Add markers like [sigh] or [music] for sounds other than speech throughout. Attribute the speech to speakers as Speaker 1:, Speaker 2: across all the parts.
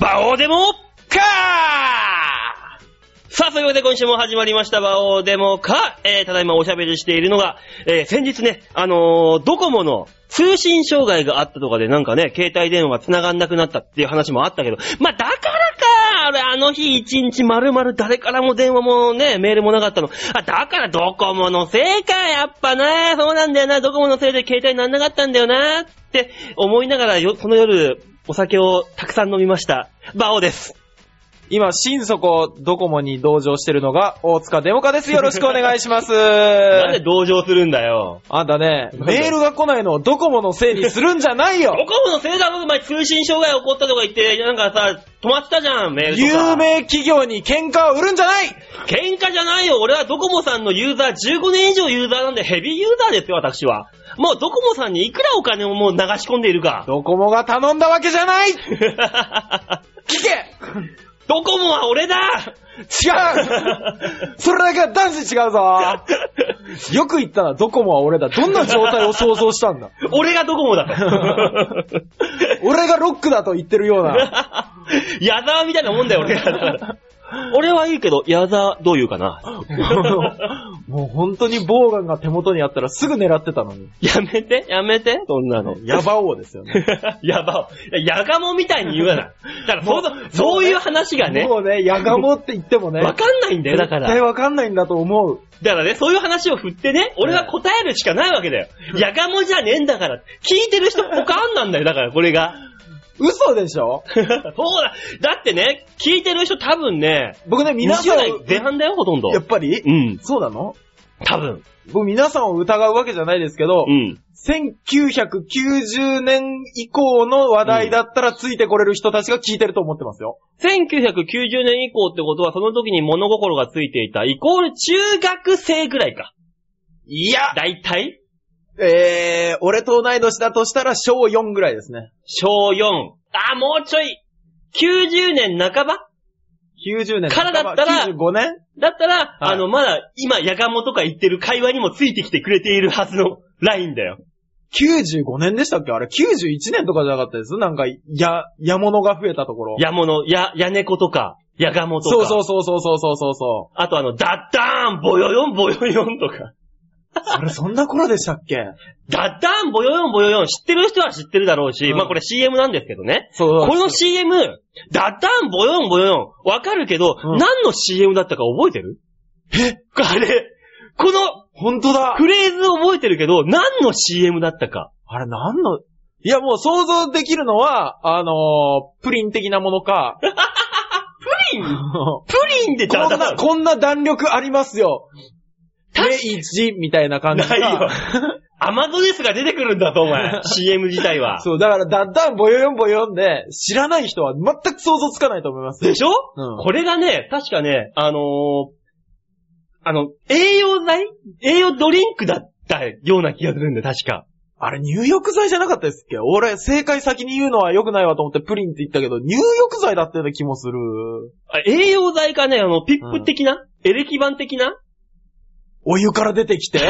Speaker 1: どうでもかさあ、というわけで今週も始まりました、バオでもか、えー、ただいまおしゃべりしているのが、えー、先日ね、あのードコモの通信障害があったとかでなんかね、携帯電話繋がんなくなったっていう話もあったけど、まあ、だからか、俺あの日一日まるまる誰からも電話もね、メールもなかったの。あ、だからドコモのせいか、やっぱな、そうなんだよな、ドコモのせいで携帯なんなかったんだよな、って思いながらよ、その夜、お酒をたくさん飲みました。バオです。
Speaker 2: 今、心底ドコモに同情してるのが、大塚デモカです。よろしくお願いし [laughs] ます。
Speaker 1: なんで同情するんだよ。
Speaker 2: あんたね、メールが来ないのをドコモのせいにするんじゃない
Speaker 1: ド
Speaker 2: [laughs] よ
Speaker 1: コモのせいだろ、お前通信障害起こったとか言って、なんかさ、止まってたじゃん、メールとか。
Speaker 2: 有名企業に喧嘩を売るんじゃない
Speaker 1: 喧嘩じゃないよ。俺はドコモさんのユーザー、15年以上ユーザーなんでヘビーユーザーですよ、私は。もうドコモさんにいくらお金をもう流し込んでいる [laughs] か。
Speaker 2: ドコモが頼んだわけじゃない聞け
Speaker 1: ドコモは俺だ
Speaker 2: [laughs] 違うそれだけは男子違うぞよく言ったな、ドコモは俺だ。どんな状態を想像したんだ
Speaker 1: 俺がドコモだ [laughs] と。
Speaker 2: 俺がロックだと言ってるよう [laughs] な。
Speaker 1: 矢沢みたいなもんだよ、俺がだから。 [laughs] 俺はいいけど、矢沢どう言うかな。
Speaker 2: もう本当にボーガンが手元にあったらすぐ狙ってたのに。
Speaker 1: やめて、やめて、そんなの。
Speaker 2: ヤバ王ですよね。
Speaker 1: [laughs] やば。やがもみたいに言うな。だから、そう
Speaker 2: もう
Speaker 1: そういう話がね、
Speaker 2: もうね、ヤガモって言ってもね。
Speaker 1: わかんないんだよ、だか
Speaker 2: 絶対
Speaker 1: ら。
Speaker 2: わかんないんだと思う。
Speaker 1: だからね、そういう話を振ってね、俺が答えるしかないわけだよ。やがもじゃねえんだから。聞いてる人他あんなんだよ、だから、これ
Speaker 2: [laughs]
Speaker 1: が。
Speaker 2: 嘘でしょ
Speaker 1: そうだ。だってね、聞いてる人多分ね、
Speaker 2: 僕ね、皆さ
Speaker 1: 20
Speaker 2: ん
Speaker 1: 代
Speaker 2: を、
Speaker 1: 前半だよ、ほとんど。
Speaker 2: やっぱり、
Speaker 1: うん。
Speaker 2: そうなの
Speaker 1: 多分。
Speaker 2: 僕皆さんを疑うわけじゃないですけど、
Speaker 1: うん。
Speaker 2: 1990年以降の話題だったらついてこれる人たちが聞いてると思ってますよ。
Speaker 1: 1990年以降ってことは、その時に物心がついていた、イコール中学生ぐらいか。
Speaker 2: いや、
Speaker 1: 大体
Speaker 2: えー、俺と同い年だとしたら小4ぐらいですね。
Speaker 1: 小4。あ、もうちょい !90 年半ば
Speaker 2: 90年
Speaker 1: からだったら
Speaker 2: 95年
Speaker 1: だったら、
Speaker 2: はい
Speaker 1: あの、まだ、今、ヤガモとか言ってる会話にもついてきてくれているはずのラインだよ。
Speaker 2: 95年でしたっけあれ91年とかじゃなかったですなんか、や、やものが増えたところ。
Speaker 1: ヤモの、ヤ、ヤネコとか、ヤガモとか。
Speaker 2: そうそうそうそうそうそうそうそ
Speaker 1: あとあの、ダッダーン、ボヨヨン、ボヨヨンとか。
Speaker 2: う。それそんな頃でしたっけ
Speaker 1: ダッダーン、ボヨヨン、ボヨヨン、知ってる人は知ってるだろうし、
Speaker 2: うん
Speaker 1: まあこれ CM なんですけどね。
Speaker 2: そう
Speaker 1: この CM、ダッダーン、ボヨヨン、ボヨヨン、わかるけど、
Speaker 2: うん
Speaker 1: 何の CM だったか覚えてるえあれ、この
Speaker 2: 本当だ
Speaker 1: フレーズ覚えてるけど、何の CM だったか。
Speaker 2: あれなんの、いやもう想像できるのは、あのー、プリン的なもの [laughs] か。プ
Speaker 1: リン
Speaker 2: こ
Speaker 1: プリンでダッダ
Speaker 2: ん
Speaker 1: ー
Speaker 2: な、
Speaker 1: ン。
Speaker 2: こんな弾力ありますよ。
Speaker 1: 確か
Speaker 2: 目一みたいな感じ
Speaker 1: ないよ
Speaker 2: が。。
Speaker 1: アマゾネスが出てくるんだぞ、お
Speaker 2: [laughs]
Speaker 1: 前。CM 自体は。
Speaker 2: そう、だから、だんだんぼよよんぼよんで、知らない人は全く想像つかないと思います。
Speaker 1: でしょ、
Speaker 2: うん
Speaker 1: これがね、確かね、あのーあの、栄養剤栄養ドリンクだったような気がするんだよ、確か。
Speaker 2: あれ、入浴剤じゃなかったですっけ俺、正解先に言うのは良くないわと思ってプリンって言ったけど、入浴剤だったような気もする。
Speaker 1: あ栄養剤かね、あの、ピップ的な、エレキ版的
Speaker 2: [laughs]
Speaker 1: な
Speaker 2: お湯から出てきて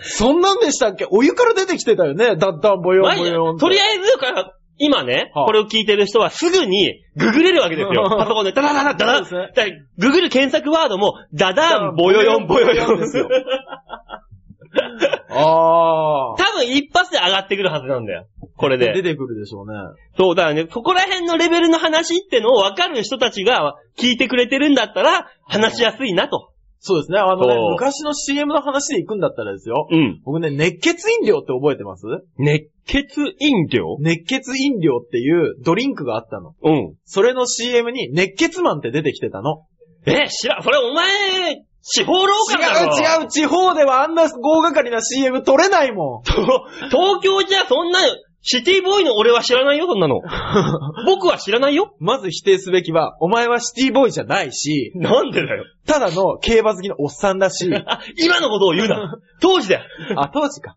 Speaker 2: そんなんでしたっけお湯から出てきてたよねだんだんぼよ
Speaker 1: まあ
Speaker 2: ん
Speaker 1: い
Speaker 2: ぼ
Speaker 1: いや
Speaker 2: よんって。
Speaker 1: とりあえず、から今ね、
Speaker 2: はあ
Speaker 1: これを聞いてる人はすぐにググれるわけですよ。パソコンで、ダダダダダダ
Speaker 2: そうで
Speaker 1: だからググる検索ワードも、ダダン、ボヨヨン、ボヨヨンです [laughs] よ。
Speaker 2: あ
Speaker 1: 多
Speaker 2: ー。
Speaker 1: 分一発で上がってくるはずなんだよ。これで。
Speaker 2: 出てくるでしょうね。
Speaker 1: そう、だからね、そこら辺のレベルの話ってのを分かる人たちが聞いてくれてるんだったら、話しやすいなと。
Speaker 2: そうですね。あのね
Speaker 1: そう、
Speaker 2: 昔の CM の話で行くんだったらですよ。
Speaker 1: うん。
Speaker 2: 僕ね、熱血飲料って覚えてます
Speaker 1: 熱血飲料
Speaker 2: 熱血飲料っていうドリンクがあったの。
Speaker 1: うん。
Speaker 2: それの CM に熱血マンって出てきてたの。
Speaker 1: え、知らん、それお前、地方ローカルだろ。う。
Speaker 2: 違う違う地方ではあんな大掛かりな CM 撮れないもん。
Speaker 1: [laughs] 東京じゃそんな、シティボーイの俺は知らないよ、そんなの。僕は知らないよ。
Speaker 2: まず否定すべきは、お前はシティボーイじゃないし、
Speaker 1: なんでだよ。
Speaker 2: ただの競馬好きのおっさんだし、
Speaker 1: あ、今のことを言うな。当時だよ。
Speaker 2: あ、当時か。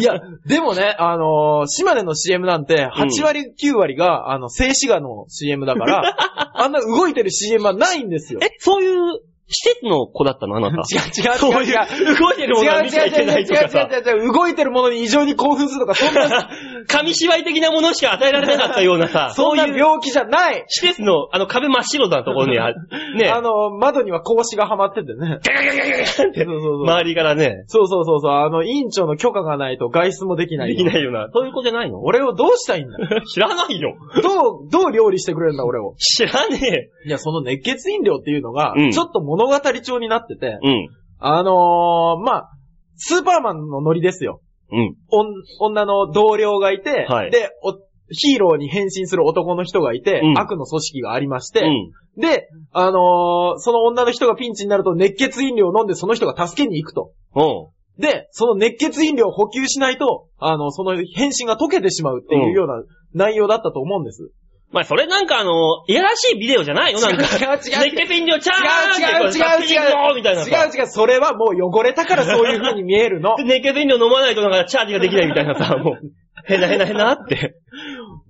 Speaker 2: いや、でもね、あのー島根の CM なんて、8割9割が、あの、静止画の CM だから、あんな動いてる CM はないんですよ。
Speaker 1: え、そういう施設の子だったのあなた。
Speaker 2: 違う違う違う。
Speaker 1: そういう
Speaker 2: 違う
Speaker 1: 動いてるものは見ちゃいけないとかさ
Speaker 2: 違う違う違う違う違う違う動いてるものに異常に興奮するとか、そんな、
Speaker 1: 紙芝居的なものしか与えられなかったようなさ、
Speaker 2: [laughs] そ
Speaker 1: そ
Speaker 2: ん
Speaker 1: う
Speaker 2: な
Speaker 1: いう
Speaker 2: 病気じゃない。
Speaker 1: 施設のあの壁真っ白なところにあ、ね、
Speaker 2: あの、窓には格子がはまっててね。
Speaker 1: ガガガガガガガって
Speaker 2: そうそうそう
Speaker 1: 周りからね、
Speaker 2: そうそうそうそう、あの、委員長の許可がないと外出もできな
Speaker 1: で
Speaker 2: い。
Speaker 1: きないような、そういう子じゃないの
Speaker 2: 俺をどうしたいんだ
Speaker 1: 知らないよ。
Speaker 2: どう、どう料理してくれるんだ、俺を。
Speaker 1: 知らね
Speaker 2: いや、その熱血飲料っていうのが、
Speaker 1: うん
Speaker 2: ちょっと物語調になってて、
Speaker 1: え。うん。
Speaker 2: あのー、まあ、スーパーマンのノリですよ。
Speaker 1: うん。
Speaker 2: おん女の同僚がいて、
Speaker 1: はい
Speaker 2: で、おヒーローに変身する男の人がいて、
Speaker 1: うん
Speaker 2: 悪の組織がありまして、
Speaker 1: うん。
Speaker 2: で、あのーその女の人がピンチになると熱血飲料を飲んでその人が助けに行くと。
Speaker 1: おう
Speaker 2: で、その熱血飲料を補給しないと、あの、その変身が溶けてしまうっていうような内容だったと思うんです。
Speaker 1: まあ、それなんかあの、いやらしいビデオじゃないのなんか。
Speaker 2: 違う違う違う
Speaker 1: 熱血飲料チャー
Speaker 2: 違う違う違う違う
Speaker 1: ンってこれ助けに行こみたいな
Speaker 2: 違
Speaker 1: さ。
Speaker 2: う違う、それはもう汚れたからそういう風に見えるの。
Speaker 1: で熱血飲料飲まないとなんかチャージができないみたいなさ、もう。へなへなへなって。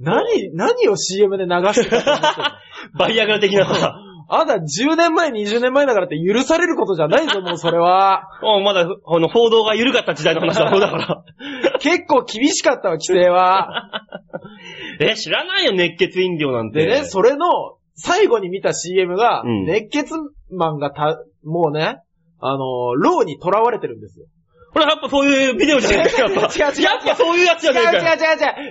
Speaker 2: 何、何を CM で流してたの
Speaker 1: バイアグラ的なさ。
Speaker 2: あんた10年前、20年前だからって許されることじゃないぞ、もうそれは。
Speaker 1: おうまだ、この報道が緩かった時代の話だ、そうだ
Speaker 2: [laughs]
Speaker 1: から。
Speaker 2: 結構厳しかったわ、規制は。
Speaker 1: え、知らないよ、熱血飲料なんて。
Speaker 2: でね、それの、最後に見た CM が、
Speaker 1: うん
Speaker 2: 熱血マンがた、もうね、あの、牢に囚われてるんですよ。
Speaker 1: ほら、やっぱそういうビデオじゃねえか、やっぱ。
Speaker 2: 違う違う違う
Speaker 1: やっぱそういうやつじ
Speaker 2: 違
Speaker 1: ゃ
Speaker 2: う違
Speaker 1: ね
Speaker 2: う
Speaker 1: えかよ。
Speaker 2: 違う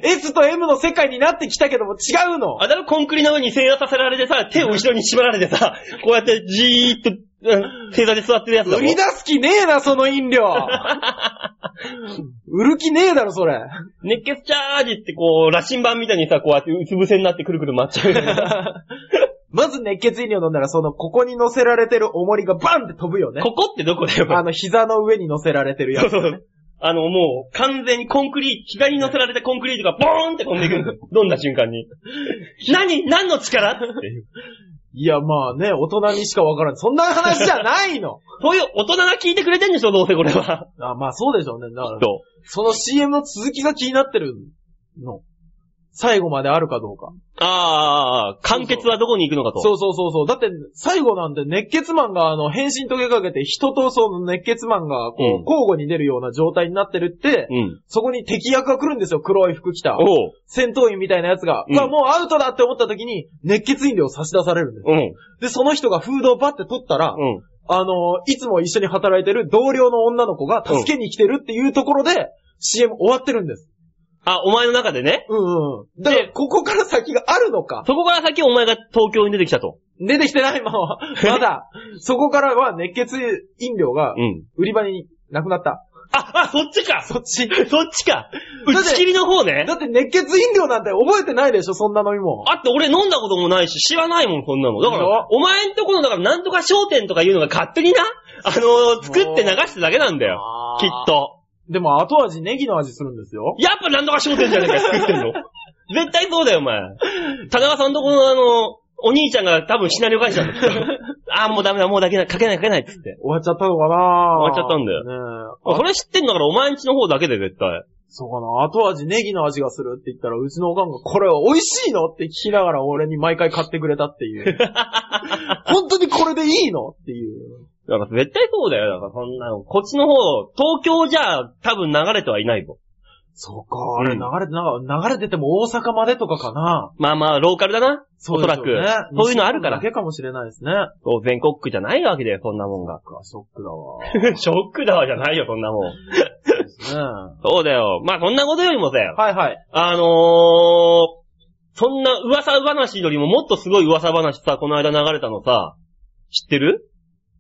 Speaker 2: 違う !S と M の世界になってきたけども違うの
Speaker 1: あ、だからコンクリの上に正座させられてさ、手を後ろに縛られてさ、こうやってじーっと、うん正座で座ってるやつだろ
Speaker 2: [laughs] 売り出す気ねえな、その飲
Speaker 1: [laughs]
Speaker 2: 料売る気ねえだろ、それ。
Speaker 1: 熱血チャージってこう、羅針盤みたいにさ、こうやってうつ伏せになってくるくる回っちゃうよね。
Speaker 2: まず熱血飲料飲んだら、その、ここに乗せられてる重りがバンって飛ぶ [laughs] よね。
Speaker 1: ここってどこだよ、
Speaker 2: あの、膝の上に乗せられてるや
Speaker 1: そう
Speaker 2: つ。
Speaker 1: そう。あの、もう、完全にコンクリート、左に乗せられてコンクリートがボーンって飛んでいくんだよ。
Speaker 2: [laughs]
Speaker 1: どんな瞬間に。何何の力っていう。
Speaker 2: いや、まあね、大人にしかわからん。そんな話じゃないの
Speaker 1: そういう大人が聞いてくれてんでしょ、どうせこれは。
Speaker 2: あまあ、そうでしょうね。だから
Speaker 1: と。
Speaker 2: その CM の続きが気になってるの。最後まであるかどうか。
Speaker 1: ああ、完結はどこに行くのかと。
Speaker 2: そうそうそうそう。だって、最後なんで熱血マンが、あの、変身遂げかけて、人とその熱血マンが、こう、
Speaker 1: うん
Speaker 2: 交互に出るような状態になってるって、
Speaker 1: うん。
Speaker 2: そこに敵役が来るんですよ、黒い服着た。
Speaker 1: おう。
Speaker 2: 戦闘員みたいなやつが、
Speaker 1: うん
Speaker 2: うわ、もうアウトだって思った時に、熱血飲料を差し出されるんです。
Speaker 1: うん。
Speaker 2: で、その人がフードをバッて取ったら、
Speaker 1: うん。
Speaker 2: あのーいつも一緒に働いてる同僚の女の子が助けに来てるっていうところで、CM 終わってるんです。
Speaker 1: あ、お前の中でね。
Speaker 2: うんうん。だから、ここから先があるのか。
Speaker 1: そこから先お前が東京に出てきたと。
Speaker 2: 出てきてないもん。
Speaker 1: [laughs]
Speaker 2: まだ。そこからは熱血飲料が
Speaker 1: ん。
Speaker 2: 売り場になくなった。
Speaker 1: あ、あ、そっちかそ
Speaker 2: そっち。
Speaker 1: っちか打ち切りの方ね
Speaker 2: だ。って熱血飲料なんて覚えてないでしょ、そんな飲み物。
Speaker 1: あって俺飲んだこともないし、知らないもん、こんなの。だか
Speaker 2: いい
Speaker 1: ら
Speaker 2: よ、
Speaker 1: お前んとこの、だから、なんとか商店とかいうのが勝手にな、あのー作って流してただけなんだよ。
Speaker 2: あー
Speaker 1: きっ。と。
Speaker 2: でも後味ネギの味するんですよ。
Speaker 1: やっぱなんとか商店じゃねえかよ、作ってん
Speaker 2: [laughs]
Speaker 1: の。絶対そうだよ、お前。田中さんとこの、あの、お兄ちゃんが多分シナリオ書いてたんだきっと。
Speaker 2: [laughs]
Speaker 1: あー、もうダメだ、もうだけない、書けない、書けない、つって。
Speaker 2: 終わっちゃったのかな
Speaker 1: 終わっちゃったんだよ
Speaker 2: よ。ねえ。
Speaker 1: あそれ知ってんだから、お前んちの方だけで、絶対。
Speaker 2: そうかな後味ネギの味がするって言ったら、うちのおかんが、これ美味しいのって聞きながら俺に毎回買ってくれたっ
Speaker 1: [laughs]
Speaker 2: ていう。本当にこれでいいのっていう。
Speaker 1: だから絶対そうだよ。だからそんなの。こっちの方、東京じゃ多分流れてはいないぞ。
Speaker 2: そうか、あれ
Speaker 1: うん
Speaker 2: 流れて、なんか流れてても大阪までとかかな
Speaker 1: まあまあ、ローカルだな。
Speaker 2: そ
Speaker 1: おそらくそういうのあるから
Speaker 2: だけかもしれないですね。
Speaker 1: そう全国区じゃないわけだよ、そんなもんが。
Speaker 2: か、ショックだ
Speaker 1: [laughs]
Speaker 2: わ。
Speaker 1: ショックだわじゃないよ、そんなもん。
Speaker 2: そうですね。
Speaker 1: そうだよ。まあそんなことよりもさ、
Speaker 2: はいはい。
Speaker 1: あのー、そんな噂話よりももっとすごい噂話さ、この間流れたのさ、知ってる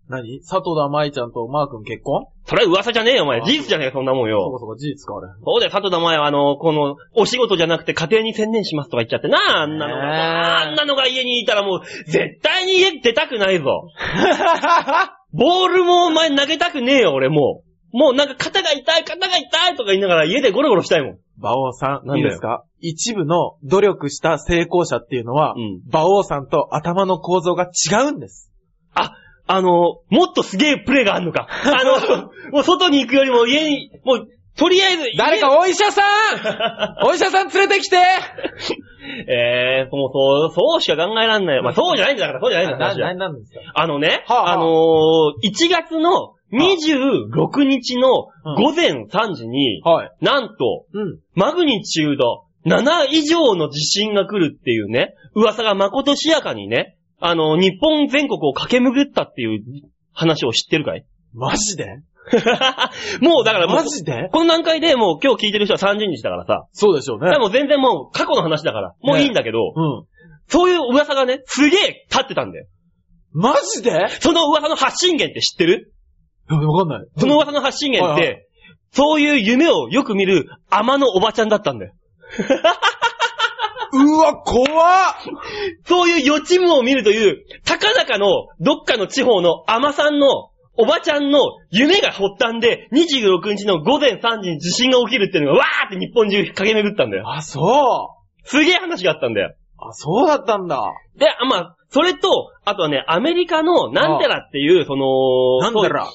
Speaker 2: 何佐藤田舞ちゃんとマー君結婚
Speaker 1: それは噂じゃねえよ、お前。
Speaker 2: あ
Speaker 1: 事実じゃねえよ、そんなもん
Speaker 2: そうか
Speaker 1: よ。
Speaker 2: そうか、事実か、あれ。
Speaker 1: そうだよ、佐藤田前はあの、この、お仕事じゃなくて家庭に専念しますとか言っちゃってな、あんなのが、
Speaker 2: ねえ
Speaker 1: あんなのが家にいたらもう、絶対に家出たく [laughs] ないぞ。ボールもお前投げたくねえよ、俺もう。もうなんか肩が痛い、肩が痛いとか言いながら家でゴロゴロしたいもん。
Speaker 2: 馬王さ
Speaker 1: 何
Speaker 2: ん、
Speaker 1: だよ
Speaker 2: いいですか一部の努力した成功者っていうのは、
Speaker 1: うん
Speaker 2: 馬王さんと頭の構造が違うんです。
Speaker 1: あ、
Speaker 2: [laughs]
Speaker 1: あの、もっとすげえプレーがあんのか。あの、もう外に行くよりも家に、もうとりあえず、
Speaker 2: 誰かお医者さ
Speaker 1: [laughs]
Speaker 2: んお医者さん連れてきて
Speaker 1: えー、もうそう、そうしか考えらんない。まあ、そうじゃないんだから、そうじゃないんだから、話は。
Speaker 2: なんですか
Speaker 1: あのね、
Speaker 2: はあはあ
Speaker 1: あのー、1月の26日の午前3時に、
Speaker 2: はい。
Speaker 1: なんと、
Speaker 2: うん。
Speaker 1: マグニチュード7以上の地震が来るっていうね、噂がまことしやかにね、あの、日本全国を駆け巡ったっていう話を知ってるかい [laughs]
Speaker 2: マジで
Speaker 1: もうだからもう
Speaker 2: マ、ジで
Speaker 1: この段階でもう今日聞いてる人は30日だからさ、
Speaker 2: そうでしょうね
Speaker 1: で。も全然もう過去の話だから、もういいんだけど、
Speaker 2: うん。
Speaker 1: そういう噂がね、すげえ立ってたんだよ。
Speaker 2: マジで
Speaker 1: その噂の発信源って知ってる
Speaker 2: えわかんない。
Speaker 1: その噂の発信源っ
Speaker 2: はいは
Speaker 1: て、そういう夢をよく見る天のおばちゃんだったんだよ。
Speaker 2: うわ、怖っ
Speaker 1: そういう予知夢を見るという、高々のどっかの地方の甘さんのおばちゃんの夢が発端で、26日の午前3時に地震が起きるっていうのがわーって日本中駆け巡ったんだよ。
Speaker 2: あ、そう。
Speaker 1: すげえ話があったんだよ。
Speaker 2: あ、そうだったんだ。
Speaker 1: で、あまあ、それと、あとはね、アメリカのなんたらっていう、その、
Speaker 2: なんだら。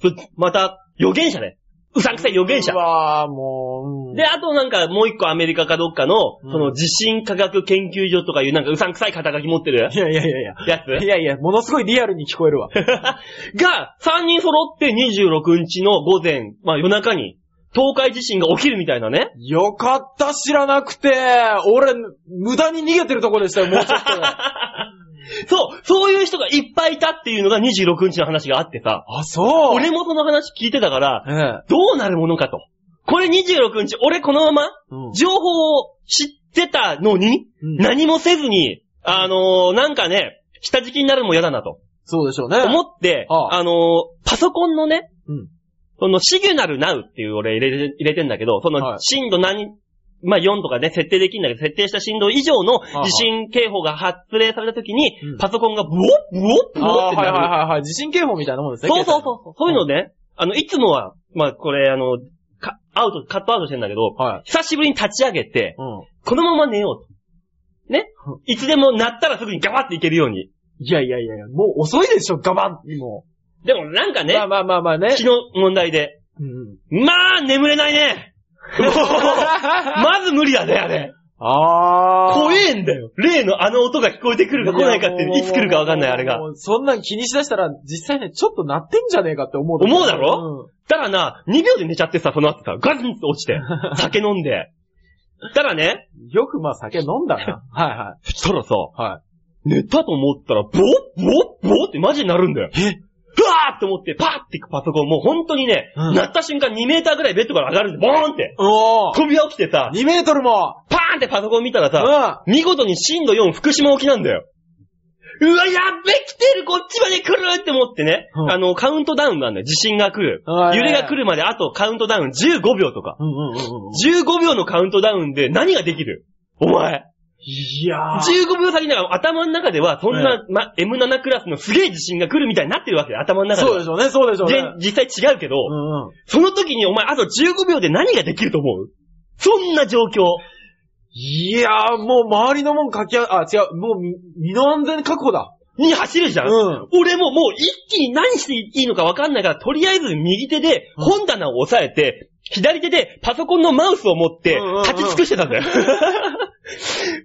Speaker 1: そうまた、予言者ね。うさんくさい予言者
Speaker 2: う。わーもう。うん
Speaker 1: で、、あとなんかもう一個アメリカかどっかの、
Speaker 2: うん
Speaker 1: その地震科学研究所とかいうなんかうさんくさい肩書き持ってる
Speaker 2: いやいやいやい [laughs]
Speaker 1: や
Speaker 2: や。い
Speaker 1: つ
Speaker 2: やいや、ものすごいリアルに聞こえるわ。
Speaker 1: [laughs] が、3人揃って26日の午前、まあ夜中に、東海地震が起きるみたいなね。
Speaker 2: よかった、知らなくて。俺、無駄に逃げてるとこでしたよ、もうちょっと。
Speaker 1: [laughs] そう、そういう人がいっぱいいたっていうのが26日の話があってさ、
Speaker 2: あ、そう。
Speaker 1: 俺もその話聞いてたから、
Speaker 2: ええ。
Speaker 1: どうなるものかと。これ26日、俺このまま、
Speaker 2: うん。
Speaker 1: 情報を知ってたのに、
Speaker 2: うん
Speaker 1: 何もせずに、あのーなんかね、下敷きになるのも嫌だなと
Speaker 2: そうでしょうね。
Speaker 1: 思って、
Speaker 2: ああ
Speaker 1: あのーパソコンのね、
Speaker 2: うん。
Speaker 1: そのシグナルナウっていう俺入れて入れてんだけど、そ
Speaker 2: は
Speaker 1: の
Speaker 2: い
Speaker 1: 震度何、まあ4とかね、設定できるんだけど、設定した震度以上の
Speaker 2: あ
Speaker 1: 地震警報が発令された時に
Speaker 2: うん、
Speaker 1: パソコンがブオッブオッブ
Speaker 2: あ
Speaker 1: オッっ
Speaker 2: あ
Speaker 1: て
Speaker 2: ー、はいは
Speaker 1: ないる。
Speaker 2: はいはい。地震警報みたいなもんですね。
Speaker 1: そうそうそう。そういうのね、あの、いつもは、まあこれあの、かアウト、カットアウトしてんだけど、
Speaker 2: はい。
Speaker 1: 久しぶりに立ち上げて、
Speaker 2: うん。
Speaker 1: このまま寝ようと。ね
Speaker 2: うん
Speaker 1: いつでも鳴ったらすぐにガバっていけるように。
Speaker 2: いやいやいやいや、もう遅いでしょ、ガバンも
Speaker 1: でもなんか
Speaker 2: う。ま
Speaker 1: ね、
Speaker 2: あまあまあまあね。
Speaker 1: 昨日問題で。
Speaker 2: うんうん。 [laughs]
Speaker 1: まあ、眠れないね
Speaker 2: [laughs]
Speaker 1: まず無理だね、あれ。
Speaker 2: あー。
Speaker 1: 怖えんだよ。例のあの音が聞こえてくるか来ないかっていう、いつ来るかわかんない、あれが。。
Speaker 2: そんなん気にしだしたら、実際ね、ちょっとなってんじゃねえかって思う。
Speaker 1: 思うだろただな、2秒で寝ちゃってさ、その後さ、ガツンと落ち
Speaker 2: [laughs]
Speaker 1: て、酒飲んで。ただね、
Speaker 2: うんよくまあ酒飲んだな。はいは
Speaker 1: そしたらさ、
Speaker 2: い。 [laughs] は
Speaker 1: 寝たと思ったら、ボッボッボッってマジになるんだよ。えふわーって思って、パーってパソコン、もう本当にね、
Speaker 2: うん
Speaker 1: 鳴った瞬間2メーターぐらいベッドから上がるんで、ボーンって。
Speaker 2: い。おー
Speaker 1: 飛び起きてさ、
Speaker 2: !2 メートルも
Speaker 1: パーンってパソコン見たら
Speaker 2: う
Speaker 1: さ、
Speaker 2: ん
Speaker 1: 見事に震度4福島沖なんだよ。うわ、やっべ、来てる、こっちまで来るって思ってね、
Speaker 2: うん
Speaker 1: あの、カウントダウンがあるんだよ。地震が来る。
Speaker 2: はい
Speaker 1: 揺れが来るまであとカウントダウン15秒とか。
Speaker 2: うんうんうんうん。
Speaker 1: 15秒のカウントダウンで何ができるお前。
Speaker 2: いやー。
Speaker 1: 15秒先なら頭の中では、そんな、ま、M7 クラスのすげえ地震が来るみたいになってるわけよ、頭の中で
Speaker 2: そう
Speaker 1: は。
Speaker 2: でしょうね、そうでしょうね。
Speaker 1: で実際違うけど、
Speaker 2: うんうん。
Speaker 1: その時にお前あと15秒で何ができると思うそんな状況。
Speaker 2: いやー、もう周りのもんかきあ、あ、違う、もうみ身の安全確保だ。
Speaker 1: に走るじゃん、
Speaker 2: うん
Speaker 1: 俺ももう一気に何していいのか分かんないから、とりあえず右手で
Speaker 2: うん
Speaker 1: 本棚を押さえて、左手でパソコンのマウスを持って
Speaker 2: うんうんうん、
Speaker 1: 立ち尽くしてたんだよ。 [laughs]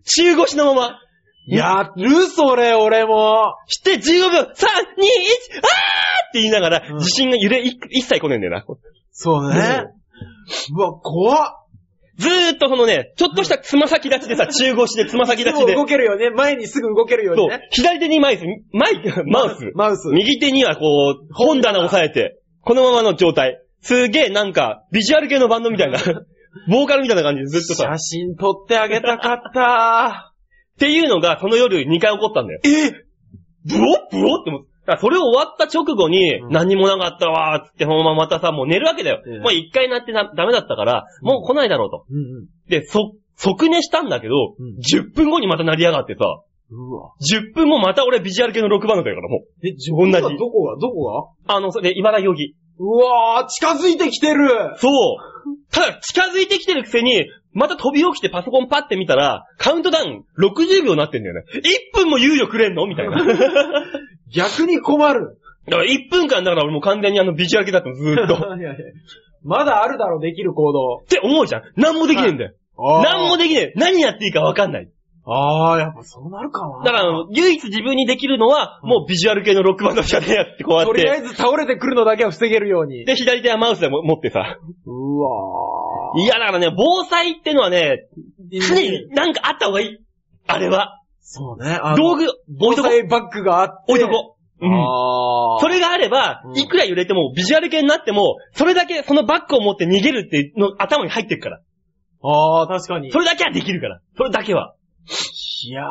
Speaker 1: 中腰のまま。
Speaker 2: やる、それ、俺も。
Speaker 1: して15秒、3、2、1、あーって言いながら、
Speaker 2: うん
Speaker 1: 地震が揺れい一切来ねえんだよな。
Speaker 2: そうね。うわ、怖っ。
Speaker 1: ずーっとそのね、ちょっとしたつま先立ちでさ、中腰でつま先
Speaker 2: す
Speaker 1: 立ち
Speaker 2: ぐ
Speaker 1: で。
Speaker 2: 動けるよね。前にすぐ動けるよう
Speaker 1: そ
Speaker 2: に
Speaker 1: う
Speaker 2: ね。。
Speaker 1: 左手にマイス、マイ、マウス。
Speaker 2: マウス。
Speaker 1: 右手にはこう、本棚を押さえて、このままの状態。すげえなんか、ビジュアル系のバンドみたい
Speaker 2: [laughs]
Speaker 1: な、ボーカルみたいな感じでずっとさ
Speaker 2: 写、真撮ってあげたかった
Speaker 1: っていうのがその夜2回起こったんだよ。
Speaker 2: え
Speaker 1: ブオッブオッって思って。だからそれを終わった直後に、
Speaker 2: うん
Speaker 1: 何もなかったわーっつって、そのまままたさ、もう寝るわけだよ
Speaker 2: ええ。
Speaker 1: もう一回なってなダメだったから、
Speaker 2: うん
Speaker 1: もう来ない [laughs] だろうと。
Speaker 2: うんうん。
Speaker 1: で、そ、即寝したんだけど
Speaker 2: うん、
Speaker 1: 10分後にまた鳴り上がってさ、
Speaker 2: うわ。
Speaker 1: 10分もまた俺ビジュアル系のロックバンドだから、もう。
Speaker 2: え、自
Speaker 1: 分が
Speaker 2: どこがどこ
Speaker 1: あの、それで、茨城沖。
Speaker 2: がうわー、近づいてきてる
Speaker 1: そう。ただ、近づいてきてるくせに、また飛び起きてパソコンパって見たら、カウントダウン60秒になってんだよね。1分も猶予くれんのみたい
Speaker 2: [laughs]
Speaker 1: な。だか
Speaker 2: 逆に困る。 [laughs]
Speaker 1: ら1分間だから俺もう完全にあのビジュアル系だったの、ずーっと。
Speaker 2: いやいやまだあるだろ、できる行動。
Speaker 1: て思うじゃん。何もできねえんだよ。何もできねえ。何やっていいかわかんない。
Speaker 2: あー、やっぱそうなるかな。
Speaker 1: だから、唯一自分にできるのは、もうビジュアル系のロックバンドしかねえやって、こうやっ
Speaker 2: とりあえ
Speaker 1: て。
Speaker 2: ず倒れてくるのだけは防げるように。
Speaker 1: で、左手はマウスでも持ってさ。
Speaker 2: うわー。
Speaker 1: いや、だからね、防災ってのはね、常になんかあった方がいい。あれは。
Speaker 2: そうね。あの
Speaker 1: 道具、置い
Speaker 2: 防
Speaker 1: とこう。
Speaker 2: 災バッグがあって。
Speaker 1: 置いとこう。うん。
Speaker 2: あー。
Speaker 1: それがあれば
Speaker 2: う、ん
Speaker 1: いくら揺れても、ビジュアル系になっても、それだけそのバッグを持って逃げるっていうの頭に入ってくから。
Speaker 2: あー、確かに。
Speaker 1: それだけはできるから。それだけは。
Speaker 2: いや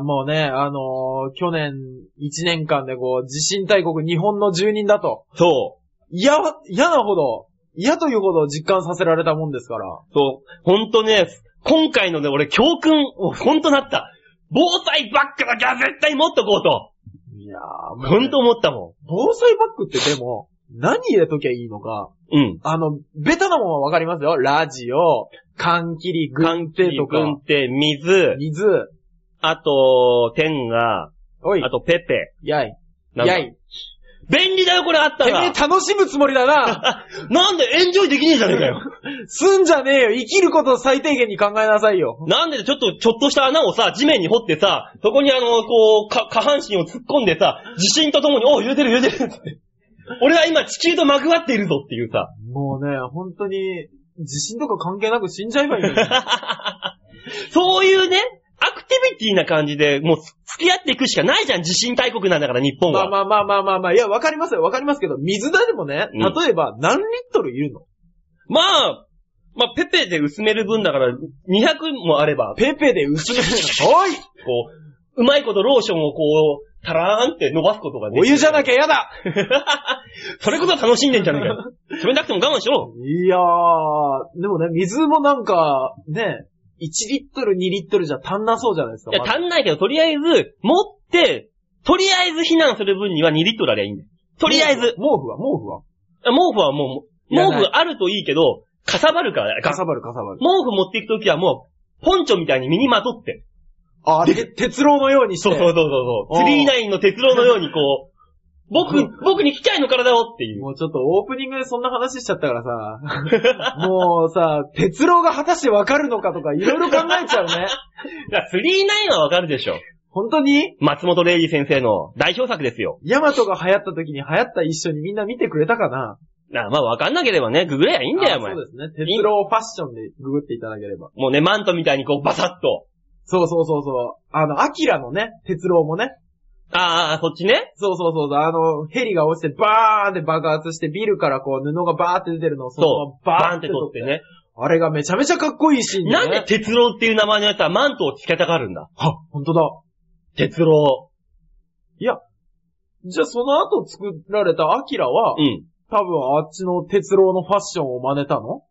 Speaker 2: ー、もうね、あのー去年1年間でこう、地震大国日本の住人だと、
Speaker 1: そう。
Speaker 2: 嫌、嫌なほど、嫌というほど実感させられたもんですから。
Speaker 1: そう、ほんとね、今回のね、俺教訓、ほんとなった。防災バッグだけは絶対持っとこうと。
Speaker 2: いやー、もう
Speaker 1: ほんと思ったも
Speaker 2: 防災バッグってでも、何入れときゃいいのか。
Speaker 1: ん。うん。
Speaker 2: あの、ベタなもんはわかりますよ。ラジオ、缶切り、軍手と
Speaker 1: 軍
Speaker 2: か、
Speaker 1: 手、水、
Speaker 2: 水、
Speaker 1: あと、天が、
Speaker 2: おい
Speaker 1: あ、とペペ。
Speaker 2: やい、
Speaker 1: なんだ
Speaker 2: やい。
Speaker 1: 便利だよ、これあった
Speaker 2: てめえ
Speaker 1: ら。
Speaker 2: 楽しむつもり
Speaker 1: [laughs]
Speaker 2: だな
Speaker 1: なんでエンジョイできねえじゃねえかよ。
Speaker 2: すんじゃねえよ生きることを最低限に考えなさいよ
Speaker 1: なんでちょっと、ちょっとした穴をさ、地面に掘ってさ、そこにあの、こう、か下半身を突っ込んでさ、地震とともに、おう揺れてる揺れてるっつって。俺は今地球とまくわっているぞっていうさ。
Speaker 2: もうね、本当に、地震とか関係なく死んじゃえば
Speaker 1: [laughs]
Speaker 2: いいのに。
Speaker 1: そういうね、アクティビティな感じで、もう付き合っていくしかないじゃん、地震大国なんだから、日本
Speaker 2: まあ
Speaker 1: は。
Speaker 2: まあまあまあまあまあ、いや、わかりますよ、わかりますけど、水だでもね、
Speaker 1: うん
Speaker 2: 例えば何リットルいるの、
Speaker 1: まあ、まあ、ペペで薄める分だから、200もあれば、
Speaker 2: ペペで薄め
Speaker 1: [laughs]
Speaker 2: るの。おい
Speaker 1: こう、うまいことローションをこう、タラーンって伸ばすことができる
Speaker 2: お湯じゃなきゃ嫌だ
Speaker 1: それこそ楽しんでんじゃねえかよ。冷たくても我慢しろ。
Speaker 2: いやー、でもね、水もなんか、ね、1リットル、2リットルじゃ足んなそうじゃないですか。
Speaker 1: いや、
Speaker 2: まず
Speaker 1: 足んないけど、とりあえず、持って、とりあえず避難する分には2リットルありゃいいんだよ。とりあえず、
Speaker 2: 毛布は、毛布は。
Speaker 1: 毛布はもう、
Speaker 2: いら
Speaker 1: 毛
Speaker 2: ない
Speaker 1: 布あるといいけど、かさばるから、
Speaker 2: かさばるかさばる。
Speaker 1: 毛布持っていくときはもう、ポンチョみたいに身にまとって。[laughs]
Speaker 2: あ、て鉄郎のようにして。
Speaker 1: そうそうそう [laughs] そうそう。
Speaker 2: おう
Speaker 1: 3-9の鉄郎のようにこう、僕、僕に来ちゃいの体をっていう。
Speaker 2: もうちょっとオープニングでそんな話しちゃったからさ、 [laughs] もうさ、鉄郎が果たしてわかるのかとかいろいろ考えちゃ
Speaker 1: [laughs]
Speaker 2: う
Speaker 1: だ
Speaker 2: ね。
Speaker 1: から3-9はわかるでしょ。
Speaker 2: 本当に
Speaker 1: 松本零士先生の代表作ですよ。
Speaker 2: ヤマトが流行った時に流行った一緒にみんな見てくれたかな
Speaker 1: だからまあわかんなければね、ググれやいいんだよ、お
Speaker 2: あ
Speaker 1: 前
Speaker 2: そ。うですね。鉄郎ファッションでググっていただければ。
Speaker 1: もうね、マントみたいにこうバサッと。
Speaker 2: そうそうそうそう。あの、アキラのね、鉄郎もね。
Speaker 1: あーあー、そっちね。
Speaker 2: そうそうそうそう。あの、ヘリが落ちてバーンって爆発してビルからこう布がバーって出てるのをそ
Speaker 1: そ
Speaker 2: の
Speaker 1: う。
Speaker 2: まま
Speaker 1: バ
Speaker 2: バ
Speaker 1: ー
Speaker 2: ー
Speaker 1: ン
Speaker 2: ン
Speaker 1: っ
Speaker 2: ってて
Speaker 1: 取
Speaker 2: 撮
Speaker 1: っ
Speaker 2: ってて
Speaker 1: ね
Speaker 2: ね。。あれがめちゃめちゃかっこいいシーンね。
Speaker 1: なんで鉄郎っていう名前のやつはマントをつけたがるんだ
Speaker 2: あ、ほんとだ。
Speaker 1: 鉄郎。
Speaker 2: じゃあその後作られたアキラは、
Speaker 1: うん。
Speaker 2: 多分あっちの鉄郎のファッションを真似たの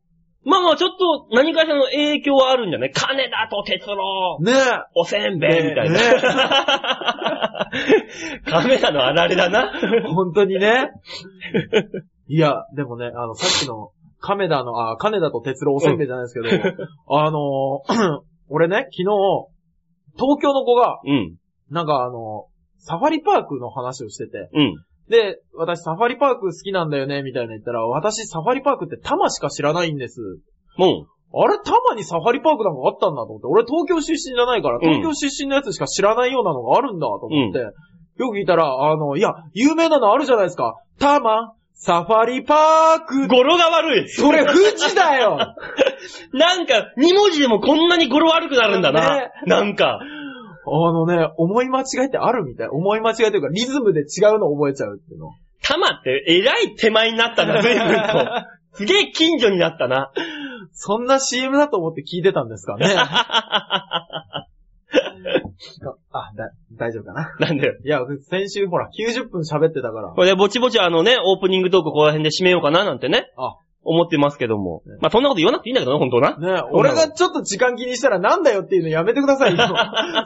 Speaker 1: まあまあ、ちょっと何かしらの影響はあるんじゃない金だと鉄郎。 [laughs]
Speaker 2: ねえ。
Speaker 1: おせんべいみたい [laughs] な。カメラのあられだな。
Speaker 2: 本当にね。いや、でもね、あの、さっきの、亀田の、あ、金田と哲郎おせんべいじゃないですけ
Speaker 1: [laughs]
Speaker 2: ど、あの、 [clears throat] 俺ね、昨日、東京の子が、
Speaker 1: うん、
Speaker 2: なんかあの、サファリパークの話をしてて、
Speaker 1: うん。
Speaker 2: で、私サファリパーク好きなんだよね、みたいな言ったら、私サファリパークってタマしか知らないんです。
Speaker 1: も
Speaker 2: あれ、タマにサファリパークなんかあったんだと思って、俺東京出身じゃないから、東京出身のやつしか知らないようなのがあるんだと思って、よく聞いたら、あの、いや、有名なのあるじゃないですか。タマ、サファリパ
Speaker 1: う、
Speaker 2: ーク。
Speaker 1: 語呂が悪い。
Speaker 2: それ、富士だよ
Speaker 1: なんか、2文字でもこんなに語呂悪くなるんだな
Speaker 2: ね。
Speaker 1: なんか、
Speaker 2: あのね、思い間違いってあるみたい。思い間違いというか、リズムで違うのを覚えちゃうっていうの。
Speaker 1: 玉ってえらい手前になったな、随分 [laughs] と。すげえ近所になったな。
Speaker 2: そんな CM だと思って聞いてたんですかね。あ、だ、大丈夫かな。
Speaker 1: [laughs] なんだよ。
Speaker 2: [laughs] いや、先週ほら、90分喋ってたから。
Speaker 1: これでぼちぼちあのね、オープニングトークここら辺で締めようかななんてね。
Speaker 2: あ
Speaker 1: 思ってますけども。まあ、そんなこと言わなくていいんだけどな、本当な。
Speaker 2: ね俺がちょっと時間気にしたらなんだよっていうのやめてくださ [laughs] いよ。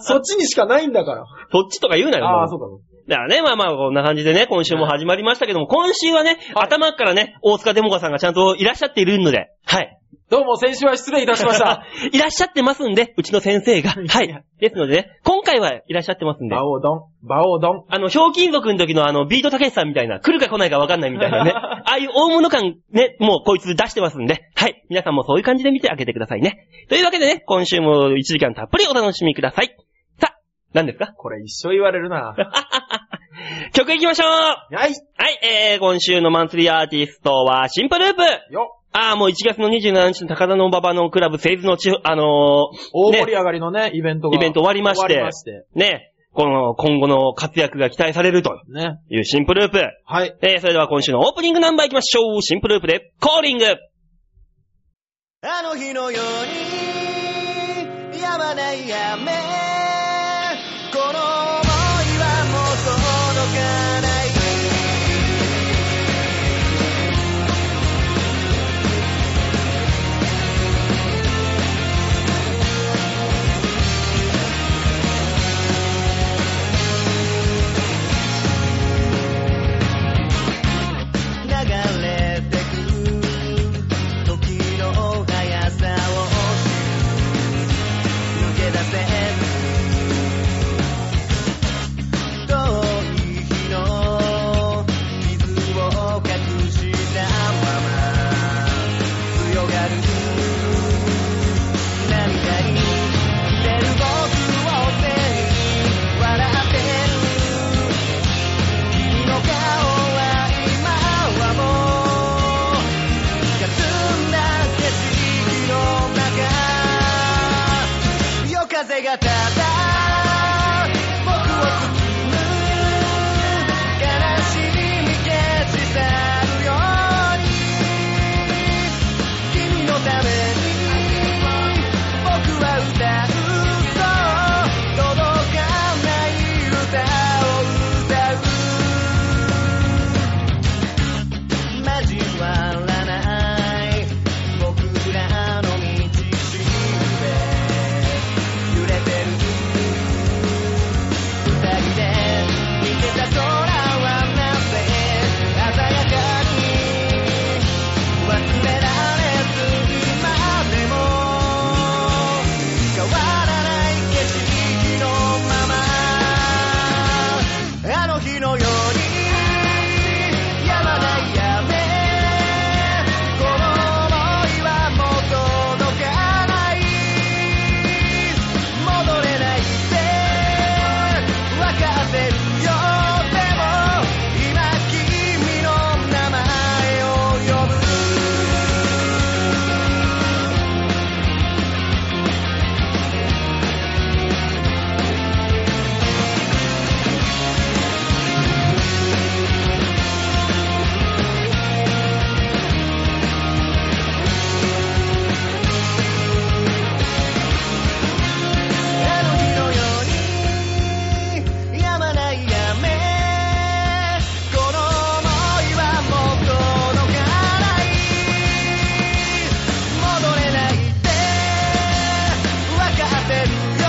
Speaker 2: そっちにしかないんだか
Speaker 1: そっちとか言うなよ。
Speaker 2: ら。
Speaker 1: もう
Speaker 2: ああ、そうか。
Speaker 1: だからね、まあまあ、こんな感じでね、今週も始まりましたけども、今週はね、頭からね、大塚デモカさんがちゃんといらっしゃっているので、はい。
Speaker 2: どうも、先週は失礼いたしました。
Speaker 1: [laughs] いらっしゃってますんで、うちの先生が。はい。ですのでね、今回はいらっしゃってますんで。
Speaker 2: [laughs] 馬王丼、馬王丼。
Speaker 1: あの、ひょうきん族の時のあの、ビートたけしさんみたいな、来るか来ないかわかんないみたい
Speaker 2: [laughs]
Speaker 1: なね。ああいう大物感ね、もうこいつ出してますんで。はい。皆さんもそういう感じで見てあげてくださいね。というわけでね、今週も1時間たっぷりお楽しみください。さあ、何ですか
Speaker 2: これ一生言われる [laughs] な。
Speaker 1: 曲行きましょうは
Speaker 2: はい、
Speaker 1: い、えー、今週のマンスリーアーティストは、シンプループ
Speaker 2: よ、
Speaker 1: ああ、もう1月の27日の高田の馬場のクラブ、セイズの地方、あの
Speaker 2: 大盛り上がりのね、イベントが。
Speaker 1: イベント終わりまして
Speaker 2: 終わりまして。
Speaker 1: ー、ね、この、今後の活躍が期待されると
Speaker 2: ね。
Speaker 1: いうシンプループ。
Speaker 2: はい。
Speaker 1: えー、それでは今週のオープニングナンバーいきましょう。シンプループで、コーリング
Speaker 3: あの日のように、やまない雨。この想いはもう届かない。流れてくる時の速さを抜け出せ遠い日の傷を隠したまま強がる涙に出る僕を背に笑ってる君の顔は今はもう霞んだ景色の中夜風がただ僕を包む悲しみ消し去るように君のために僕は歌うそう届かない歌を歌う交わらない僕らの道しるべ揺れてる二人で見てた空はなぜ鮮やかに忘れられず今でも変わらない景色のままあの日のようにやまない雨この想いはもう届かない戻れないってわかってるよでも今君の名前を呼ぶあの日のように止まない雨この想いはもう届かない戻れないってわかってるよ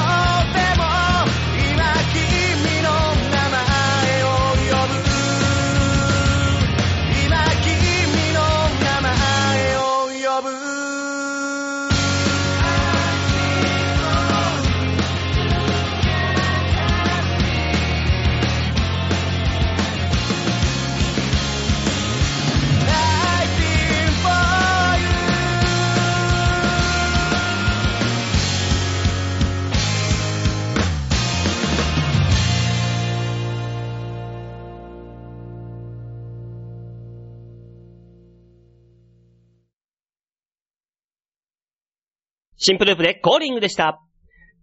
Speaker 3: でも今君の名前を呼ぶ今君の名前を呼ぶ「I've been for you」
Speaker 1: シンプループで、コーリングでした。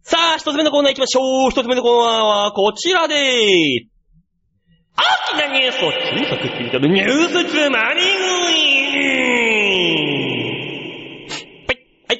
Speaker 1: さあ、一つ目のコーナー行きましょう。一つ目のコーナーはこちらでーす。大きなニュースを小さく切り取るニュースつまり食いはい。はい。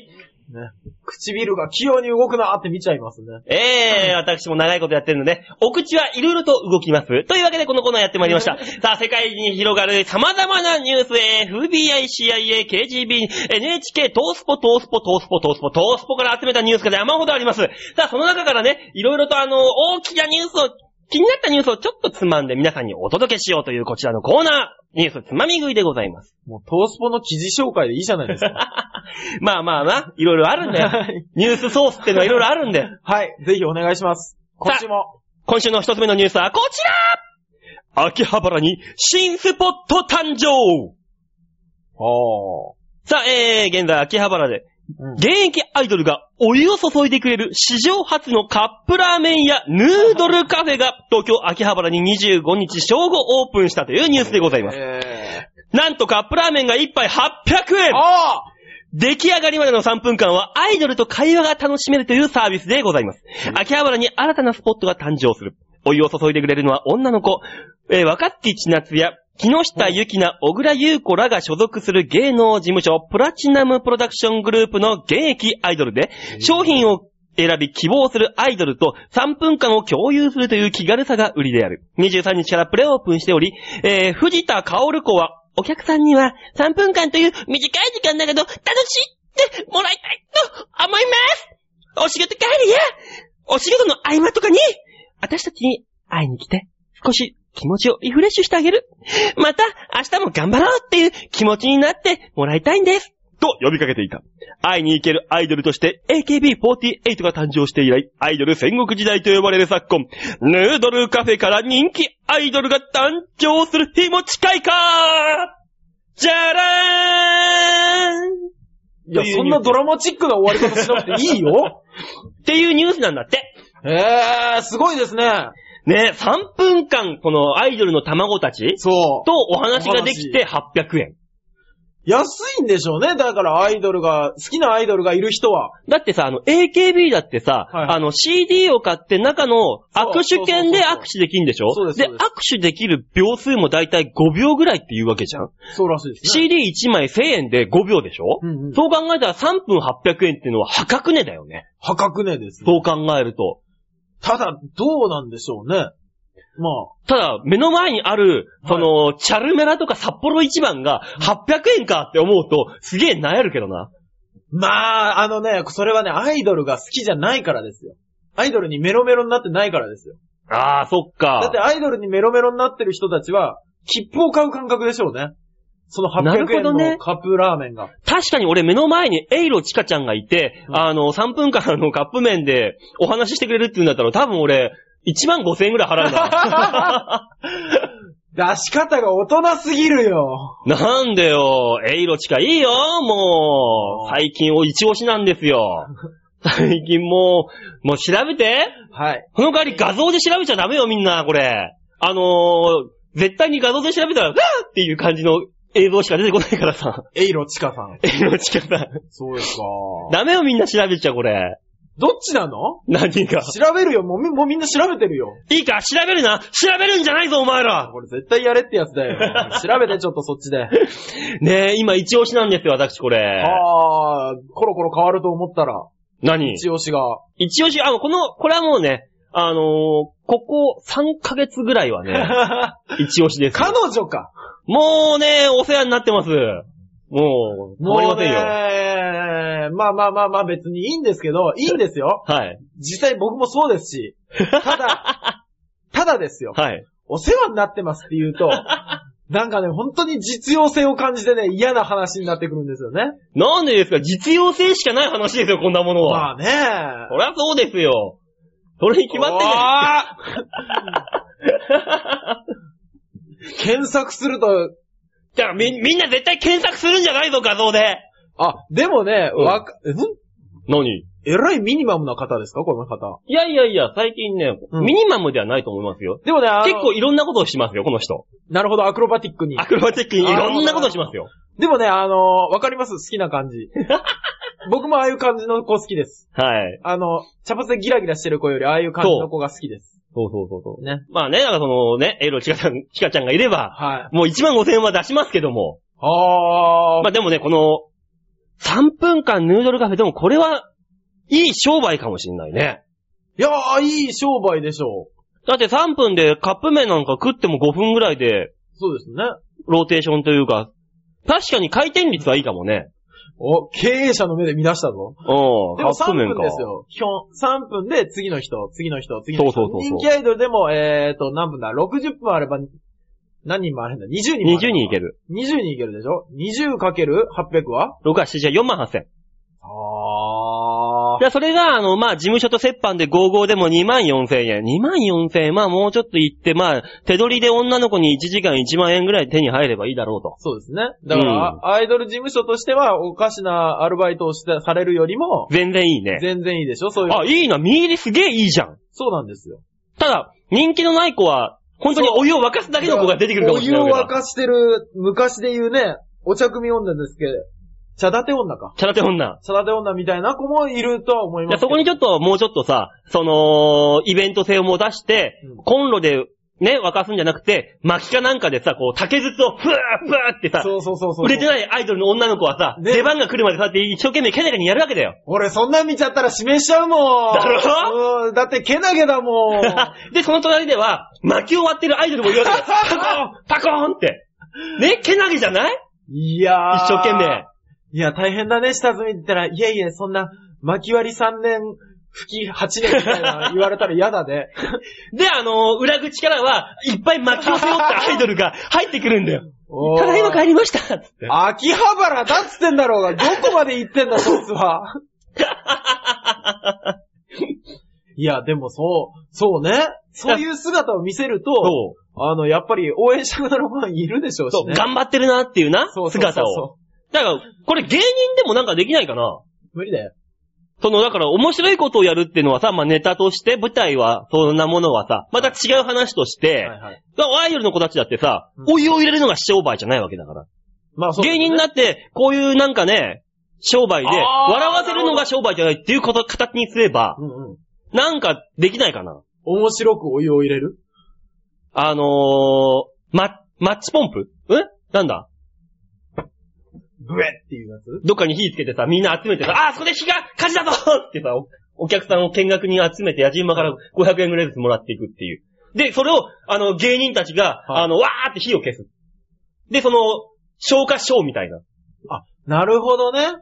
Speaker 2: ね。唇が器用に動くなーって見ちゃいますね。
Speaker 1: ええ私も長いことやってるので、お口はいろいろと動きます。というわけでこのコーナーやってまいりま
Speaker 2: [laughs]
Speaker 1: した。さあ、世界に広がる様々なニュースへ、FBI、CIA、KGB、NHK、トースポ、トースポ、トースポ、トースポ、トースポから集めたニュースが山ほどあります。さあ、その中からね、いろいろとあの、大きなニュースを、気になったニュースをちょっとつまんで皆さんにお届けしようというこちらのコーナー、ニュースつまみ食いでございます。
Speaker 2: [laughs] もう、トースポの記事紹介でいいじゃないですか。
Speaker 1: まあまあな、いろいろあるんだ
Speaker 2: [laughs] は
Speaker 1: よ
Speaker 2: い。
Speaker 1: ニュースソースってのはいろいろあるんだよ。
Speaker 2: はい、ぜひお願いします。こっち [laughs] も。
Speaker 1: 今週の一つ目のニュースはこちら秋葉原に新スポット誕生
Speaker 2: おー。
Speaker 1: さあ、えー、現在秋葉原で、
Speaker 2: うん
Speaker 1: 現役アイドルがお湯を注いでくれる史上初のカップラーメンやヌードルカフェが東京秋葉原に25日正午オープンしたというニュースでございます。
Speaker 2: え
Speaker 1: なんとカップラーメンが1杯800
Speaker 2: ー。
Speaker 1: 円
Speaker 2: あ
Speaker 1: 出来上がりまでの3分間はアイドルと会話が楽しめるというサービスでございます。秋葉原に新たなスポットが誕生する。お湯を注いでくれるのは女の子、えー若月千夏や木下ゆきな、小倉優子らが所属する芸能事務所プラチナムプロダクショングループの現役アイドルで、商品を選び希望するアイドルと3分間を共有するという気軽さが売りである。23日からプレオープンしており、えー藤田薫子は、お客さんには3分間という短い時間だけど楽しいってもらいたいと思いますお仕事帰りや、お仕事の合間とかに、私たちに会いに来て、少し気持ちをリフレッシュしてあげる。また、明日も頑張ろうっていう気持ちになってもらいたいんです。と呼びかけていた。会いに行けるアイドルとして AKB48 が誕生して以来、アイドル戦国時代と呼ばれる昨今、ヌードルカフェから人気アイドルが誕生する日も近いかじゃらーん
Speaker 2: ー。いや、そんなドラマチックな終わり方しなくていいよ。
Speaker 1: [laughs] っていうニュースなんだって。
Speaker 2: [laughs] えー、すごいですね。
Speaker 1: ね、3分間、このアイドルの卵たち
Speaker 2: そう。
Speaker 1: とお話ができて800円。
Speaker 2: 安いんでしょうね。だからアイドルが、好きなアイドルがいる人は。
Speaker 1: だってさ、あの、AKB だってさ、
Speaker 2: はいはい
Speaker 1: あの、CD を買って中の握手券で握手できるんでしょ
Speaker 2: そうです
Speaker 1: で、
Speaker 2: そ
Speaker 1: 握
Speaker 2: うです
Speaker 1: 手できる秒数もだいたい5秒ぐらいっていうわけじゃん。
Speaker 2: そうらしいですね。
Speaker 1: CD1 枚1000円で5秒でしょ、
Speaker 2: うんうん
Speaker 1: そう考えたら3分800円っていうのは破格値だよね。
Speaker 2: 破格ねですね。
Speaker 1: そう考えると。
Speaker 2: ただ、どうなんでしょうね。ま
Speaker 1: ただ、目の前にある、その、チャルメラとか札幌一番が800円かって思うと、すげえ悩るけどな。
Speaker 2: あ、まあ、あのね、それはね、アイドルが好きじゃないからですよ。アイドルにメロメロになってないからですよ。
Speaker 1: ああ、そっか。
Speaker 2: だってアイドルにメロメロになってる人たちは、切符を買う感覚でしょうね。その
Speaker 1: なる
Speaker 2: 800
Speaker 1: ほ
Speaker 2: 円
Speaker 1: どね
Speaker 2: のカップラーメンが。
Speaker 1: 確かに俺目の前にエイロチカちゃんがいて、
Speaker 2: うん
Speaker 1: あの、3分間あの [laughs] カップ麺でお話ししてくれるって言うんだったら多分俺、1万5千円ぐらい払う [laughs] な。
Speaker 2: 出し方が大人すぎるよ。
Speaker 1: なんでよ、エイロチカいいよ、もう。最近お一押しなんですよ。最近もう、もう調べて。
Speaker 2: はい。
Speaker 1: この代わり画像で調べちゃダメよ、みんな、これ。あのー、絶対に画像で調べたら、わーっていう感じの映像しか出てこないから [laughs] さ。
Speaker 2: エイロチカさん。
Speaker 1: エイロチカさん。
Speaker 2: そうですか。
Speaker 1: ダメよ、みんな調べちゃ、これ。
Speaker 2: どっちなの
Speaker 1: 何か。
Speaker 2: 調べるよ。もうみもうみんな調べてるよ。
Speaker 1: いいか、調べるな調べるんじゃないぞ、お前ら
Speaker 2: これ絶対やれってやつだ [laughs] よ。調べてちょっとそっちで。
Speaker 1: ねえ、今一押しなんですよ、私これ。
Speaker 2: ああ、コロコロ変わると思ったら、
Speaker 1: 何
Speaker 2: 一押し [laughs] が。
Speaker 1: 一押し、あの、この、これはもうね、あのーここ3ヶ月ぐらいは
Speaker 2: [laughs]
Speaker 1: ね、
Speaker 2: 彼
Speaker 1: 一押しです。
Speaker 2: 女か。
Speaker 1: もうね、お世話になってます。もう、わかり
Speaker 2: もう
Speaker 1: ませんよ。
Speaker 2: ね、まあまあまあまあ別にいいんですけど、いいんですよ。
Speaker 1: はい。
Speaker 2: 実際僕もそうですし。ただ、 [laughs] ただですよ。
Speaker 1: はい。
Speaker 2: お世話になってますって言
Speaker 1: [laughs]
Speaker 2: うと、なんかね、本当に実用性を感じてね、嫌な話になってくるんですよね。
Speaker 1: なんでですか実用性しかない話ですよ、こんなもの
Speaker 2: ま
Speaker 1: は。
Speaker 2: あね
Speaker 1: そりゃそうですよ。それに決まってる。
Speaker 2: 検索すると、
Speaker 1: だからみ、みんな絶対検索するんじゃないぞ、画像で。
Speaker 2: あ、でもね、
Speaker 1: うん
Speaker 2: わか、ん
Speaker 1: 何
Speaker 2: えらいミニマムな方ですかこの方。
Speaker 1: いやいやいや、最近ね、
Speaker 2: うん
Speaker 1: ミニマムではないと思いますよ。
Speaker 2: でもね、あの
Speaker 1: 結構いろんなことをしますよ、この人。
Speaker 2: なるほど、アクロバティックに
Speaker 1: ア。クロバティックにいろんなことをしますよ。
Speaker 2: でもね、あのわかります好きな感
Speaker 1: [laughs]
Speaker 2: じ。僕もああいう感じの子好きです。
Speaker 1: はい。
Speaker 2: あの、茶髪でギラギラしてる子よりああいう感じの子が好きです。
Speaker 1: そうそうそうそ
Speaker 2: ね。
Speaker 1: う。まあね、だからそのね、エロチカちゃん、チカちゃんがいれば、
Speaker 2: はい。
Speaker 1: もう1万5千円は出しますけども。
Speaker 2: あー、
Speaker 1: まあでもね、この、3分間ヌードルカフェでもこれは、いい商売かもしんないね。
Speaker 2: いやー、いい商売でしょう。
Speaker 1: だって3分でカップ麺なんか食っても5分ぐらいで、
Speaker 2: そうですね。
Speaker 1: ローテーションというか、確かに回転率はいいかもね。
Speaker 2: お、経営者の目で見出したぞ。
Speaker 1: うん、
Speaker 2: で
Speaker 1: カ
Speaker 2: も
Speaker 1: ップ
Speaker 2: 3
Speaker 1: 麺
Speaker 2: 分
Speaker 1: か。
Speaker 2: ですよ。基本、3分で次の人、次の人、次の人。
Speaker 1: そうそうそうそう
Speaker 2: 人気アイドルでも、えーと、何分だ ?60 分あれば、何人もあるんだ ?20 人もある。
Speaker 1: 20人いける。
Speaker 2: 20人いけるでしょ ?20×800 は
Speaker 1: 6は7じゃ4万8000。
Speaker 2: あー。
Speaker 1: じゃあそれが、あの、まあ、事務所と折半で55でも2万4千円。2万4千円、まあ、もうちょっといって、まあ、手取りで女の子に1時間1万円ぐらい手に入ればいいだろうと。
Speaker 2: そうですね。だから、
Speaker 1: う
Speaker 2: アイドル事務所としては、おかしなアルバイトをしてされるよりも、
Speaker 1: 全然いいね。
Speaker 2: 全然いいでしょそういう。
Speaker 1: あ、いいな、見入りすげえいいじゃん。
Speaker 2: そうなんですよ。
Speaker 1: ただ、人気のない子は、本当にお湯を沸かすだけの子が出てくるかもしれない
Speaker 2: お
Speaker 1: わ
Speaker 2: 湯
Speaker 1: け
Speaker 2: を
Speaker 1: だ。
Speaker 2: 沸かしてる、昔で言うね、お茶組女ですけど、茶立て女か。
Speaker 1: チャラテ女。
Speaker 2: 茶立て女みたいな子もいるとは思い
Speaker 1: い
Speaker 2: ま
Speaker 1: や、
Speaker 2: す
Speaker 1: そ
Speaker 2: けど。
Speaker 1: こにちょっと、もうちょっとさ、その、イベント性をもう出して、
Speaker 2: うん
Speaker 1: コンロで、ね、沸かすんじゃなくて、薪かなんかでさ、こう、竹筒を、ふわーふわーってさ、
Speaker 2: そうそうそうそう。
Speaker 1: 売れてないアイドルの女の子はさ、
Speaker 2: ね
Speaker 1: 出番が来るまでさって一生懸命けなげにやるわけだよ。
Speaker 2: 俺そんなん見ちゃったら指名しちゃうもん。
Speaker 1: だろ
Speaker 2: うんだってけなげだもん。
Speaker 1: [laughs] で、その隣では、薪を割ってるアイドルもいるわけだ
Speaker 2: [laughs]
Speaker 1: よ。パコーンパコーンって。ね、けなげじゃない
Speaker 2: いやー。
Speaker 1: 一生懸命。。
Speaker 2: いや、大変だね、下積みって言ったら、いえいえ、そんな、巻割り3年、吹き8年みた
Speaker 1: [laughs]
Speaker 2: いな言われたら嫌だね。
Speaker 1: で、あのー裏口からは、いっぱい薪を背負ったアイドルが入ってくるんだよ。
Speaker 2: おー
Speaker 1: ただいま帰りましたつって。
Speaker 2: 秋葉原だっつってんだろうが、どこまで行ってんだ、そいつ
Speaker 1: [laughs]
Speaker 2: は。いや、でもそう、そうね。そういう姿を見せると、
Speaker 1: そ
Speaker 2: あの、やっぱり応援したくなるファンいるでしょう
Speaker 1: う。そ
Speaker 2: し
Speaker 1: う、
Speaker 2: ね。
Speaker 1: 頑張ってるなっていうな、
Speaker 2: そうそうそうそう
Speaker 1: 姿を。だから、これ芸人でもなんかできないかな
Speaker 2: 無理だよ。
Speaker 1: その、だから面白いことをやるっていうのはさ、まあ、ネタとして、舞台は、そんなものはさ、また違う話として、
Speaker 2: はいはい。
Speaker 1: だからアイドルの子たちだってさ
Speaker 2: うん、
Speaker 1: お湯を入れるのが商売じゃないわけだから。
Speaker 2: まあそう、
Speaker 1: 芸人だって、こういうなんかね、商売で、笑
Speaker 2: あー
Speaker 1: わせるのが商売じゃないっていうこと、形にすれば、
Speaker 2: うんうん。
Speaker 1: なんかできないかな。
Speaker 2: 面白くお湯を入れる
Speaker 1: あのー、ママッチポンプえなんだ
Speaker 2: ブエっていうやつ
Speaker 1: どっかに火つけてさ、みんな集めてさ、あー、そこで火が、火事だぞってさ、おお客さんを見学に集めて、やじ馬から500円ぐらいずつもらっていくっていう。で、それを、あの、芸人たちが、
Speaker 2: はい
Speaker 1: あの、わーって火を消す。で、その、消火ショーみたいな。
Speaker 2: あ、なるほどね。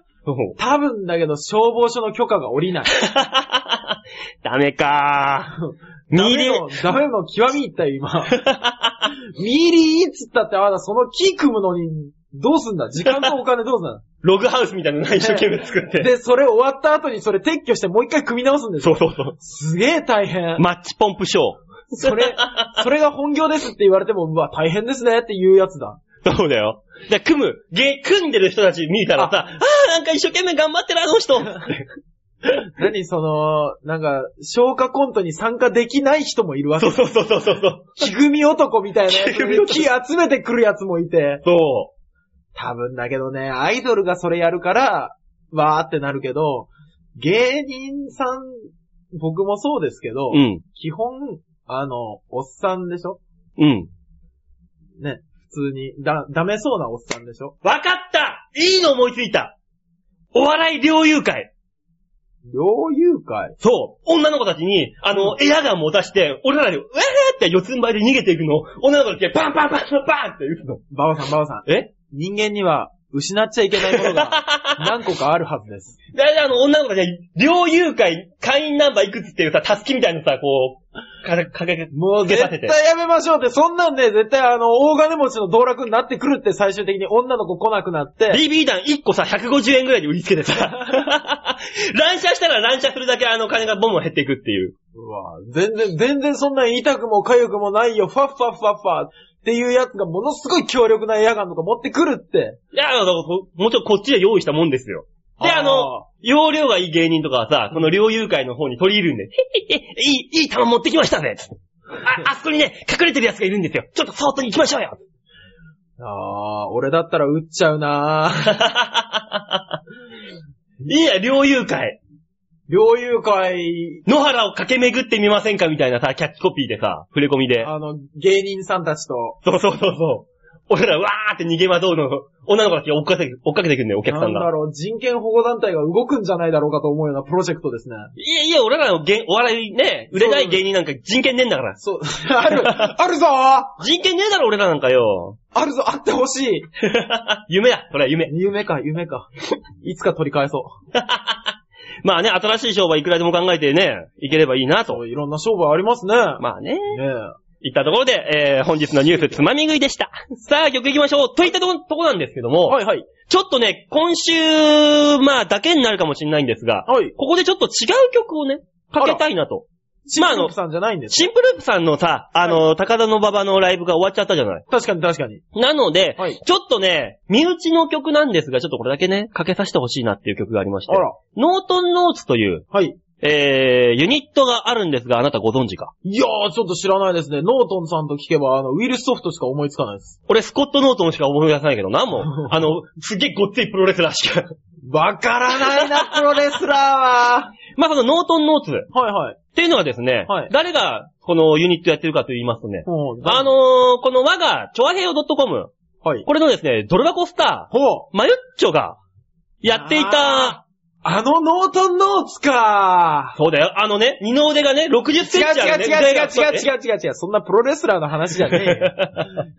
Speaker 2: 多分だけど、消防署の許可が下
Speaker 1: [laughs]
Speaker 2: りない。
Speaker 1: ダメかー。
Speaker 2: ダ
Speaker 1: 見入
Speaker 2: メ
Speaker 1: り、
Speaker 2: の、ダメの極みいった
Speaker 1: [laughs]
Speaker 2: よ、今。ミリーっつったって、あなたその木組むのに、どうすんだ時間とお金どうす
Speaker 1: [laughs]
Speaker 2: んだ
Speaker 1: ログハウスみたいなの一生懸命作って。
Speaker 2: で、それ終わった後にそれ撤去してもう一回組み直すんです
Speaker 1: そ
Speaker 2: よ。
Speaker 1: うそうそう。
Speaker 2: すげえ大変。
Speaker 1: マッチポンプショー。
Speaker 2: それ、それが本業ですって言われても、うわ、大変ですねっていうやつだ。
Speaker 1: そうだよ。で、組む、げ、組んでる人たち見たらさ、あー、なんか一生懸命頑張ってるあの人。
Speaker 2: 何その、なんか、消化コントに参加できない人もいるわ
Speaker 1: そ
Speaker 2: け
Speaker 1: う。そうそうそうそうそう。
Speaker 2: 木組み男みたいなやつ
Speaker 1: 木組み
Speaker 2: で
Speaker 1: 男
Speaker 2: 木集めてくるやつもいて。
Speaker 1: そ
Speaker 2: 多分だけどね、アイドルがそれやるから、わーってなるけど、芸人さん、僕もそうですけ
Speaker 1: う。
Speaker 2: ど、
Speaker 1: うん。
Speaker 2: 基本、あの、おっさんでしょ
Speaker 1: うん。
Speaker 2: ね、普通に、だ、ダメそうなおっさんでしょ
Speaker 1: わかったいいの思いついたお笑い猟友会
Speaker 2: 猟友会。
Speaker 1: そう女の子たちに、あの、エアガン持たして、俺らで、えーって四つん這いで逃げていくのを女の子たちがパンパンパンパンパンって撃つの。
Speaker 2: バオさん、バオさん。
Speaker 1: え
Speaker 2: 人間には、失っちゃいけないものが、 [laughs] 何個かあるはずです。
Speaker 1: だいたいあの、女の子たちが、猟友会会員ナンバーいくつっていうさ、タスキみたいなさ、こう、かけ、かけ、
Speaker 2: もう
Speaker 1: つけ
Speaker 2: 絶
Speaker 1: させて
Speaker 2: 対やめましょうって、そんなんで絶対あの、大金持ちの道楽になってくるって最終的に女の子来なくなって、
Speaker 1: BB 弾1個さ、150円ぐらいで売りつけてさ、 [laughs] 乱射したら乱射するだけあの金がボンボン減っていくっていう。
Speaker 2: うわ全然、全然そんなん痛くも痒くもないよ、ファッファッファッファっていうやつがものすごい強力なエアガンとか持ってくるって。
Speaker 1: いや、あのこもちろんこっちで用意したもんですよ。で、
Speaker 2: あー
Speaker 1: あの、容量がいい芸人とかはさ、この猟友会の方に取り入るんで、へへへ、いい、いい弾持ってきましたぜあ、あそこにね、隠れてる奴がいるんですよ。ちょっとそーっと行きましょうよ [laughs]
Speaker 2: ああ、俺だったら撃っちゃうな
Speaker 1: いいや、猟友会。
Speaker 2: 猟友会、
Speaker 1: 野原を駆け巡ってみませんかみたいなさ、キャッチコピーでさ、触れ込みで。
Speaker 2: あの、芸人さんたちと、
Speaker 1: そうそうそうそう。俺らわーって逃げ惑うの、女の子たちが追っかけて、追っかけてくんだよ、お客
Speaker 2: な
Speaker 1: さ
Speaker 2: ん
Speaker 1: ん
Speaker 2: だ
Speaker 1: が。
Speaker 2: ろう、人権保護団体が動くんじゃないだろうかと思うようなプロジェクトですね。
Speaker 1: いやいや、俺らの芸お笑いね、売れない芸人なんか人権ねえんだから。
Speaker 2: そう、 [laughs] ある、あるぞー
Speaker 1: 人権ねえだろ、俺らなんかよ。 [laughs]
Speaker 2: あるぞ、あってほしい。
Speaker 1: 夢だ、これは夢。
Speaker 2: 夢か、夢か。 [laughs] いつか取り返そう。
Speaker 1: まあね、新しい商売いくらでも考えてね、いければいいな
Speaker 2: そ
Speaker 1: と。
Speaker 2: う、いろんな商売ありますね。
Speaker 1: まあね。
Speaker 2: ねえ。
Speaker 1: いったところで、えー、本日のニュースつまみ食いでした。さあ、曲行きましょう。といったとことこなんですけども、
Speaker 2: はいはい。
Speaker 1: ちょっとね、今週、まあ、だけになるかもしれないんですが、
Speaker 2: はい。
Speaker 1: ここでちょっと違う曲をね、かけたいなと。
Speaker 2: シンプルさんじゃないんです。
Speaker 1: シンプループさんのさ、あの、高田の馬場のライブが終わっちゃったじゃない。
Speaker 2: 確かに確かに。
Speaker 1: なので、
Speaker 2: はい
Speaker 1: ちょっとね、身内の曲なんですが、ちょっとこれだけね、かけさせてほしいなっていう曲がありまして
Speaker 2: あ、ら。
Speaker 1: ノートンノーツという、
Speaker 2: はい。
Speaker 1: えー、ユニットがあるんですが、あなたご存知か
Speaker 2: いやー、ちょっと知らないですね。ノートンさんと聞けば、あの、ウイルスソフトしか思いつかないです。
Speaker 1: 俺、スコット・ノートンしか思い出さないけどな、
Speaker 2: [laughs]
Speaker 1: もう。あの、すっげえごっついプロレスラーしか。 [laughs]
Speaker 2: わからない [laughs] な、プロレスラーは。
Speaker 1: まあ、このノートン・ノーツっ
Speaker 2: はいはい。
Speaker 1: ていうのはですね、
Speaker 2: はい
Speaker 1: 誰がこのユニットやってるかと言いますとね、
Speaker 2: ほう
Speaker 1: あの、ー、この我が、チョアヘヨ .com、
Speaker 2: はい。
Speaker 1: これのですね、ドル箱スタ
Speaker 2: ほう。
Speaker 1: ー、マユッチョが、やっていた、
Speaker 2: あのノートンノーツか
Speaker 1: そうだよ、あのね、二の腕がね、60
Speaker 2: 違う
Speaker 1: センチある、ね。
Speaker 2: [laughs] 違う違
Speaker 1: う。
Speaker 2: う違う違う違う違う違う。そんなプロレスラーの話じゃねえよ。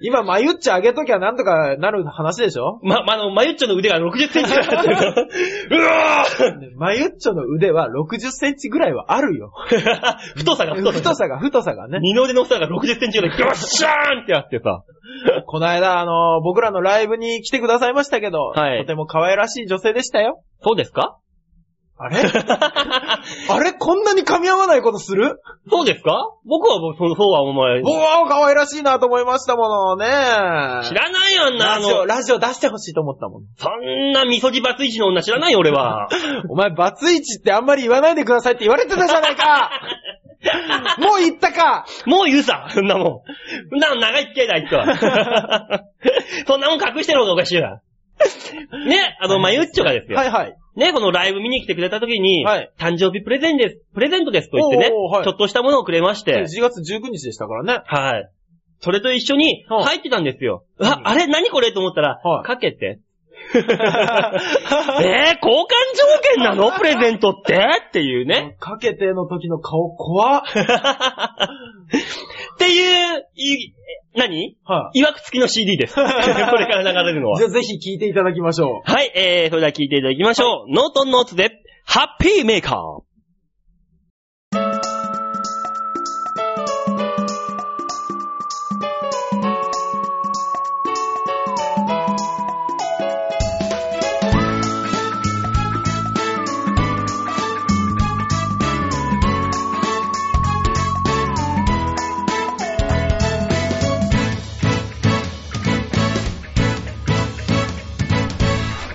Speaker 2: 今、マユッチあげときゃなんとかなる話でしょ
Speaker 1: [laughs] ま、ま、あの、マユッチョの腕が60センチぐらいあ
Speaker 2: [laughs]
Speaker 1: るんですようわ
Speaker 2: マユッチョの腕は60センチぐらいはあるよ。
Speaker 1: ー [laughs] 太さが太さ。
Speaker 2: 太さが太さがね。
Speaker 1: 二の腕の太さが60センチぐらい、ガッシャーンってやってさ。
Speaker 2: この間、あの、僕らのライブに来てくださいましたけど、
Speaker 1: はい
Speaker 2: とても可愛らしい女性でしたよ。
Speaker 1: そうですか [laughs]
Speaker 2: あれあれこんなに噛み合わないことする
Speaker 1: そうですか僕はもう、そうそうはお前。
Speaker 2: うわー可愛らしいなと思いましたものね。
Speaker 1: 知らないよ、あんな、あ
Speaker 2: ラジオ、
Speaker 1: の、
Speaker 2: ラジオ出してほしいと思ったもん。
Speaker 1: そんな味噌汁バツイチの女知らないよ、俺は。
Speaker 2: お前、バツイチってあんまり言わないでくださいって言われてたじゃない
Speaker 1: [laughs]
Speaker 2: かもう言ったか
Speaker 1: もう言うさ、そんなもん。そんなの長いっけだ、あいつ
Speaker 2: [laughs]
Speaker 1: は。そんなもん隠してる方がおかしいな。ね、あの、マユッチョがですよ。
Speaker 2: はいはい。
Speaker 1: ね、このライブ見に来てくれた時に、
Speaker 2: はい
Speaker 1: 誕生日プレゼンです、プレゼントですと言ってね、
Speaker 2: おーおーはい
Speaker 1: ちょっとしたものをくれまして、
Speaker 2: 10月19日でしたからね。
Speaker 1: はい。それと一緒に
Speaker 2: うん
Speaker 1: 入ってたんですよ。
Speaker 2: うん
Speaker 1: あ、あれ何これと思ったら、
Speaker 2: はい
Speaker 1: かけて。 [laughs] えー、交換条件なのプレゼントってっていうね。
Speaker 2: [laughs] かけての時の顔怖
Speaker 1: [laughs]
Speaker 2: っ。
Speaker 1: っていう、い何
Speaker 2: はい。
Speaker 1: いわくつきの CD です。こ [laughs] れから流れるのは
Speaker 2: じゃ。あぜひ聞いていただきま
Speaker 1: [laughs]
Speaker 2: しょう。
Speaker 1: はい、えー、それでは聞いていただきましょう。ノートンノーツで、ハッピーメーカー。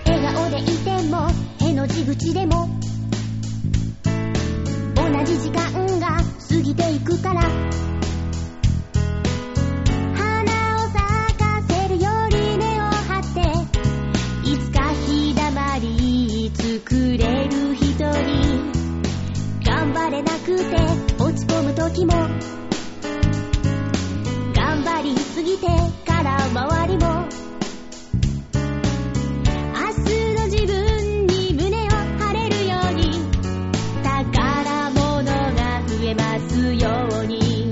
Speaker 4: 笑顔でいてもへの字口でも同じ時間が過ぎていくから花を咲かせるより根を張っていつか日だまり作れる人に頑張れなくて落ち込む時も頑張りすぎてから周りも明日の自分に胸を張れるように宝物が増えますように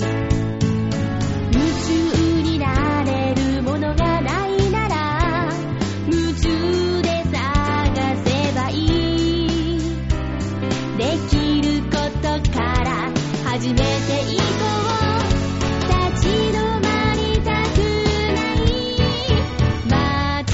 Speaker 4: 夢中になれるものがないなら夢中で探せばいいできることから始めていこう立ち止まりたくない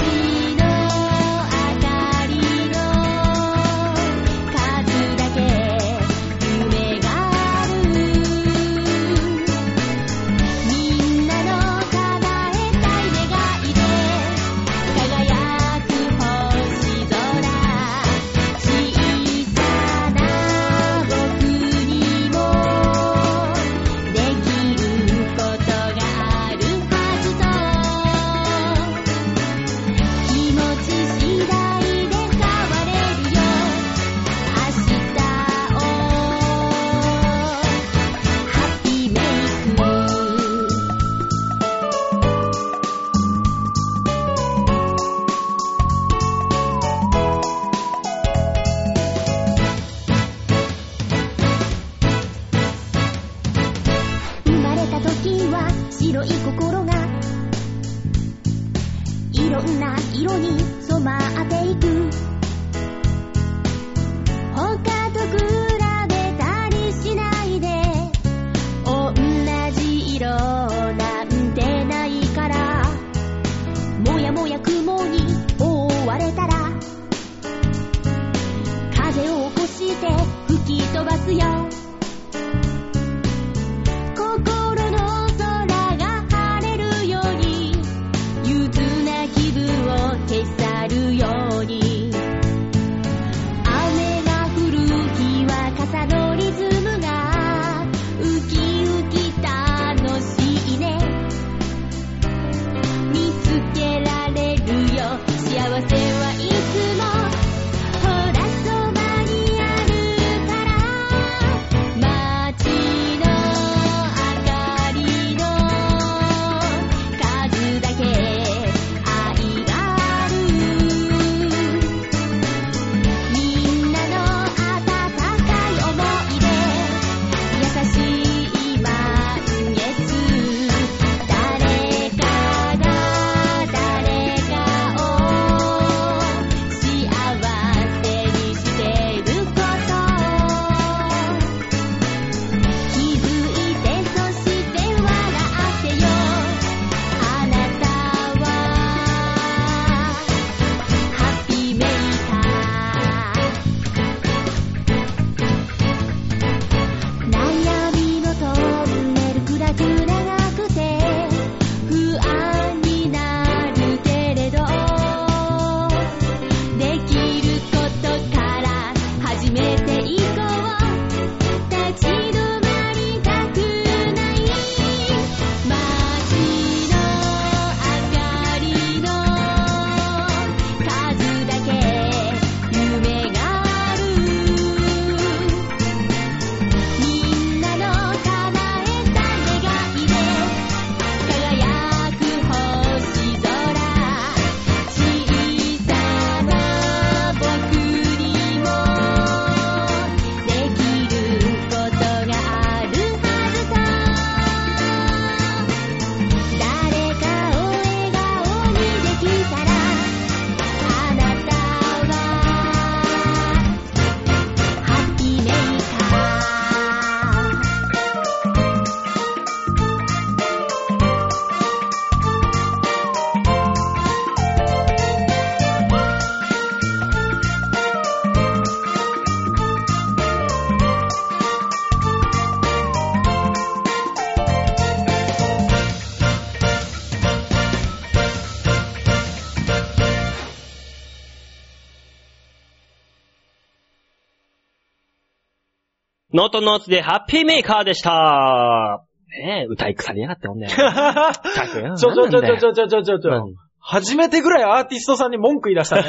Speaker 1: ノートノーツでハッピーメーカーでした。ねえ、歌い腐りやがってほんで。ちゃくよ
Speaker 2: ちょちょちょちょち
Speaker 1: ょ。
Speaker 2: ょちょちょちょちょ。
Speaker 1: うん
Speaker 2: 初めてぐらいアーティストさんに文句言い出し
Speaker 1: [laughs]
Speaker 2: たね。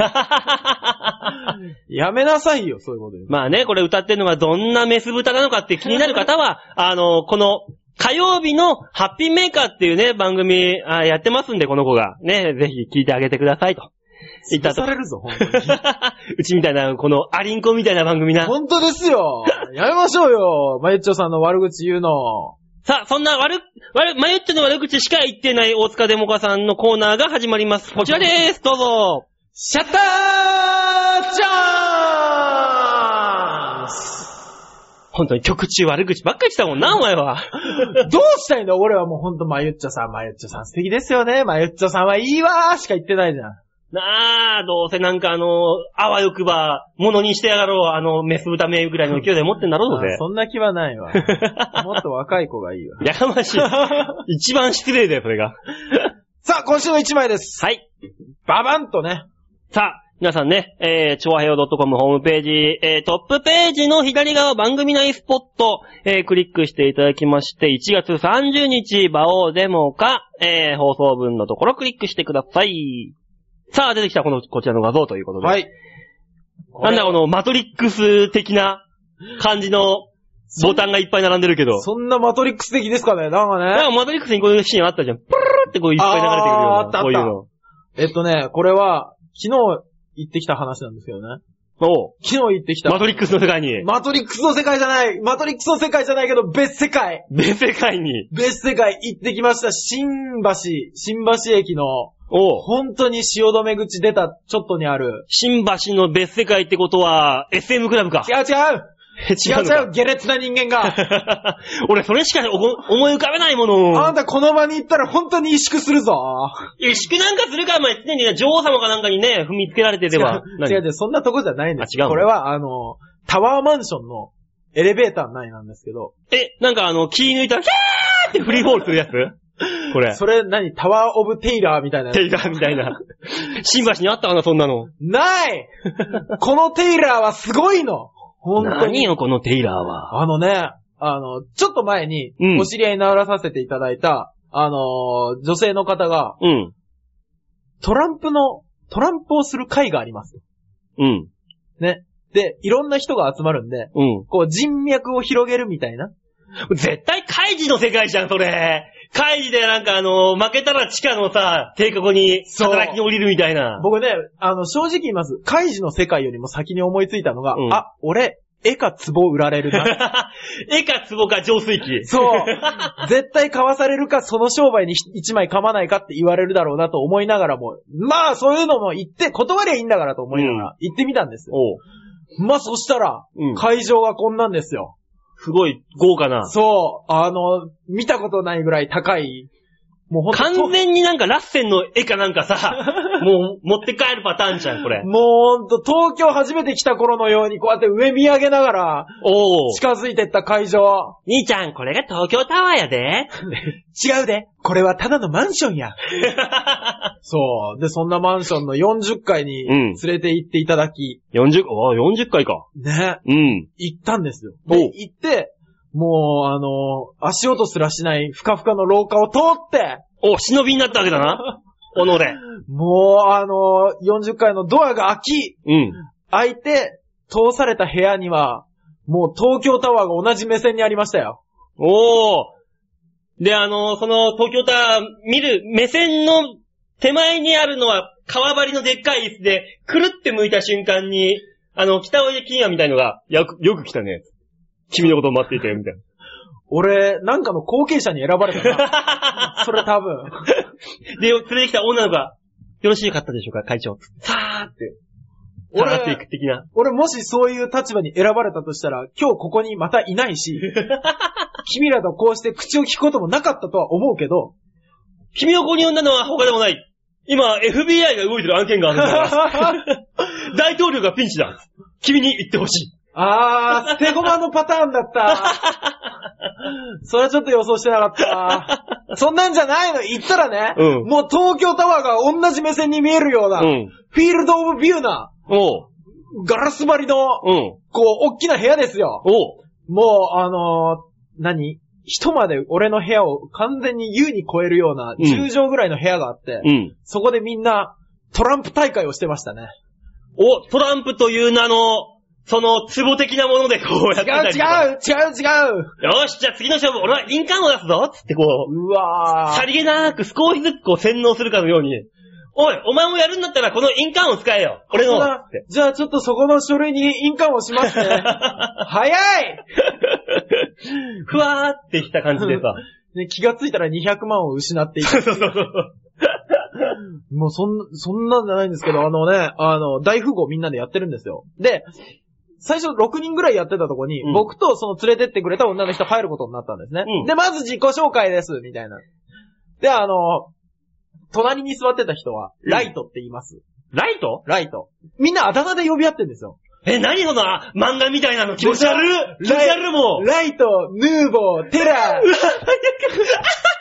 Speaker 2: やめなさいよ、そういうこと言う
Speaker 1: まあね、これ歌ってるのがどんなメス豚なのかって気になる方は、 [laughs] あの、この、火曜日のハッピーメーカーっていうね、番組あやってますんで、この子が。ね、ぜひ聞いてあげてくださいと。言った
Speaker 2: 潰
Speaker 1: と
Speaker 2: さ。れるぞ、本当に。
Speaker 1: [laughs] うちみたいな、このアリンコみたいな番組な。
Speaker 2: 本当ですよ。やめましょうよ。まゆっちょさんの悪口言うの。
Speaker 1: さあ、そんな悪、悪、マユッチョの悪口しか言ってない大塚デモカさんのコーナーが始まります。こちらでーす。どうぞ。
Speaker 2: シャッターチャンス
Speaker 1: 本当に曲中悪口ばっかりしたもん
Speaker 2: [laughs]
Speaker 1: な、お前は。
Speaker 2: どうしたいんだ俺はもうほんとまゆっちょさん、まゆっちょさん素敵ですよね。まゆっちょさんはいいわーしか言ってないじゃん。
Speaker 1: なあ、どうせなんかあの、あわよくば、ものにしてやがろう、あの、メス豚名ぐらいの勢いで持ってんだろう
Speaker 2: あ
Speaker 1: ぜ。
Speaker 2: そんな気はな
Speaker 1: [laughs]
Speaker 2: いわ。もっと若い子がいいわ。
Speaker 1: やか
Speaker 2: [laughs]
Speaker 1: ましい。一番失礼だよ、それが。
Speaker 2: さあ、今週の一枚です。
Speaker 1: はい。
Speaker 2: ババンとね。
Speaker 1: さあ、皆さんね、えー、超平洋 .com ホームページ、えー、トップページの左側番組内スポット、えー、クリックしていただきまして、1月30日、馬王デモか、えー、放送分のところクリックしてください。さあ、出てきたこの、こちらの画像ということで。
Speaker 2: はい。
Speaker 1: なんだこの、マトリックス的な感じのボタンがいっぱい並んでるけど。
Speaker 2: そんなマトリックス的ですかねなん
Speaker 1: なん
Speaker 2: か
Speaker 1: か
Speaker 2: ね。
Speaker 1: マトリックスにこういうシーンあったじゃん。プルルルってこういっぱい流れてくるような
Speaker 2: あーあったあった
Speaker 1: こういうの。
Speaker 2: えっとね、これは、昨日行ってきた話なんですけどね。
Speaker 1: おう
Speaker 2: 昨日行ってきた。
Speaker 1: マトリックスの世界に。
Speaker 2: マトリックスの世界じゃないマトリックスの世界じゃないけど、別世界
Speaker 1: 別世界に。
Speaker 2: 別世界行ってきました。新橋、新橋駅の、
Speaker 1: おう
Speaker 2: 本当に汐留口出たちょっとにある。
Speaker 1: 新橋の別世界ってことは、SM クラブか。
Speaker 2: 違う違う違う
Speaker 1: のか
Speaker 2: 違う、下劣な人
Speaker 1: [laughs]
Speaker 2: 間が。
Speaker 1: 俺、それしかおこ思い浮かべないも
Speaker 2: あん
Speaker 1: の。
Speaker 2: たこの場に行ったら本当に萎縮するぞ。
Speaker 1: 萎縮なんかするか、お前。常にね女王様かなんかにね、踏みつけられてれば。
Speaker 2: 違う違う、そんなとこじゃないんです。
Speaker 1: あ違うの
Speaker 2: これは、あの、タワーマンションのエレベーター内なんですけど、
Speaker 1: 何え、なんかあの、気抜いたら、キャーってフリーフォールするやつこれ。
Speaker 2: それ何タワーオブテイラーみたいなやつ
Speaker 1: テイラーみたい
Speaker 2: [laughs]
Speaker 1: な。新橋にあったかな、そんなの。 [laughs]
Speaker 2: ないこのテイラーはすごいの本当
Speaker 1: 何
Speaker 2: に。
Speaker 1: よ、このテイラーは。
Speaker 2: あのね、あの、ちょっと前に
Speaker 1: うん、
Speaker 2: お知り合いにならさせていただいた、あのー女性の方が、
Speaker 1: うん。
Speaker 2: トランプの、トランプをする会があります。
Speaker 1: うん。
Speaker 2: ね。で、いろんな人が集まるんで、
Speaker 1: うん。
Speaker 2: こう人脈を広げるみたいな。
Speaker 1: 絶対、カイジの世界じゃん、それ。カイジでなんかあの、負けたら地下のさ、帝国に
Speaker 2: そう
Speaker 1: 働きに降りるみたいな。
Speaker 2: 僕ね、あの、正直言います。カイジの世界よりも先に思いついたのが、
Speaker 1: うん
Speaker 2: あ、俺、絵か壺売られる
Speaker 1: [laughs]
Speaker 2: な。
Speaker 1: 絵か壺か浄水器。
Speaker 2: そう。絶対買わされるか、その商売に一枚噛まないかって言われるだろうなと思いながらも、まあ、そういうのも言って、断りゃいいんだからと思いながら、行ってみたんですよ。
Speaker 1: おう
Speaker 2: まあ、そしたら、
Speaker 1: うん
Speaker 2: 会場がこんなんですよ。
Speaker 1: すごい豪華な。
Speaker 2: そう、あの、見たことないぐらい高い、もうほんと
Speaker 1: 完全になんかラッセンの絵かなんか [laughs] さ、もう持って帰るパターンじゃん、これ。
Speaker 2: もうほんと、東京初めて来た頃のように、こうやって上見上げながら、
Speaker 1: おう
Speaker 2: 近づいてった会場。
Speaker 1: 兄ちゃん、これが東京タワーやで。
Speaker 2: 違うで、これはただのマンションや。 [laughs] そう。で、そんなマンションの40階に
Speaker 1: うん
Speaker 2: 連れて行っていただき、
Speaker 1: 40、あ、40回か。
Speaker 2: ね、
Speaker 1: うん。
Speaker 2: 行ったんですよ。
Speaker 1: お
Speaker 2: で、行って、もう、あの、足音すらしないふかふかの廊下を通って、
Speaker 1: お、忍びになったわけだな。 [laughs] おのれ。
Speaker 2: もう、あの、40階のドアが開き、
Speaker 1: うん。
Speaker 2: 開いて、通された部屋には、もう東京タワーが同じ目線にありましたよ。
Speaker 1: おお。で、あの、その東京タワー見る目線の手前にあるのは川張りのでっかい椅子で、くるって向いた瞬間に、あの、北おいで金也みたいのが、よく、よく来たね。君のことを待っていたよ、みたいな。
Speaker 2: 俺、なんかの後継者に選ばれた
Speaker 1: [laughs]
Speaker 2: な。それ多分。
Speaker 1: で、連れてきた女の子が、よろしかったでしょうか、会長。さーって、下がっていく的な。
Speaker 2: 俺もしそういう立場に選ばれたとしたら、今日ここにまたいな
Speaker 1: [laughs]
Speaker 2: いし、君らとこうして口を聞くこともなかったとは思う
Speaker 1: [laughs]
Speaker 2: けど、
Speaker 1: 君をここに呼んだのは他でもない。今、FBI が動いてる案件があるん
Speaker 2: [laughs]
Speaker 1: だから。大統領がピンチだ。君に言ってほしい。
Speaker 2: あー、捨て駒のパターンだった。それはちょっと予想してなかった。そんなんじゃないの言ったらね、
Speaker 1: うん
Speaker 2: もう東京タワーが同じ目線に見えるような、
Speaker 1: うん
Speaker 2: フィールドオブビューな、
Speaker 1: おう。
Speaker 2: ガラス張りの、
Speaker 1: うん。
Speaker 2: こう、大きな部屋ですよ。
Speaker 1: おう。
Speaker 2: もう、あのー何人まで俺の部屋を完全に優に超えるような
Speaker 1: うん
Speaker 2: 10畳ぐらいの部屋があって、
Speaker 1: うん。
Speaker 2: そこでみんなトランプ大会をしてましたね。
Speaker 1: お、トランプという名の、その、ツボ的なものでこうや
Speaker 2: 違
Speaker 1: って
Speaker 2: う
Speaker 1: たりとか。
Speaker 2: 違う違う違う
Speaker 1: よし、じゃあ次の勝負、俺は印鑑を出すぞつってこう、
Speaker 2: うわ
Speaker 1: さ
Speaker 2: ぁ。
Speaker 1: りげなく少しずつこう洗脳するかのように、おい、お前もやるんだったらこの印鑑を使えよ俺の
Speaker 2: そんな
Speaker 1: つって。 [laughs]
Speaker 2: じゃあちょっとそこの書類に印鑑をしますね。早い、
Speaker 1: ふわーってきた感じでさ。
Speaker 2: ね、気がついたら200万を失っていた。
Speaker 1: そうそうそう。
Speaker 2: もうそんな、そんなんじゃないんですけど、あのね、あの、大富豪みんなでやってるんですよ。で、最初6人ぐらいやってたとこに、
Speaker 1: うん
Speaker 2: 僕とその連れてってくれた女の人入ることになったんですね。
Speaker 1: うん
Speaker 2: で、まず自己紹介です、みたいな。で、あの、隣に座ってた人は、
Speaker 1: うん
Speaker 2: ライトって言います。
Speaker 1: ライト
Speaker 2: ライト。みんなあだ名で呼び合ってるんですよ。
Speaker 1: え、何そのあ漫画みたいなの気持ち悪い気持ち悪いもう。
Speaker 2: ライト、ヌーボー、テラー。 [laughs]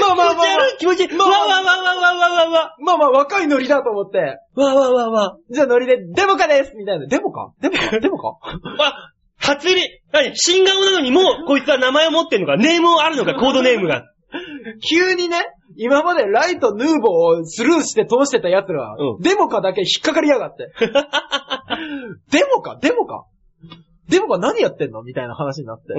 Speaker 2: まあまあまあまあ、
Speaker 1: 気持ち悪い気持ち悪い。わわわわわわわわ。
Speaker 2: まあまあ若いノリだと思って、
Speaker 1: わわわわ。
Speaker 2: じゃあノリで、デモカですみたいな。デモカデモ [laughs] カデモカ
Speaker 1: あ、初売り、何新顔なのにもうこいつは名前を持ってんのか、ネームあるのか、コードネームが。
Speaker 2: 急にね、今までライトヌーボーをスルーして通してた奴ら、
Speaker 1: うん
Speaker 2: デモカだけ引っかかりやが [laughs] って。デモカデモカデモカ何やってんのみたいな話になって。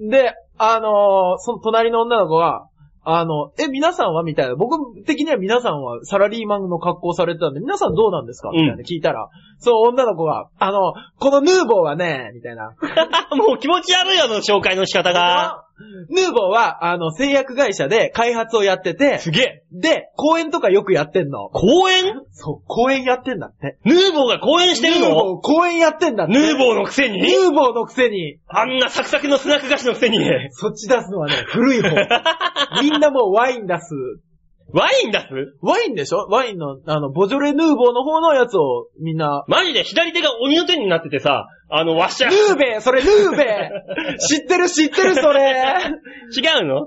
Speaker 1: うん。
Speaker 2: で、あのーその隣の女の子は、あの、え、皆さんはみたいな。僕的には皆さんはサラリーマンの格好されてたんで、皆さんどうなんですかみたいな聞いたら、その女の子が、あの、このヌーボーはね、みたいな。
Speaker 1: [laughs] もう気持ち悪いよ、あの紹介の仕方が。
Speaker 2: [laughs] ヌーボーは、あの、製薬会社で開発をやってて、
Speaker 1: すげえ。
Speaker 2: で、公演とかよくやってんの。
Speaker 1: 公演
Speaker 2: そう、公演やってんだって。
Speaker 1: ヌーボーが公演してる
Speaker 2: ヌー
Speaker 1: の
Speaker 2: ボー公演やってんだって。
Speaker 1: ヌーボーのくせに
Speaker 2: ヌーボーのくせに、
Speaker 1: あんなサクサクのスナック菓子のくせに。 [laughs]
Speaker 2: そっち出すのはね、古い方。みんなもうワイン出す。
Speaker 1: ワイン出す
Speaker 2: ワインでしょワインの、あの、ボジョレ・ヌーボーの方のやつをみんな、
Speaker 1: マジで左手が鬼の手になっててさ、あの、わしゃ。違
Speaker 2: ヌーベーそれヌーベ
Speaker 1: [laughs]
Speaker 2: ー知ってる知ってるそれ
Speaker 1: うの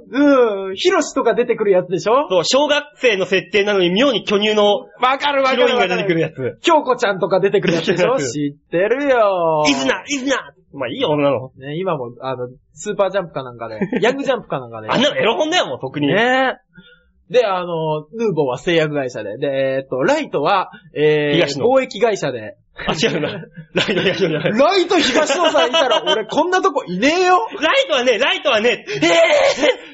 Speaker 2: うん、ヒロシとか出てくるやつでしょ
Speaker 1: そう、小学生の設定なのに妙に巨乳の
Speaker 2: わかるわか
Speaker 1: ヒ
Speaker 2: る
Speaker 1: ロイン
Speaker 2: わか
Speaker 1: が出てくるやつ。
Speaker 2: 京子ちゃんとか出てくるやつ
Speaker 1: [laughs]
Speaker 2: でしょ知ってるよ
Speaker 1: イズナイズナまあいいよ、女の。
Speaker 2: ね、今も、あの、スーパージャンプかなんか
Speaker 1: [laughs]
Speaker 2: で、ヤングジャンプかなんかで。
Speaker 1: あんなのエロ本だよ、もう、特に。
Speaker 2: ねで、あの、ヌーボーは製薬会社で、で、えーっと、ライトは、えー、
Speaker 1: 東野
Speaker 2: 貿易会社で。
Speaker 1: あ、違
Speaker 2: [laughs]
Speaker 1: うな。ライト、ライト、ライト。
Speaker 2: ライト東野さんい
Speaker 1: [laughs]
Speaker 2: たら、俺こんなとこいねえよ
Speaker 1: ライトはね、ライトはね、
Speaker 2: え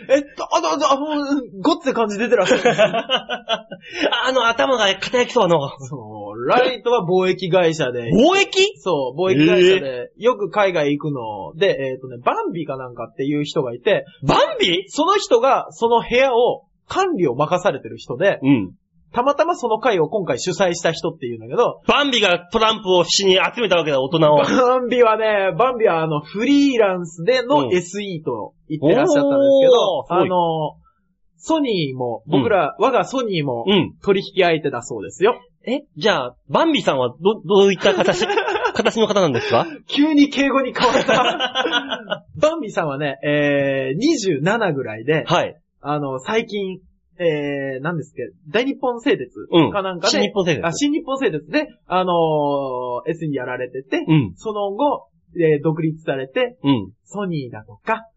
Speaker 2: えっと、あの、あの、あもう、ごっつい感じ出てらっしゃる。
Speaker 1: [laughs] あの頭が偏きそうなの。
Speaker 2: そう、ライトは貿易会社で、
Speaker 1: 貿易
Speaker 2: そう、貿易会社で、よく海外行くので、えーっとね、バンビかなんかっていう人がいて、
Speaker 1: バンビ
Speaker 2: その人が、その部屋を、管理を任されてる人で、
Speaker 1: うん。
Speaker 2: たまたまその会を今回主催した人っていうんだけど、
Speaker 1: バンビがトランプをしに集めたわけだ、大人を。
Speaker 2: バンビはね、バンビはあの、フリーランスで
Speaker 1: うん
Speaker 2: の SE と言ってらっしゃったんですけど
Speaker 1: お、ー
Speaker 2: あの、ソニーも、僕ら、我がソニーも
Speaker 1: うん。
Speaker 2: 取引相手だそうですよ。
Speaker 1: えじゃあ、バンビさんはど、どういった
Speaker 2: [laughs]
Speaker 1: 形、形の方なんですか
Speaker 2: 急に敬語に変
Speaker 1: [laughs]
Speaker 2: わった。バンビさんはね、えー、27ぐらいで、
Speaker 1: はい。
Speaker 2: あの、最近、えー、何ですっけ、大日本製鉄
Speaker 1: うん
Speaker 2: かなんかで、
Speaker 1: 新日本製鉄
Speaker 2: あ、新日本製鉄で、あのー、SE やられてて、
Speaker 1: うん。
Speaker 2: その後、えー独立されて、
Speaker 1: うん。
Speaker 2: ソニーだとか、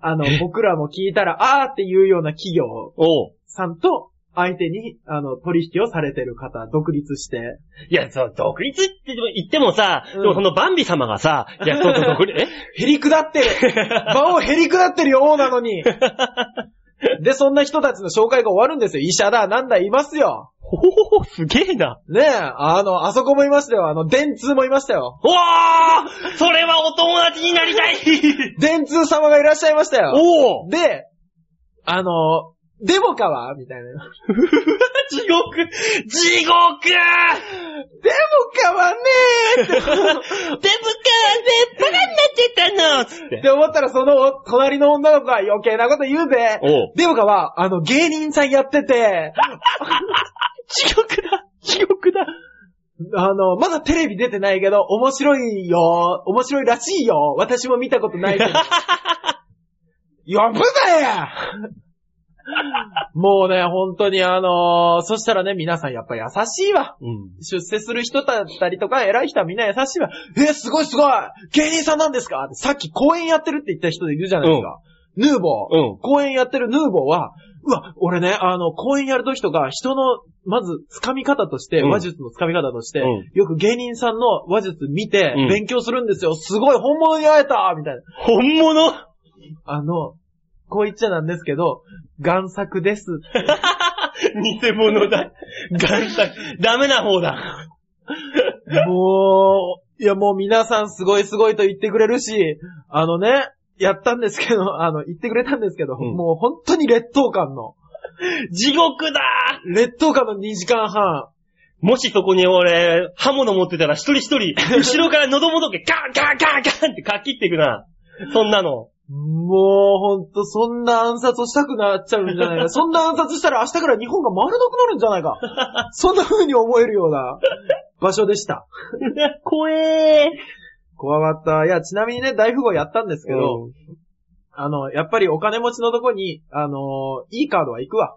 Speaker 2: あの、僕らも聞いたら、あーっていうような企業
Speaker 1: おう。
Speaker 2: さんと、相手に、あの、取引をされてる方、独立して。
Speaker 1: いや、そう、独立って言ってもさ、
Speaker 2: うん
Speaker 1: でもそのバンビ様がさ、い
Speaker 2: [laughs]
Speaker 1: や、そうそう、独立、え
Speaker 2: へりくだってる
Speaker 1: [laughs]
Speaker 2: 場をへりくだってるよ、王なのにで、そんな人たちの紹介が終わるんですよ。医者だ、なんだ、いますよ。
Speaker 1: ほほほ、すげえな。
Speaker 2: ねえ、あの、あそこもいましたよ。あの、電通もいましたよ。
Speaker 1: おーそれはお友達になり
Speaker 2: [laughs]
Speaker 1: たい
Speaker 2: 電通様がいらっしゃいましたよ。
Speaker 1: おー
Speaker 2: で、あの、デモかはみたいな。 [laughs]
Speaker 1: 地獄地獄
Speaker 2: デモかはねーっ
Speaker 1: [laughs]
Speaker 2: て
Speaker 1: デブからね、バカになっちゃったのつっ。
Speaker 2: ってて思ったら、その、隣の女の子が余計なこと言うぜ。
Speaker 1: おう
Speaker 2: デモカは、あの、芸人さんやってて、
Speaker 1: 地獄だ地獄だ
Speaker 2: あの、まだテレビ出てないけど、面白いよ、面白いらし
Speaker 1: [laughs]
Speaker 2: いよ、私も見たことないけど。呼ぶなや [laughs] もうね、本当にあのーそしたらね、皆さんやっぱ優しいわ。
Speaker 1: [laughs] うん。
Speaker 2: 出世する人だったりとか、偉い人はみんな優しいわ。え、すごいすごい芸人さんなんですかってさっき公演やってるって言った人いるじゃないですか。ヌーボー。
Speaker 1: うん。
Speaker 2: 公演やってるヌーボーは、うわ、俺ね、あの、公演やるときとか、人の、まず、掴み方として、
Speaker 1: うん
Speaker 2: 話術の掴み方として、
Speaker 1: うん
Speaker 2: よく芸人さんの話術見て
Speaker 1: うん、
Speaker 2: 勉強するんですよ。すごい、本物に会えたみたいな。
Speaker 1: 本物 [laughs]
Speaker 2: あの、こう言っちゃなんですけど、贋作です。
Speaker 1: 偽物だ。元作。ダメな方だ。
Speaker 2: [laughs] もう、いやもう皆さんすごいすごいと言ってくれるし、あのね、やったんですけど、 [laughs] あの、言ってくれたんですけど、
Speaker 1: うん
Speaker 2: もう本当に劣等感の、
Speaker 1: 地獄だ
Speaker 2: 劣等感の2時間半、
Speaker 1: もしそこに俺、刃物持ってたら一人一人、後ろから喉元でガンガンガンガンってかっ切っていくな。そんなの。
Speaker 2: もうほんとそんな暗殺をしたくなっちゃうんじゃない
Speaker 1: [laughs]
Speaker 2: か。そんな暗殺したら明日から日本が丸なくなるんじゃな
Speaker 1: [laughs]
Speaker 2: いか。そんな風に思えるような場所でした。
Speaker 1: 怖え
Speaker 2: 怖かった。いや、ちなみにね、大富豪やったんです
Speaker 1: ー。
Speaker 2: けど、
Speaker 1: うん
Speaker 2: あの、やっぱりお金持ちのとこに、あのいいカードは行くわ。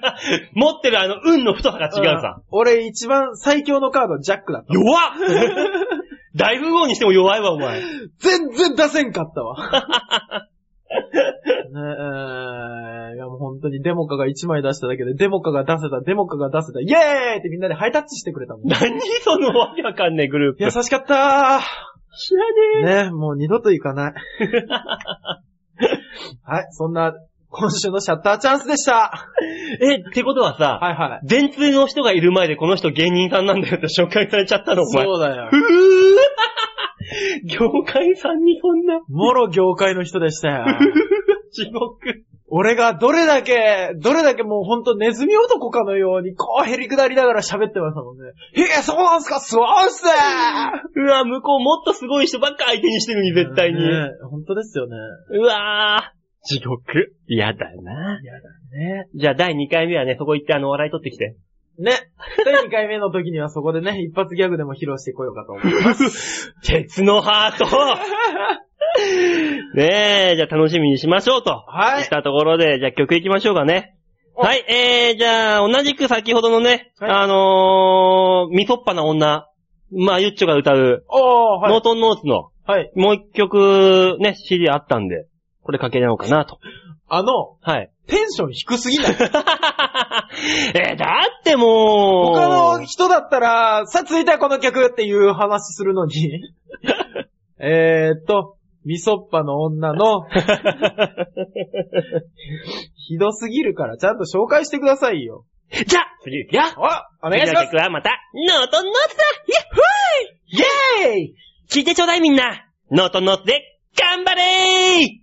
Speaker 1: [laughs] 持ってるあの、運の太さが違うさ
Speaker 2: ん。。俺一番最強のカードはジャックだった。
Speaker 1: 弱っ [laughs] 大富豪にしても弱いわ、お前。
Speaker 2: 全然出せんかったわ。 [laughs] ねえ、いやもう本当にデモカが1枚出しただけで、デモカが出せた、デモカが出せた、イエーイってみんなでハイタッチしてくれたもん。
Speaker 1: 何そのわけわかんねえグループ。
Speaker 2: 優しかった
Speaker 1: 知ら
Speaker 2: ーねえ、もう二度と行か [laughs] ない。はい、そんな、今週のシャッターチャンスでした。
Speaker 1: え。え、ってことはさ、
Speaker 2: はいはい。
Speaker 1: 電通の人がいる前でこの人芸人さんなんだよって紹介されちゃったの、お前。
Speaker 2: そうだよ
Speaker 1: ふ。ぅー業界さんにそんな
Speaker 2: もろ業界の人でしたよ。
Speaker 1: 地獄。
Speaker 2: 俺がどれだけ、どれだけもうほんとネズミ男かのように、こうへりくだりながら喋ってましたもんね。へえ、そうなんすかそうっすね
Speaker 1: うわ、向こうもっとすごい人ばっか相手にしてるのに、絶対に。
Speaker 2: ねえほんとですよね。
Speaker 1: うわー。地獄。嫌だな。
Speaker 2: やだね。
Speaker 1: じゃあ第2回目はね、そこ行ってあの笑い取ってきて。
Speaker 2: ね。第2回目の時にはそこでね、一発ギャグでも披露してこようかと思う。
Speaker 1: [laughs] 鉄のハート [laughs] ねえ、じゃあ楽しみにしましょうと。
Speaker 2: はい
Speaker 1: したところで、じゃあ曲行きましょうかね。
Speaker 2: お
Speaker 1: はい、えー、じゃあ、同じく先ほどのね、
Speaker 2: はい
Speaker 1: あのー、みそっぱな女、まあ、ゆっちょが歌う、
Speaker 2: おー、は
Speaker 1: ノー
Speaker 2: い。
Speaker 1: トンノーツの、
Speaker 2: はい。
Speaker 1: もう一曲、ね、CD あったんで、これかけようかなと。
Speaker 2: あの、 [laughs]
Speaker 1: はい。
Speaker 2: テンション低すぎない
Speaker 1: え、だってもう、
Speaker 2: 他の人だったら、さあ続いてはこの曲っていう話する
Speaker 1: [laughs]
Speaker 2: のに。えーっと、ミソッパの
Speaker 1: [laughs]
Speaker 2: 女の、ひどすぎるからちゃんと紹介してくださいよ。
Speaker 1: じゃあ、次行くよ
Speaker 2: あ、お願いし
Speaker 1: 次の
Speaker 2: ます
Speaker 1: 曲はまた、ノートンノーツだイェッフーイ
Speaker 2: イェー
Speaker 1: [laughs]
Speaker 2: イ
Speaker 1: 聞いてちょうだいみんなノートノートで頑張れー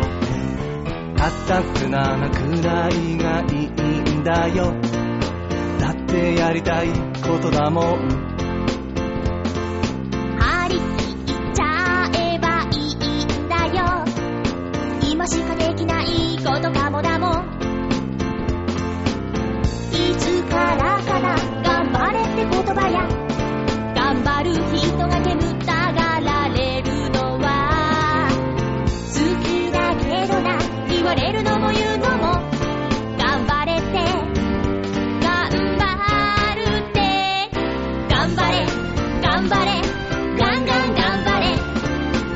Speaker 3: はたくななくらいがいいんだよだってやりたいことだもん
Speaker 4: 張り切っちゃえばいいんだよ今しかできないことかもだもんいつからかな頑張れって言葉や頑張る人が煙たがられるのは好きだけどな言われるのも言うのも頑張れって頑張るって頑張れ頑張れガンガン頑張れ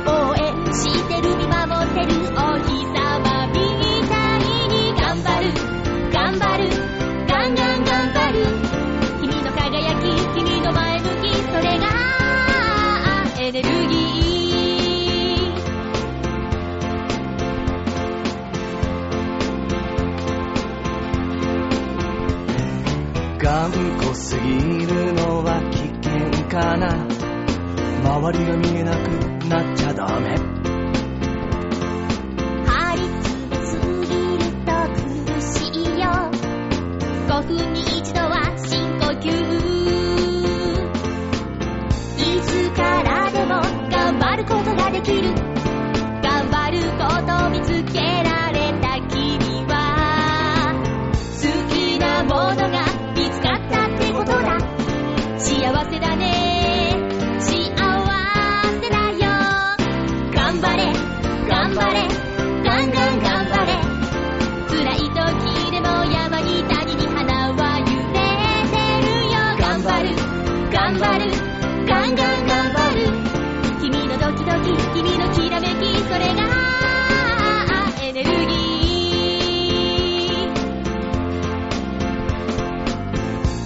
Speaker 4: 応援してる見守ってるお日様みたいに頑張る頑張るガンガン頑張る君の輝き君の前向きそれがエネルギー
Speaker 3: 頑固すぎるのは危険かな周りが見えなくなっちゃダメ
Speaker 4: 張り詰めすぎると苦しいよ5分に一度は深呼吸いつからでも頑張ることができる頑張る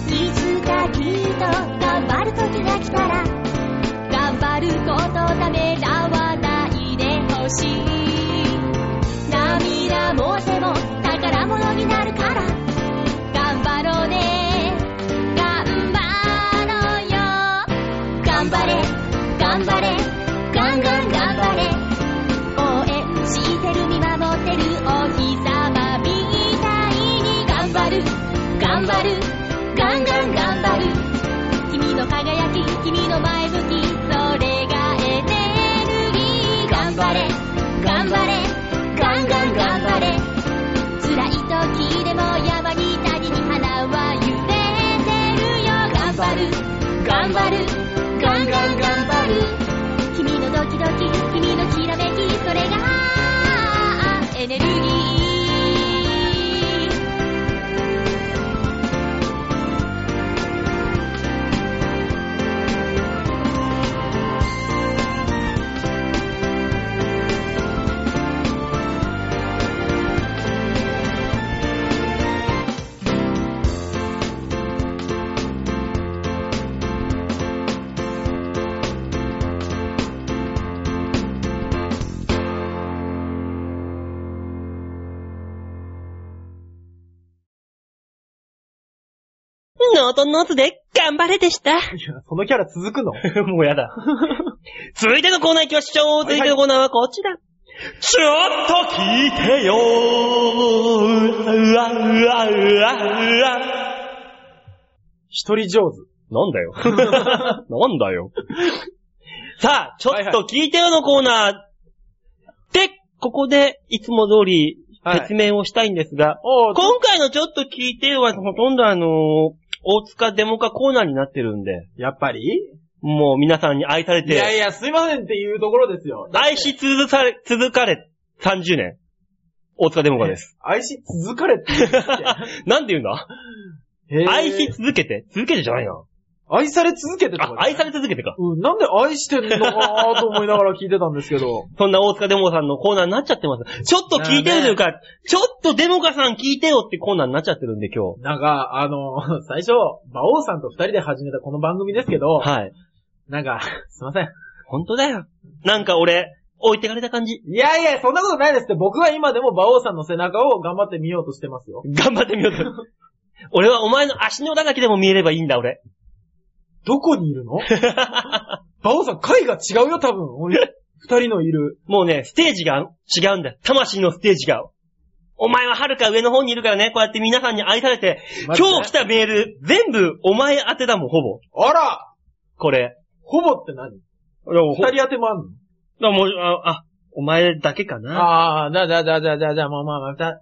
Speaker 4: っと頑張る時が来たら頑張ることためらわないでほしい涙も汗も宝物になるから頑張ろうね頑張ろうよ頑張れ頑張れガンガン頑張れ応援してる見守ってるお日様みたいに頑張る頑張るガンガン頑張る君の輝き君の前向きそれがエネルギー頑張れ頑張れガンガン頑張れ辛い時でも山に谷に花は揺れてるよ頑張る頑張るガンガン頑張る君のドキドキ君のきらめきそれがエネルギー
Speaker 5: ノートノートで頑張れでした。
Speaker 2: いや、そのキャラ続くの
Speaker 1: もうやだ。続いてのコーナー行きましょう。続いてのコーナーはこちら。ちょっと聞いてようわうわうわうわ
Speaker 2: 一人上手。
Speaker 1: なん [laughs] だよ。なんだよ。さあ、ちょっと聞いてよのコーナー。で、ここで、いつも通り
Speaker 2: はい
Speaker 1: 説明をしたいんですが、
Speaker 2: おー
Speaker 1: 今回のちょっと聞いてよはほとんどあのー大塚デモカコーナーになってるんで、
Speaker 2: やっぱりい
Speaker 1: もう皆さんに愛されて、
Speaker 2: やいや、すいませんっていうところですよ。
Speaker 1: 愛し続かれ、続かれ30年。大塚デモカです。
Speaker 2: 愛し続かれって言うんですって。
Speaker 1: なんて言うんだ
Speaker 2: へー
Speaker 1: 愛し続けて続けてじゃないな。
Speaker 2: 愛され続けてと
Speaker 1: あ
Speaker 2: か、。
Speaker 1: 愛され続けてか。
Speaker 2: うん、なんで愛してんのかなと思いながら聞いてたんですけど。
Speaker 1: そんな大塚デモさんのコーナーになっちゃってます。ちょっと聞いてるというか、ちょっとデモカさん聞いてよってコーナーになっちゃってるんで今日。
Speaker 2: [laughs] なんか、あの、最初、馬王さんと二人で始めたこの番組ですけど、
Speaker 1: はい。
Speaker 2: なんか、すいません。
Speaker 1: 本当だよ。なんか俺、置いてかれた感じ。
Speaker 2: いやいや、そんなことないですって、僕は今でも馬王さんの背中を頑張って見ようとしてますよ。
Speaker 1: 頑張ってみようと。
Speaker 2: [laughs]
Speaker 1: 俺はお前の足の裏だけでも見えればいいんだ俺。
Speaker 2: どこにい [laughs] るの馬王さん、回が違うよ、多分。俺、二人のいる。
Speaker 1: もうね、ステージが違うんだよ。魂のステージが。お前は遥か上の方にいるからね、こうやって皆さんに愛されて、
Speaker 2: マジで
Speaker 1: 今日来たメール、全部お前宛てだもん、ほぼ。
Speaker 2: あら
Speaker 1: これ。
Speaker 2: ほぼって何
Speaker 1: 二
Speaker 2: 二人当てもあんの
Speaker 1: だもうあ、あ、お前だけかな。
Speaker 2: ああ、だだだだだだ、まあまあまた、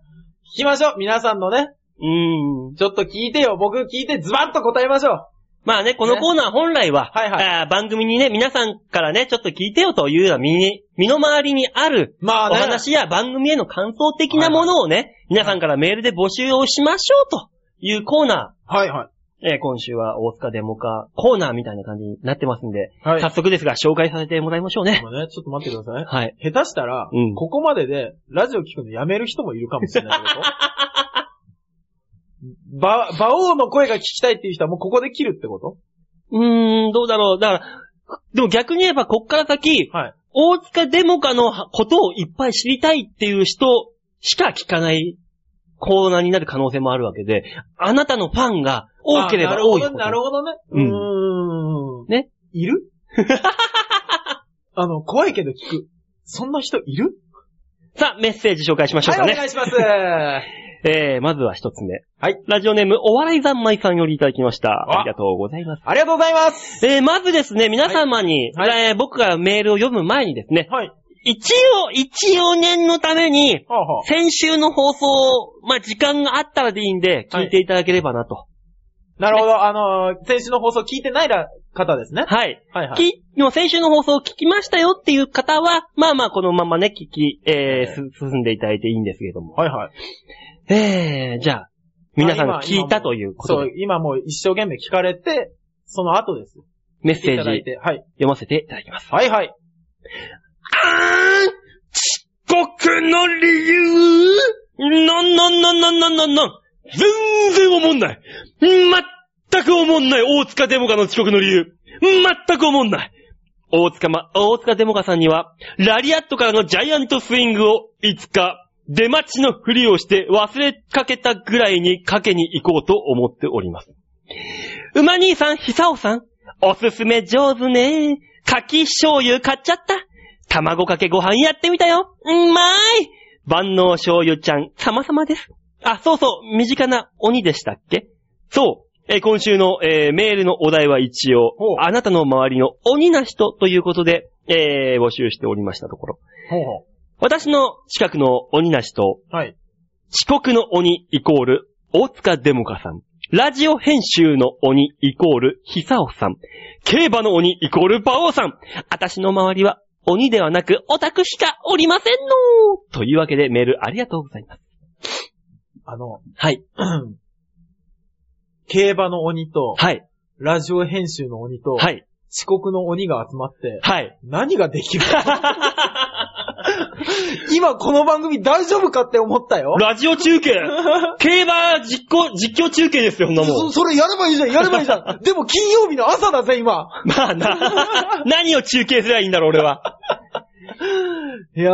Speaker 2: 聞きましょう。皆さんのね、
Speaker 1: うーん。
Speaker 2: ちょっと聞いてよ。僕聞いてズバッと答えましょう。
Speaker 1: まあね、このコーナー本来は、
Speaker 2: はいはい
Speaker 1: あー番組にね、皆さんからね、ちょっと聞いてよというような身に、身の回りにある、
Speaker 2: まあ
Speaker 1: お
Speaker 2: ね。
Speaker 1: 話や番組への感想的なものをね、皆さんからメールで募集をしましょうというコーナ
Speaker 2: はいはい。
Speaker 1: ー。えー今週は大塚デモカコーナーみたいな感じになってますんで、
Speaker 2: はい
Speaker 1: 早速ですが紹介させてもらいましょうね。
Speaker 2: まあね、ちょっと待ってください。
Speaker 1: はい。
Speaker 2: 下手したら、
Speaker 1: うん
Speaker 2: ここまでで、ラジオ聞くのやめる人もいるかもしれないけど。 [laughs] ば、馬王の声が聞きたいっていう人はもうここで切るってこと
Speaker 1: うーん、どうだろう。だから、でも逆に言えばこっから先、
Speaker 2: はい。
Speaker 1: 大塚デモカのことをいっぱい知りたいっていう人しか聞かないコーナーになる可能性もあるわけで、あなたのファンが多ければ
Speaker 2: あ
Speaker 1: 多い
Speaker 2: なるほど、なる
Speaker 1: ほ
Speaker 2: ほどね。
Speaker 1: う
Speaker 2: うーん。
Speaker 1: ね。
Speaker 2: いる [laughs] あの、怖いけど聞く。そんな人いる
Speaker 1: ど。さあ、メッセージ紹介しましょうか
Speaker 2: はい、
Speaker 1: ね。
Speaker 2: お願いします。
Speaker 1: えー、まずは一つ目。
Speaker 2: はい。
Speaker 1: ラジオネーム、お笑い三昧さんよりいただきました。
Speaker 2: あ
Speaker 1: ありがとうございます。
Speaker 2: ありがとうございます。
Speaker 1: えー、まずですね、皆様に、
Speaker 2: はい
Speaker 1: えー僕がメールを読む前にですね、
Speaker 2: はい。
Speaker 1: 一応、一応念のために、
Speaker 2: はあ、はあ、
Speaker 1: 先週の放送を、まあ、時間があったらでいいんで、聞いていただければなと。
Speaker 2: なるほど。あのー先週の放送聞いてないら方ですね。
Speaker 1: はい。
Speaker 2: はいはい。
Speaker 1: き、の先週の放送を聞きましたよっていう方は、まあまあこのままね、聞き、えー、す進んでいただいていいんですけれども。
Speaker 2: はいはい。
Speaker 1: えー、じゃあ、皆さん
Speaker 2: あ
Speaker 1: が
Speaker 2: 今
Speaker 1: 聞いたというこ
Speaker 2: そ
Speaker 1: と
Speaker 2: う
Speaker 1: で、、
Speaker 2: 今もう一生懸命聞かれて、その後です。
Speaker 1: メッセ
Speaker 2: い
Speaker 1: ー
Speaker 2: た
Speaker 1: ジ
Speaker 2: だいて。はい。
Speaker 1: 読ませていただきます。
Speaker 2: はいはい。
Speaker 1: 遅刻の理由なんなんなんなんなんなんなん全然思んないまったくく思んない大塚デモカの遅刻の理由。全く思んない。大塚ま、大塚デモカさんには、ラリアットからのジャイアントスイングをいつか出待ちのふりをして忘れかけたぐらいにかけに行こうと思っております。馬兄さん、久尾さん、おすすめ上手ね。柿醤油買っちゃった。卵かけご飯やってみたよ。うまい万能醤油ちゃん、様々です。あ、そうそう、身近な鬼でしたっけそう。えー今週の、えーメールのお題は一応
Speaker 2: ほう、
Speaker 1: あなたの周りの鬼な人ということで、えー募集しておりましたところ。
Speaker 2: ほうほ
Speaker 1: 私の近くの鬼な人、
Speaker 2: う。はい。
Speaker 1: 遅刻の鬼イコール、大塚デモカさん。ラジオ編集の鬼イコール、久尾さん。競馬の鬼イコール、馬王さん。私の周りは、鬼ではなく、オタクしかおりませんのというわけでメールありがとうございます。
Speaker 2: あの、 [clears throat]
Speaker 1: はい。
Speaker 2: 競馬の鬼と、
Speaker 1: はい。
Speaker 2: ラジオ編集の鬼と、
Speaker 1: はい。
Speaker 2: 遅刻の鬼が集まって、
Speaker 1: はい。 [laughs]
Speaker 2: 何ができる今この番組大丈夫かって思ったよ。
Speaker 1: ラジオ中継競馬実況、実況中継ですよ、ほんなも
Speaker 2: そ
Speaker 1: ん。
Speaker 2: それやればいいじゃん、やればいいじゃ
Speaker 1: [laughs]
Speaker 2: ん。でも金曜日の朝だぜ、今。
Speaker 1: まあな、何を中継すればいいんだろう、俺は。
Speaker 2: いや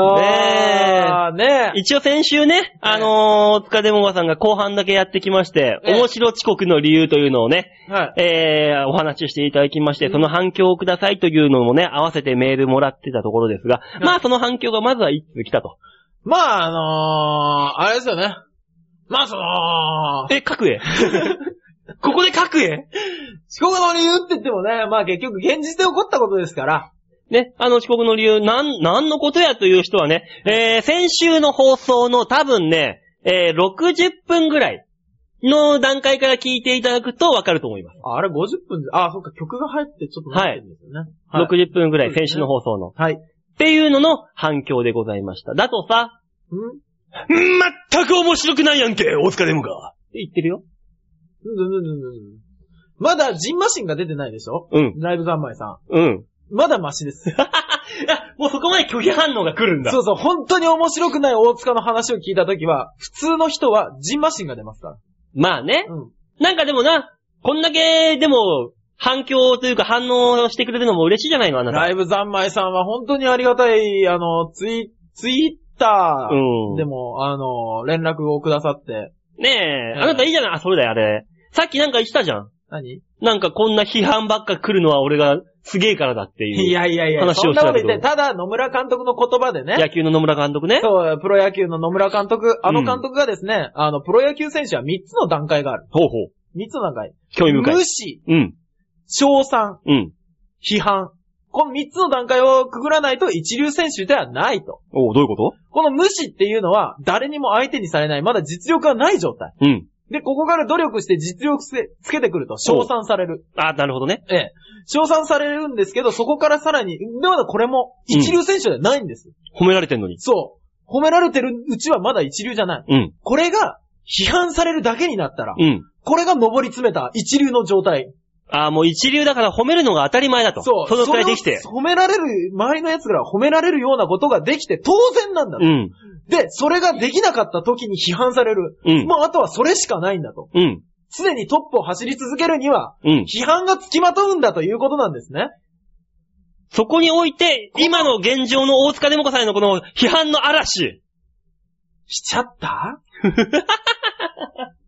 Speaker 2: ー、ね
Speaker 1: [laughs]
Speaker 2: え。
Speaker 1: 一応先週ね、あのー、塚デモガさんが後半だけやってきまして、
Speaker 2: ええ
Speaker 1: 面白遅刻の理由というのをね、
Speaker 2: はい。
Speaker 1: えー、お話ししていただきまして、その反響をくださいというのもね、合わせてメールもらってたところですが、
Speaker 2: い
Speaker 1: まあその反響がまずは一通来たと。
Speaker 2: まあ、あのー、あれですよね。まあ、その、
Speaker 1: え、各
Speaker 2: [laughs]
Speaker 1: 絵ここで各絵
Speaker 2: 遅刻の理由って言ってもね、まあ結局現実で起こったことですから。
Speaker 1: ね、あの遅刻の理由、なん、なんのことやという人はね、えー、先週の放送の多分ね、えー、60分ぐらいの段階から聞いていただくとわかると思います。
Speaker 2: ああれ50分で、あ、そっか、曲が入ってちょっと待ってるんですよね。はい。
Speaker 1: 60分ぐらい、先週の放送の。
Speaker 2: はい。
Speaker 1: っていうのの反響でございました。だとさ、
Speaker 2: うんうん
Speaker 1: まったく面白くないやんけ、大塚デモか。って言ってるよ。
Speaker 2: うんうんうんうんまだ、ジンマシンが出てないでしょ
Speaker 1: うん、
Speaker 2: ライブ三昧さ
Speaker 1: うん。
Speaker 2: ん。まだマシです。
Speaker 1: あ、もうそこまで拒否反応が来るんだ。
Speaker 2: [laughs] そうそう、本当に面白くない大塚の話を聞いたときは、普通の人はジンマシンが出ますか
Speaker 1: まあね
Speaker 2: ら。。うん。
Speaker 1: なんかでもな、こんだけ、でも、反響というか反応してくれるのも嬉しいじゃないの、あなた。
Speaker 2: ライブ三昧さんは本当にありがたい、あの、ツイ、ツイッター
Speaker 1: うん。
Speaker 2: でも、あの、連絡をくださって、
Speaker 1: ねえ、
Speaker 2: うん
Speaker 1: あなたいいじゃないあ、それだよ、あれ。さっきなんか言ってたじゃん。
Speaker 2: 何
Speaker 1: なんかこんな批判ばっか来るのは俺がすげえからだっていう。
Speaker 2: いやいやいや、
Speaker 1: 話
Speaker 2: そ
Speaker 1: を
Speaker 2: ん
Speaker 1: してた
Speaker 2: なこ
Speaker 1: けど
Speaker 2: と言って、ただ野村監督の言葉でね、
Speaker 1: 野球の野村監督ね。
Speaker 2: そう、プロ野球の野村監督、あの監督がですね、あの、プロ野球選手は3つの段階がある。
Speaker 1: ほうほう。
Speaker 2: 3つの段階。
Speaker 1: 興味深い
Speaker 2: 無。視、
Speaker 1: うん。
Speaker 2: 賞賛、
Speaker 1: うん。
Speaker 2: 批判。この3つの段階をくぐらないと一流選手ではないと。
Speaker 1: おうどういうこと
Speaker 2: この無視っていうのは、誰にも相手にされない、まだ実力がない状態。
Speaker 1: うん。
Speaker 2: で、ここから努力して実力せつけてくると、賞賛される。
Speaker 1: あ、なるほどね。
Speaker 2: ええ。賞賛されるんですけど、そこからさらに、でまだこれも一流選手ではないんです。
Speaker 1: 褒められてんのに。
Speaker 2: そう。褒められてるうちはまだ一流じゃない。
Speaker 1: うん。
Speaker 2: これが批判されるだけになったら、
Speaker 1: うん。
Speaker 2: これが上り詰めた一流の状態。
Speaker 1: ああ、もう一流だから褒めるのが当たり前だと。
Speaker 2: そう。
Speaker 1: そのくらいできて
Speaker 2: そ。れを褒められる、周りの奴らは褒められるようなことができて当然なんだと。
Speaker 1: うん。
Speaker 2: で、それができなかった時に批判される。
Speaker 1: うん
Speaker 2: もうあとはそれしかないんだと。
Speaker 1: うん。
Speaker 2: 常にトップを走り続けるには、
Speaker 1: うん。
Speaker 2: 批判がつきまとうんだということなんですね。
Speaker 1: そこにおいて、今の現状の大塚デモ子さんへのこの批判の嵐。
Speaker 2: しちゃった [laughs]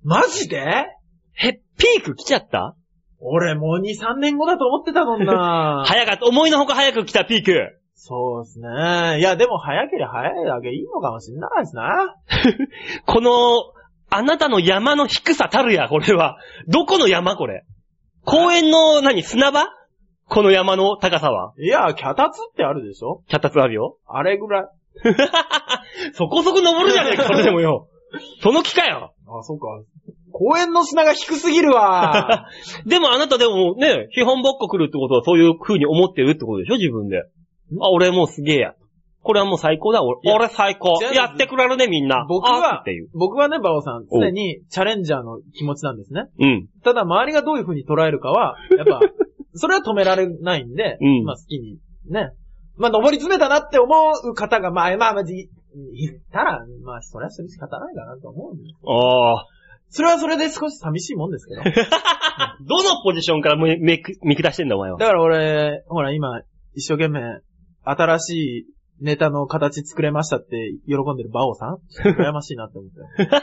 Speaker 2: マジで
Speaker 1: へ、ピーク来ちゃった
Speaker 2: 俺もう2、3年後だと思ってたもん
Speaker 1: [laughs]
Speaker 2: な
Speaker 1: 早かった。思いのほか早く来たピーク。
Speaker 2: そうですね。いや、でも早ければ早いだけいいのかもしんないですな。
Speaker 1: この、あなたの山の低さたるや、これは。どこの山これ。公園の、何、砂場この山の高さは。
Speaker 2: いや、脚立ってあるでしょ
Speaker 1: 脚立あるよ。
Speaker 2: あれぐらい。
Speaker 1: そこそこ登るじゃねえか、それでも
Speaker 2: [laughs]
Speaker 1: よ。その気かよ。
Speaker 2: あ、そうか。公園の砂が低すぎる
Speaker 1: [laughs]
Speaker 2: わ。
Speaker 1: でもあなたでもね、批判ばっか来るってことはそういう風に思ってるってことでしょ自分で。あ、俺もうすげえや。これはもう最高だ、俺。
Speaker 2: いや
Speaker 1: 俺最高。
Speaker 2: 違うんです
Speaker 1: やってくれるね、みんな。
Speaker 2: 僕
Speaker 1: あ
Speaker 2: は
Speaker 1: っていう。、
Speaker 2: 僕はね、バオさん、
Speaker 1: おう
Speaker 2: 常にチャレンジャーの気持ちなんですね。
Speaker 1: うん。
Speaker 2: ただ、周りがどういう風に捉えるかは、
Speaker 1: [laughs]
Speaker 2: やっぱ、それは止められないんで、
Speaker 1: うん
Speaker 2: まあ好きに、ね。まあ、登り詰めたなって思う方が、まあ、まあ、まあ、いいたら、まあ、それはする仕方ないかなと思うんです。
Speaker 1: ああ。
Speaker 2: それはそれで少し寂しいもん
Speaker 1: [laughs]
Speaker 2: ですけど。だ
Speaker 1: どのポジションからめめく見下してんだ、お前は。
Speaker 2: から俺、ほら今、一生懸命、新しいネタの形作れましたって喜んでるバオさん羨ましいなって
Speaker 1: [laughs]
Speaker 2: 思ったよ。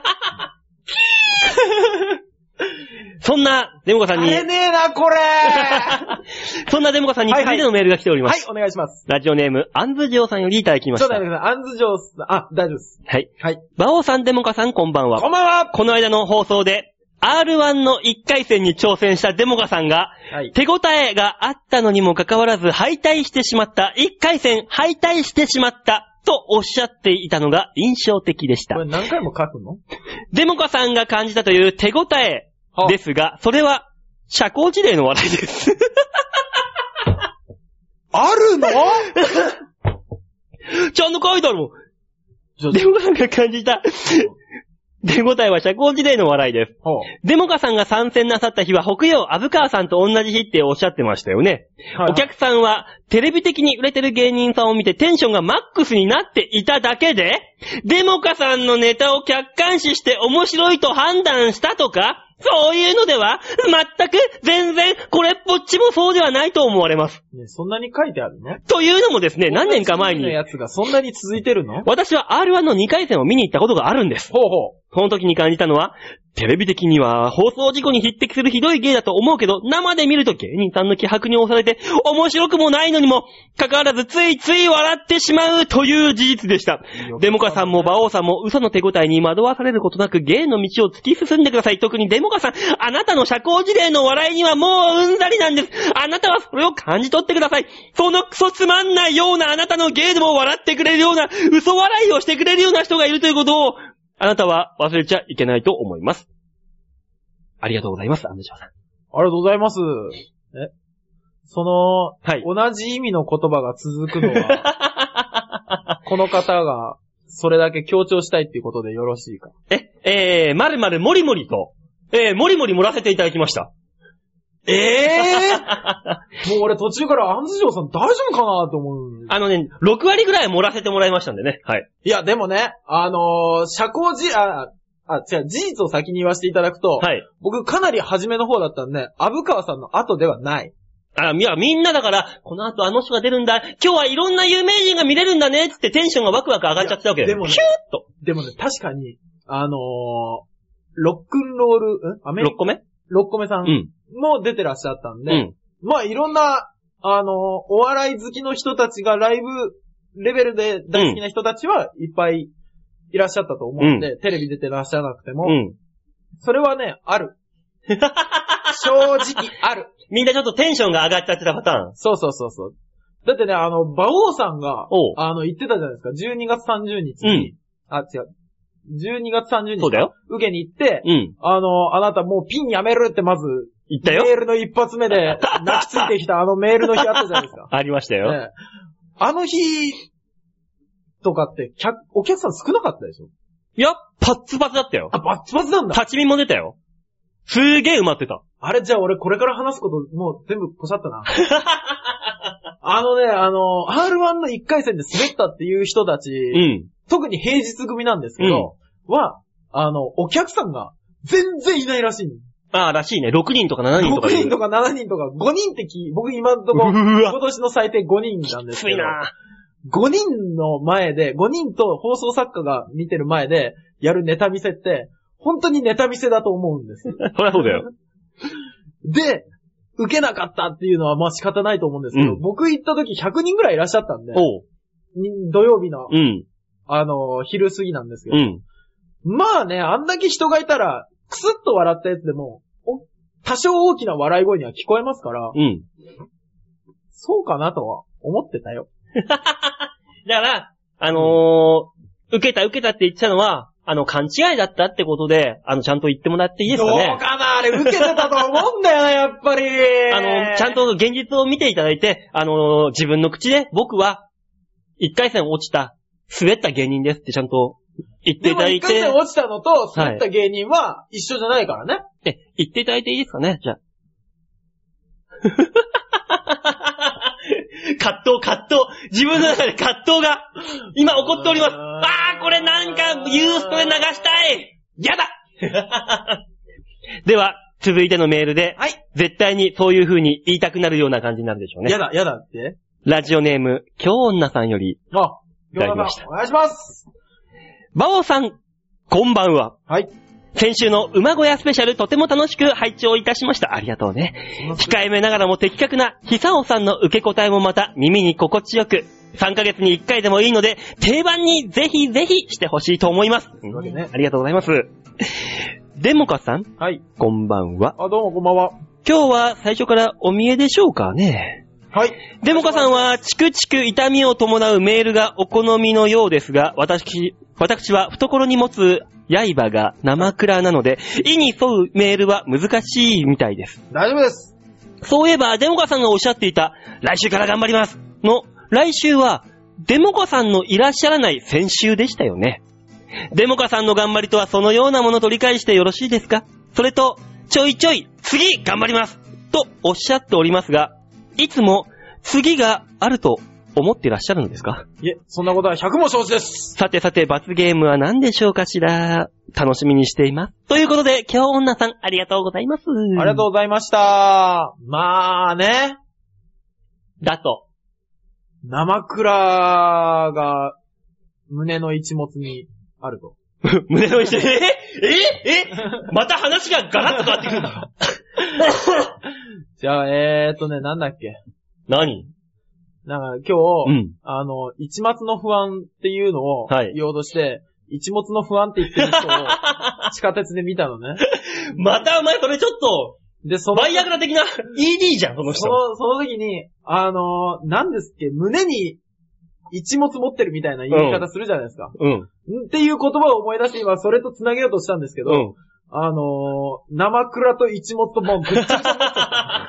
Speaker 1: そんなデモカさん
Speaker 2: あ
Speaker 1: に、
Speaker 2: れねえな、これは
Speaker 1: [laughs] そんなデモカさんに
Speaker 2: はい
Speaker 1: 続
Speaker 2: はい
Speaker 1: いてのメールが来ております。
Speaker 2: い、お願いします。
Speaker 1: ラジオネーム、アンズジオさんよりいただきま
Speaker 2: ち
Speaker 1: し
Speaker 2: ょっと
Speaker 1: た
Speaker 2: 待っ。てください。アンズジョース、あ、大丈夫です。
Speaker 1: はい。
Speaker 2: はい。
Speaker 1: バオさん、デモカさん、こんばんは。
Speaker 2: こんばんは
Speaker 1: この間の放送で、R1 の1回戦に挑戦したデモカさんが、
Speaker 2: はい。
Speaker 1: 手応えがあったのにもかかわらず敗退してしまった、1回戦敗退してしまった、とおっしゃっていたのが印象的でした
Speaker 2: こ。れ何回も書くの
Speaker 1: デモカさんが感じたという手応えですが、それは、社交辞令の話題です。 [laughs]
Speaker 2: ある [laughs] の
Speaker 1: ちゃんと書いてあるもん。
Speaker 2: ちょ
Speaker 1: デモカさんが感じた手応えは社交辞令の笑いです。
Speaker 2: ほう
Speaker 1: デモカさんが参戦なさった日は北洋、虻川さんと同じ日っておっしゃってましたよね。
Speaker 2: はい
Speaker 1: お客さんはテレビ的に売れてる芸人さんを見てテンションがマックスになっていただけで、デモカさんのネタを客観視して面白いと判断したとか、そういうのでは、全く全然これっぽっちもそうではないと思われます。
Speaker 2: ね、そんなに書いてあるの
Speaker 1: というのもですね、何年か前
Speaker 2: の
Speaker 1: に、
Speaker 2: やつがそんなに続いてるのほう
Speaker 1: 私は R1 の2回戦を見に行ったことがあるんです。
Speaker 2: ほ
Speaker 1: その時に感じたのは、テレビ的には放送事故に匹敵するひどい芸だと思うけど、生で見ると芸人さんの気迫に押されて、面白くもないのにも、かかわらずついつい笑ってしまうという事実でした。デモカさんも馬王さんも嘘の手応えに惑わされることなく芸の道を突き進んでください。特にデモカさん、あなたの社交辞令の笑いにはもううんざりなんです。あなたはそれを感じ取ってください。そのクソつまんないようなあなたの芸でも笑ってくれるような、嘘笑いをしてくれるような人がいるということを、あなたは忘れちゃいけないと思います。ありがとうございます、アンジョさん。
Speaker 2: ありがとうございます。えその、
Speaker 1: はい
Speaker 2: 同じ意味の言葉が続くのは、 [laughs] この方が、それだけ強調したいっていうことでよろしいか。
Speaker 1: え、えー、まるまるもりもりと、えー、もりもり盛らせていただきました。
Speaker 2: ええもう俺途中からアンズジョーさん大丈夫かなって思う。
Speaker 1: あのね、6割ぐらい盛らせてもらいましたんでね。はい。
Speaker 2: いや、でもね、あのー社交辞、あ、あ、違う、事実を先に言わせていただくと、
Speaker 1: はい。
Speaker 2: 僕かなり初めの方だったんで、アブカワさんの後ではない。
Speaker 1: あ、いや、みんなだから、この後あの人が出るんだ、今日はいろんな有名人が見れるんだね、つってテンションがワクワク上がっちゃってたわけだよ
Speaker 2: でもね
Speaker 1: ヒューッと。
Speaker 2: でもね、確かに、あのーロックンロール、んアメリ
Speaker 1: 6
Speaker 2: カ、
Speaker 1: 個目
Speaker 2: ロッコメさ
Speaker 1: うんん。
Speaker 2: も出てらっしゃったんで、
Speaker 1: うん。
Speaker 2: まあいろんな、あのーお笑い好きの人たちがライブレベルで大好きな人たちはいっぱいいらっしゃったと思うんで、テレビ出てらっしゃらなくても、
Speaker 1: うん。
Speaker 2: それはね、
Speaker 1: [laughs]
Speaker 2: ある。正直ある。
Speaker 1: みんなちょっとテンションが上がっちゃってたパターン。
Speaker 2: そうそうそうそう。だってね、あの、馬王さんが
Speaker 1: おう、
Speaker 2: あの、言ってたじゃないですか、12月30日
Speaker 1: う
Speaker 2: に、
Speaker 1: ん。
Speaker 2: あ、違う、12月30日
Speaker 1: そうだよ。
Speaker 2: 受けに行って、
Speaker 1: うん。
Speaker 2: あの、あなたもうピンやめるってまず、
Speaker 1: 言った
Speaker 2: メ
Speaker 1: よ。
Speaker 2: ールの一発
Speaker 1: [laughs]
Speaker 2: 目で泣きついてきたあのメールの日あったじゃないですか。
Speaker 1: ありました [laughs] よ。
Speaker 2: ねあの日とかって、客お客さん少なかったでしょ
Speaker 1: いや、パッツパツだったよ。
Speaker 2: あ、バッチバチなんだ。
Speaker 1: 立ち見も出たよ。すげえ埋まってた。
Speaker 2: あれじゃあ俺これから話すこともう全部こしゃったな。
Speaker 1: [laughs]
Speaker 2: あのね、あの、R1 の1回戦で滑ったっていう人たち、
Speaker 1: うん。
Speaker 2: 特に平日組なんですけど、は、あの、お客さんが全然いないらしいの。
Speaker 1: ああ、らしいね。6人とか7人とか
Speaker 2: 6
Speaker 1: いる。[laughs]
Speaker 2: 人とか7人とか5人ってき、僕今のところ、
Speaker 1: うわ
Speaker 2: 今年の最低5人なんです
Speaker 1: つ
Speaker 2: け
Speaker 1: い
Speaker 2: ど、
Speaker 1: な
Speaker 2: 5人の前で、5人と放送作家が見てる前でやるネタ見せって、本当にネタ見せだと思うんです。
Speaker 1: [laughs] そりゃそうだよ。
Speaker 2: で、受けなかったっていうのはまあ仕方ないと思うんですけど、
Speaker 1: うん
Speaker 2: 僕行った時100人ぐらいいらっしゃったんで、
Speaker 1: おう。
Speaker 2: に土曜日の、
Speaker 1: うん。
Speaker 2: あのー昼過ぎなんですけど
Speaker 1: う、ん。
Speaker 2: まあね、あんだけ人がいたら、クスッと笑ったやつでも、お多少大きな笑い声には聞こえますから、
Speaker 1: うん。
Speaker 2: そうかなとは思ってたよ。
Speaker 1: だから、あのー、受けた受けたって言ってたのは、あの、勘違いだったってことで、あの、ちゃんと言ってもらっていいです
Speaker 2: どう
Speaker 1: かね。
Speaker 2: かなあれ受けてたと思うんだ
Speaker 1: [laughs]
Speaker 2: よな、やっぱり。
Speaker 1: あの、ちゃん。と現実を見ていただいて、あのー、自分の口で、僕は、一回戦落ちた、滑った芸人ですってちゃんと言ってい
Speaker 2: で
Speaker 1: た
Speaker 2: も
Speaker 1: だい
Speaker 2: 一回
Speaker 1: て、
Speaker 2: 戦落ちたのと、滑った芸人は一緒じゃないからね。
Speaker 1: え、言っていただいていいですかねじゃあ。 [laughs] 葛藤、葛藤。自分の中で葛藤が、今起こっております。
Speaker 2: うーん
Speaker 1: あー、これなんか、ユーストで流したい。やだ [laughs] では、続いてのメールで、
Speaker 2: はい。
Speaker 1: 絶対にそういう風に言いたくなるような感じになるでしょうね
Speaker 2: や。だ、やだって。
Speaker 1: ラジオネーム、京女さんより、
Speaker 2: あ、
Speaker 1: いただ
Speaker 2: 餃
Speaker 1: きま
Speaker 2: 子
Speaker 1: し
Speaker 2: さん、お願いします。
Speaker 1: バオさん、こんばんは。
Speaker 2: はい。
Speaker 1: 先週の馬小屋スペシャルとても楽しく拝聴いたしました。ありがとうね。控えめながらも的確な久尾さんの受け答えもまた耳に心地よく、3ヶ月に1回でもいいので、定番にぜひぜひしてほしいと思います。
Speaker 2: いうわけでね
Speaker 1: ありがとうございます。デモカさん、
Speaker 2: はい。
Speaker 1: こんばんは。
Speaker 2: あ、どうもこんばんは。
Speaker 1: 今日は最初からお見えでしょうかね。
Speaker 2: はい。
Speaker 1: デモカさんは、チクチク痛みを伴うメールがお好みのようですが、私、私は懐に持つ刃が生蔵なので、意に沿うメールは難しいみたいです。
Speaker 2: 大丈夫です。
Speaker 1: そういえば、デモカさんがおっしゃっていた、来週から頑張りますの、来週は、デモカさんのいらっしゃらない先週でしたよね。デモカさんの頑張りとはそのようなものと理解してよろしいですかそれと、ちょいちょい、次、頑張りますとおっしゃっておりますが、いつも、次があると思っていらっしゃるんですか
Speaker 2: いえ、そんなことは100も承知です。
Speaker 1: さてさて、罰ゲームは何でしょうかしら楽しみにしています。ということで、今日女さん、ありがとうございます。
Speaker 2: ありがとうございました。まあね、
Speaker 1: う。だと。
Speaker 2: 生クラが胸の一物にあると。
Speaker 1: [laughs] 胸の一緒に、えええまた話がガラッと変わって [laughs] くるんだ。
Speaker 2: じゃあ、えーっとね、なんだっけ。
Speaker 1: 何
Speaker 2: なんか今日、
Speaker 1: うん。
Speaker 2: あの、一末の不安っていうのを
Speaker 1: はい
Speaker 2: 言おうとして、一物の不安って言ってる人を地下鉄で見たのね。
Speaker 1: またお前それちょっと、
Speaker 2: で、その [laughs]
Speaker 1: バイアグラ的な ED じゃん、この
Speaker 2: そ
Speaker 1: 人。
Speaker 2: の、その時に、あのー、なんですっけ、胸に一物持ってるみたいな言い方するじゃないですか。
Speaker 1: うん。
Speaker 2: んっていう言葉を思い出して今、それと繋げようとしたんですけど、
Speaker 1: うん。
Speaker 2: あのー、生蔵と一物ともうぐっちゃぐちゃになっちゃった。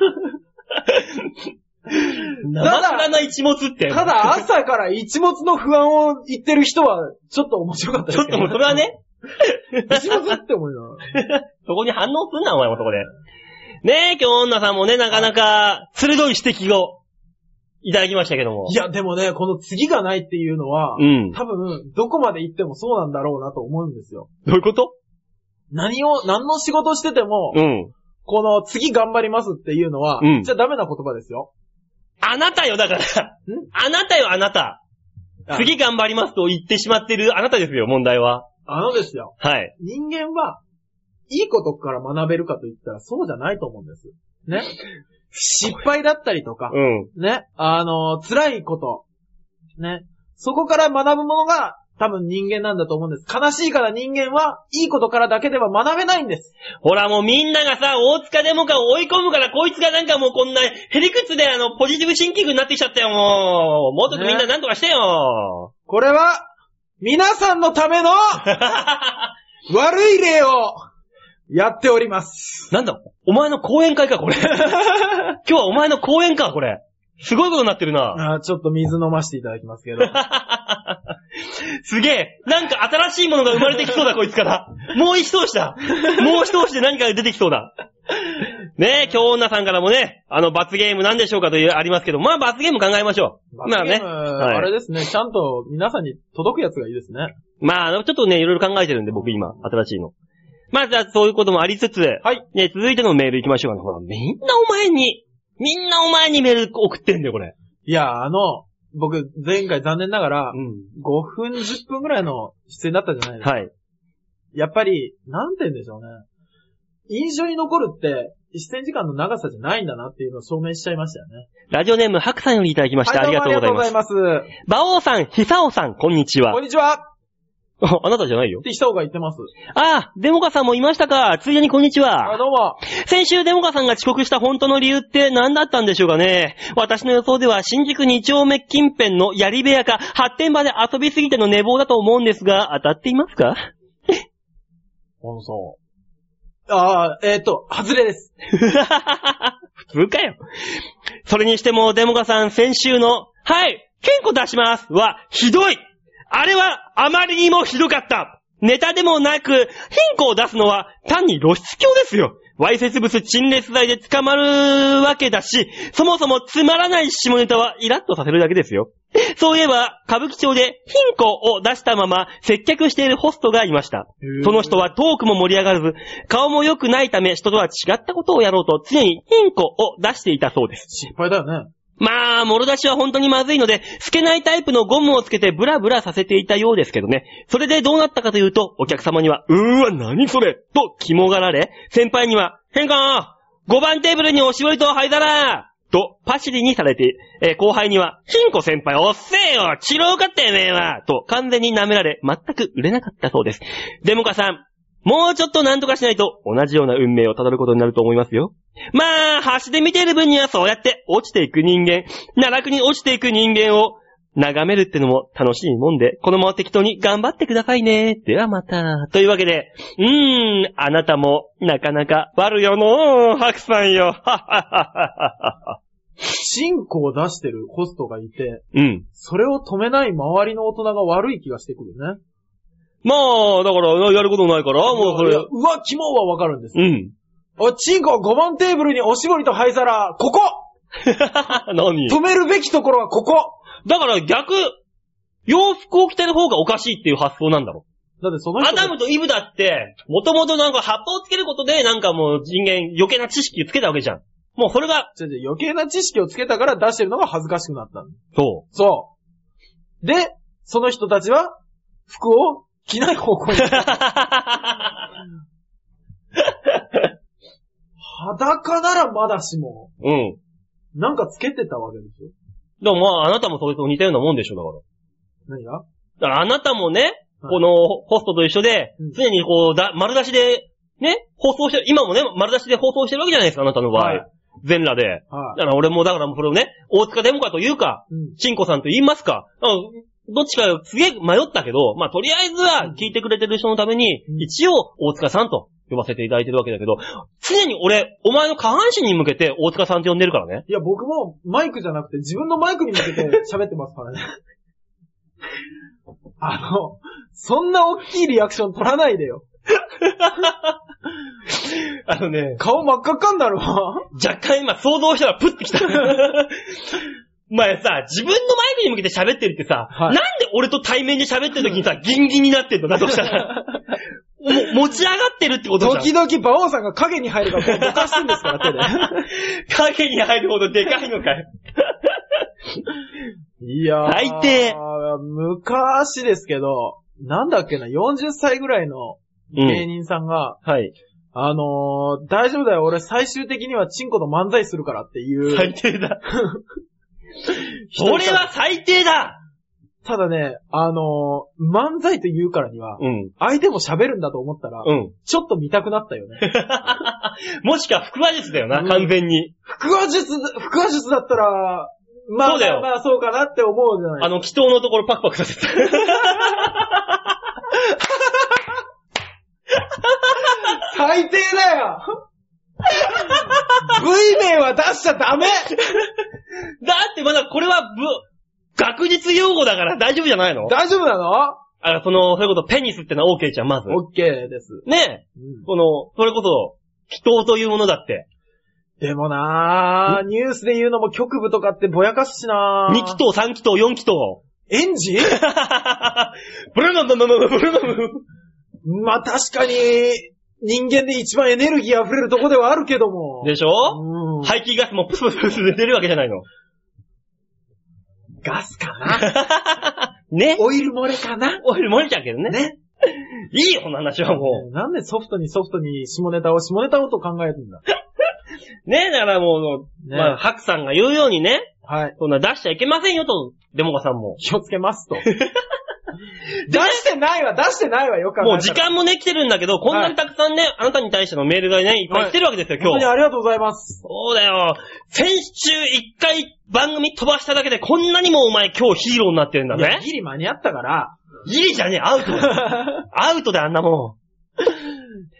Speaker 1: 生からの一物って。
Speaker 2: ただ、朝から一物の不安を言ってる人は、ちょっと面白かった
Speaker 1: [laughs]
Speaker 2: で
Speaker 1: ちょ
Speaker 2: す
Speaker 1: っ
Speaker 2: け
Speaker 1: と
Speaker 2: ど、
Speaker 1: もうそれはね、
Speaker 2: 一物って思いながら。
Speaker 1: そこに反応すんな、お前もそこで。ねえ、今日女さんもね、なかなか、鋭い指摘を、いただきましたけども。
Speaker 2: [laughs] いや、でもね、この次がないっていうのは、
Speaker 1: うん。
Speaker 2: 多分、どこまで行ってもそうなんだろうなと思うんですよ。
Speaker 1: どういうこと
Speaker 2: 何を、何の仕事してても、
Speaker 1: うん。
Speaker 2: この次頑張りますっていうのは、
Speaker 1: うん
Speaker 2: じゃあダメな言葉ですよ。
Speaker 1: あなたよ、だから。あなたよ、あなた。
Speaker 2: あ
Speaker 1: 次頑張りますと言ってしまってるあなたですよ、問題は。
Speaker 2: あのですよ。
Speaker 1: はい。
Speaker 2: 人間は、いいことから学べるかと言ったらそうじゃないと思うんです。ね。失敗だったりとか、
Speaker 1: うん。
Speaker 2: ね。あの、辛いこと。ね。そこから学ぶものが多分人間なんだと思うんです。悲しいから人間はいいことからだけでは学べないんです。
Speaker 1: ほらもうみんながさ、大塚デモカを追い込むから、こいつがなんかもうこんな、へりくつであの、ポジティブシンキングになってきちゃったよ、もう。もうちょっとみんななんとかしてよ。
Speaker 2: これは、皆さんの
Speaker 1: [laughs]
Speaker 2: ための悪い例をやっております。
Speaker 1: なんだ、お前の講演会か、これ。今日はお前の講演か、これ。すごいことになってるな。
Speaker 2: あーちょっと水飲ませていただきますけど。
Speaker 1: すげえ。なんか新しいものが生まれてきそうだ、 [laughs] こいつから。もう一押しだ。もう一押しで何か出てきそうだ。ねえ、今日女さんからもね、あの、罰ゲームなんでしょうかという、ありますけど、まあ罰ゲーム考えましょう。 [laughs] まあ
Speaker 2: 罰ゲ
Speaker 1: ね。
Speaker 2: ーム
Speaker 1: はい
Speaker 2: あれですね、ちゃんと皆さんに届くやつがいいですね。
Speaker 1: まあ、あのちょっとね、いろいろ考えてるんで、僕今、新しいの。まあ、じゃあ、そういうこともありつつ、
Speaker 2: はい。
Speaker 1: ね、続いてのメール行きましょうかね。ほら、みんなお前に、みんなお前にメール送ってんだよ、これ。
Speaker 2: いや、あの、僕、前回残念ながら、
Speaker 1: ん。
Speaker 2: 5分、10分ぐらいの出演だったじゃないですか。
Speaker 1: はい。
Speaker 2: やっぱり、なんて言うんでしょうね。印象に残るって、出演時間の長さじゃないんだなっていうのを証明しちゃいましたよね。
Speaker 1: ラジオネーム、白さんよりいただきました。あ
Speaker 2: は
Speaker 1: り
Speaker 2: ど
Speaker 1: がとうございます。
Speaker 2: ます。
Speaker 1: 馬王さん、久尾さん、こんにち
Speaker 2: こ
Speaker 1: は
Speaker 2: ん。にちはっ
Speaker 1: [laughs] あなたじゃないよ。
Speaker 2: て人が言ってます。
Speaker 1: ああ、デモカさんもいましたか。ついでにこんにち
Speaker 2: あ、
Speaker 1: は。
Speaker 2: どうも。
Speaker 1: 先週デモカさんが遅刻した本当の理由って何だったんでしょうかね。私の予想では新宿2丁目近辺の槍部屋か発展場で遊びすぎての寝坊だと思うんですが、当たっていますか [laughs]
Speaker 2: あのさ。あーえっ、と、外れです。
Speaker 1: 普通かよ。それにしても、デモカさん、先週の、はい、健康出しますは、ひどいあれは、あまりにもひどかったネタでもなく、貧困を出すのは、単に露出狂ですよわいせつ物陳列罪で捕まるわけだし、そもそもつまらない下ネタはイラッとさせるだけですよ。そういえば、歌舞伎町で貧困を出したまま接客しているホストがいました
Speaker 2: へ。ー
Speaker 1: その人はトークも盛り上がらず、顔も良くないため人とは違ったことをやろうと常に貧困を出していたそうです。
Speaker 2: 心配だよね。
Speaker 1: まあ、もろ出しは本当にまずいので、透けないタイプのゴムをつけてブラブラさせていたようですけどね。それでどうなったかというと、お客様には、うーわ、何それと肝がられ、先輩には、変換 !5 番テーブルにおしぼりと灰皿と、パシリにされて、えー後輩には、ヒンコ先輩、おっせえよ治療かってめえはと、完全に舐められ、全く売れなかったそうです。デモカさん、もうちょっと何とかしないと、同じような運命をたどることになると思いますよ。まあ、端で見ている分にはそうやって落ちていく人間、奈落に落ちていく人間を眺めるってのも楽しいもんで、このまま適当に頑張ってくださいね。ではまた。というわけで、うーん、あなたもなかなか悪よのう、白さんよ。はっはっ [laughs] はっはっは
Speaker 2: 進行を出してるホストがいて、
Speaker 1: うん。
Speaker 2: それを止めない周りの大人が悪い気がしてくるね。
Speaker 1: まあ、だから、やることないから、もうそ
Speaker 2: い
Speaker 1: れ
Speaker 2: や、うわ、肝はわかるんです。
Speaker 1: うん。 [laughs]
Speaker 2: お、チンコ5番テーブルにおしぼりと灰皿、ここ
Speaker 1: 何
Speaker 2: 止めるべきところはここ
Speaker 1: だから逆、洋服を着てる方がおかしいっていう発想なんだろ。
Speaker 2: だってその人
Speaker 1: アダムとイブだって、もともとなんか葉っぱをつけることで、なんかもう人間余計な知識つけたわけじゃん。もうそれが、
Speaker 2: 違う違う余計な知識をつけたから出してるのが恥ずかしくなったの。
Speaker 1: そ
Speaker 2: そう。で、その人たちは、服を着ない方向に。裸ならまだしも、
Speaker 1: う。うん。
Speaker 2: なんかつけてたわけでしょ
Speaker 1: でもまあ、あなたもそれと似たようなもんでしょ、
Speaker 2: 何
Speaker 1: だか
Speaker 2: が
Speaker 1: ら。だからあなたもね、
Speaker 2: はい
Speaker 1: このホストと一緒で
Speaker 2: うん、
Speaker 1: 常にこうだ、丸出しで、ね、放送してる、今もね、丸出しで放送してるわけじゃないですか、あなたの場合。
Speaker 2: はい
Speaker 1: 全裸で。だ
Speaker 2: はい。
Speaker 1: から俺も、だからもうそれをね、大塚デモかというか、
Speaker 2: うん。
Speaker 1: チンコさんと言いますか。うんどっちかすげえ迷ったけど、まあ、とりあえずは聞いてくれてる人のために
Speaker 2: う、ん
Speaker 1: 一応、大塚さんと呼ばせていただいてるわけだけど、常に俺、お前の下半身に向けて大塚さんって呼んでるからね。
Speaker 2: いや、僕もマイクじゃなくて自分のマイクに向けて
Speaker 1: [laughs]
Speaker 2: 喋ってますからね。あの、そんな大きいリアクション取らないでよ。
Speaker 1: あのね、
Speaker 2: 顔真っ赤っかになるわ。
Speaker 1: 若干今想像したらプッて [laughs] きた。お前さ、自分のマイクに向けて喋ってるってさ、
Speaker 2: は
Speaker 1: なん
Speaker 2: い
Speaker 1: で俺と対面で喋ってる時にさ、ギンギンになってんのだとした [laughs] ら。もう持ち上がってるってことじゃん
Speaker 2: 時。々馬王さんが影に入るからぼかしてんですから、
Speaker 1: [laughs] 影に入るほどでかいのかよ。
Speaker 2: 手で。いやー。
Speaker 1: 最低
Speaker 2: 昔ですけど、なんだっけな、40歳ぐらいの芸人さんが、
Speaker 1: はい。
Speaker 2: あのー、大丈夫だよ、俺最終的にはチンコと漫才するからっていう。
Speaker 1: 最低だ。
Speaker 2: が
Speaker 1: 俺は最低だ
Speaker 2: ただね、あのー、漫才と言うからには、
Speaker 1: うん。
Speaker 2: 相手も喋るんだと思ったら、
Speaker 1: うん。
Speaker 2: ちょっと見たくなったよね。
Speaker 1: [laughs] もしか腹話術だよな、
Speaker 2: うん
Speaker 1: 完全に。
Speaker 2: 腹話術、腹話術だったら、まあ、
Speaker 1: そうだよ
Speaker 2: まあまあそうかなって思うじゃない
Speaker 1: あの、祈祷のところパクパク [laughs] させて。
Speaker 2: 最低だよ
Speaker 1: [laughs]
Speaker 2: !V 名は出しちゃ
Speaker 1: [laughs]
Speaker 2: ダメ
Speaker 1: だってまだこれは、ぶ、学術用語だから大丈夫じゃないの
Speaker 2: 大丈夫なの
Speaker 1: あ、その、そういうこと、ペニスってのは OK じゃん、まず。
Speaker 2: ?OK です、
Speaker 1: ねえ。
Speaker 2: うん
Speaker 1: この、それこそ、祈祷というものだって。
Speaker 2: でもなぁ、ニュースで言うのも局部とかってぼやかすしなぁ。
Speaker 1: 二祈祷、三祈祷、四祈 [laughs] 祷。
Speaker 2: 園児
Speaker 1: ブルノブルノブルノブルノ
Speaker 2: まあ確かに、人間で一番エネルギー溢れるとこではあるけども。
Speaker 1: でし
Speaker 2: う
Speaker 1: ょ
Speaker 2: ん。
Speaker 1: 排気ガスもプスプスプス出るわけじゃない [laughs] の。
Speaker 2: ガスかな [laughs]
Speaker 1: ね
Speaker 2: オイル漏れ
Speaker 1: [laughs]
Speaker 2: かな
Speaker 1: おい、漏れちゃうけどね。
Speaker 2: ね。
Speaker 1: いいよ、この話はも
Speaker 2: なんでソフトにソフトに下ネタを下ネタをと考える
Speaker 1: [laughs]
Speaker 2: んだ。
Speaker 1: う。ねえ、だからもう、
Speaker 2: ね
Speaker 1: まあ、ハクさんが言うようにね、
Speaker 2: はい。
Speaker 1: そんな出しちゃいけませんよと、デモカさんも。
Speaker 2: 気をつけます
Speaker 1: [laughs]
Speaker 2: と。出してないわ、出してないわ、よかった。
Speaker 1: もう時間もね、来てるんだけど、こんなにたくさんね、あなたに対してのメールがね、いっぱい来てるわけですよ、今
Speaker 2: 本当に
Speaker 1: 日。
Speaker 2: ありがとうございます。
Speaker 1: そうだよ。先週一回番組飛ばしただけで、こんなにもお前今日ヒーローになってるんだ
Speaker 2: いや
Speaker 1: ね。
Speaker 2: ギリ間に合った
Speaker 1: [laughs]
Speaker 2: から、
Speaker 1: ギリじゃねえ、アウ [laughs] トだ。アウトだ、あんなもん。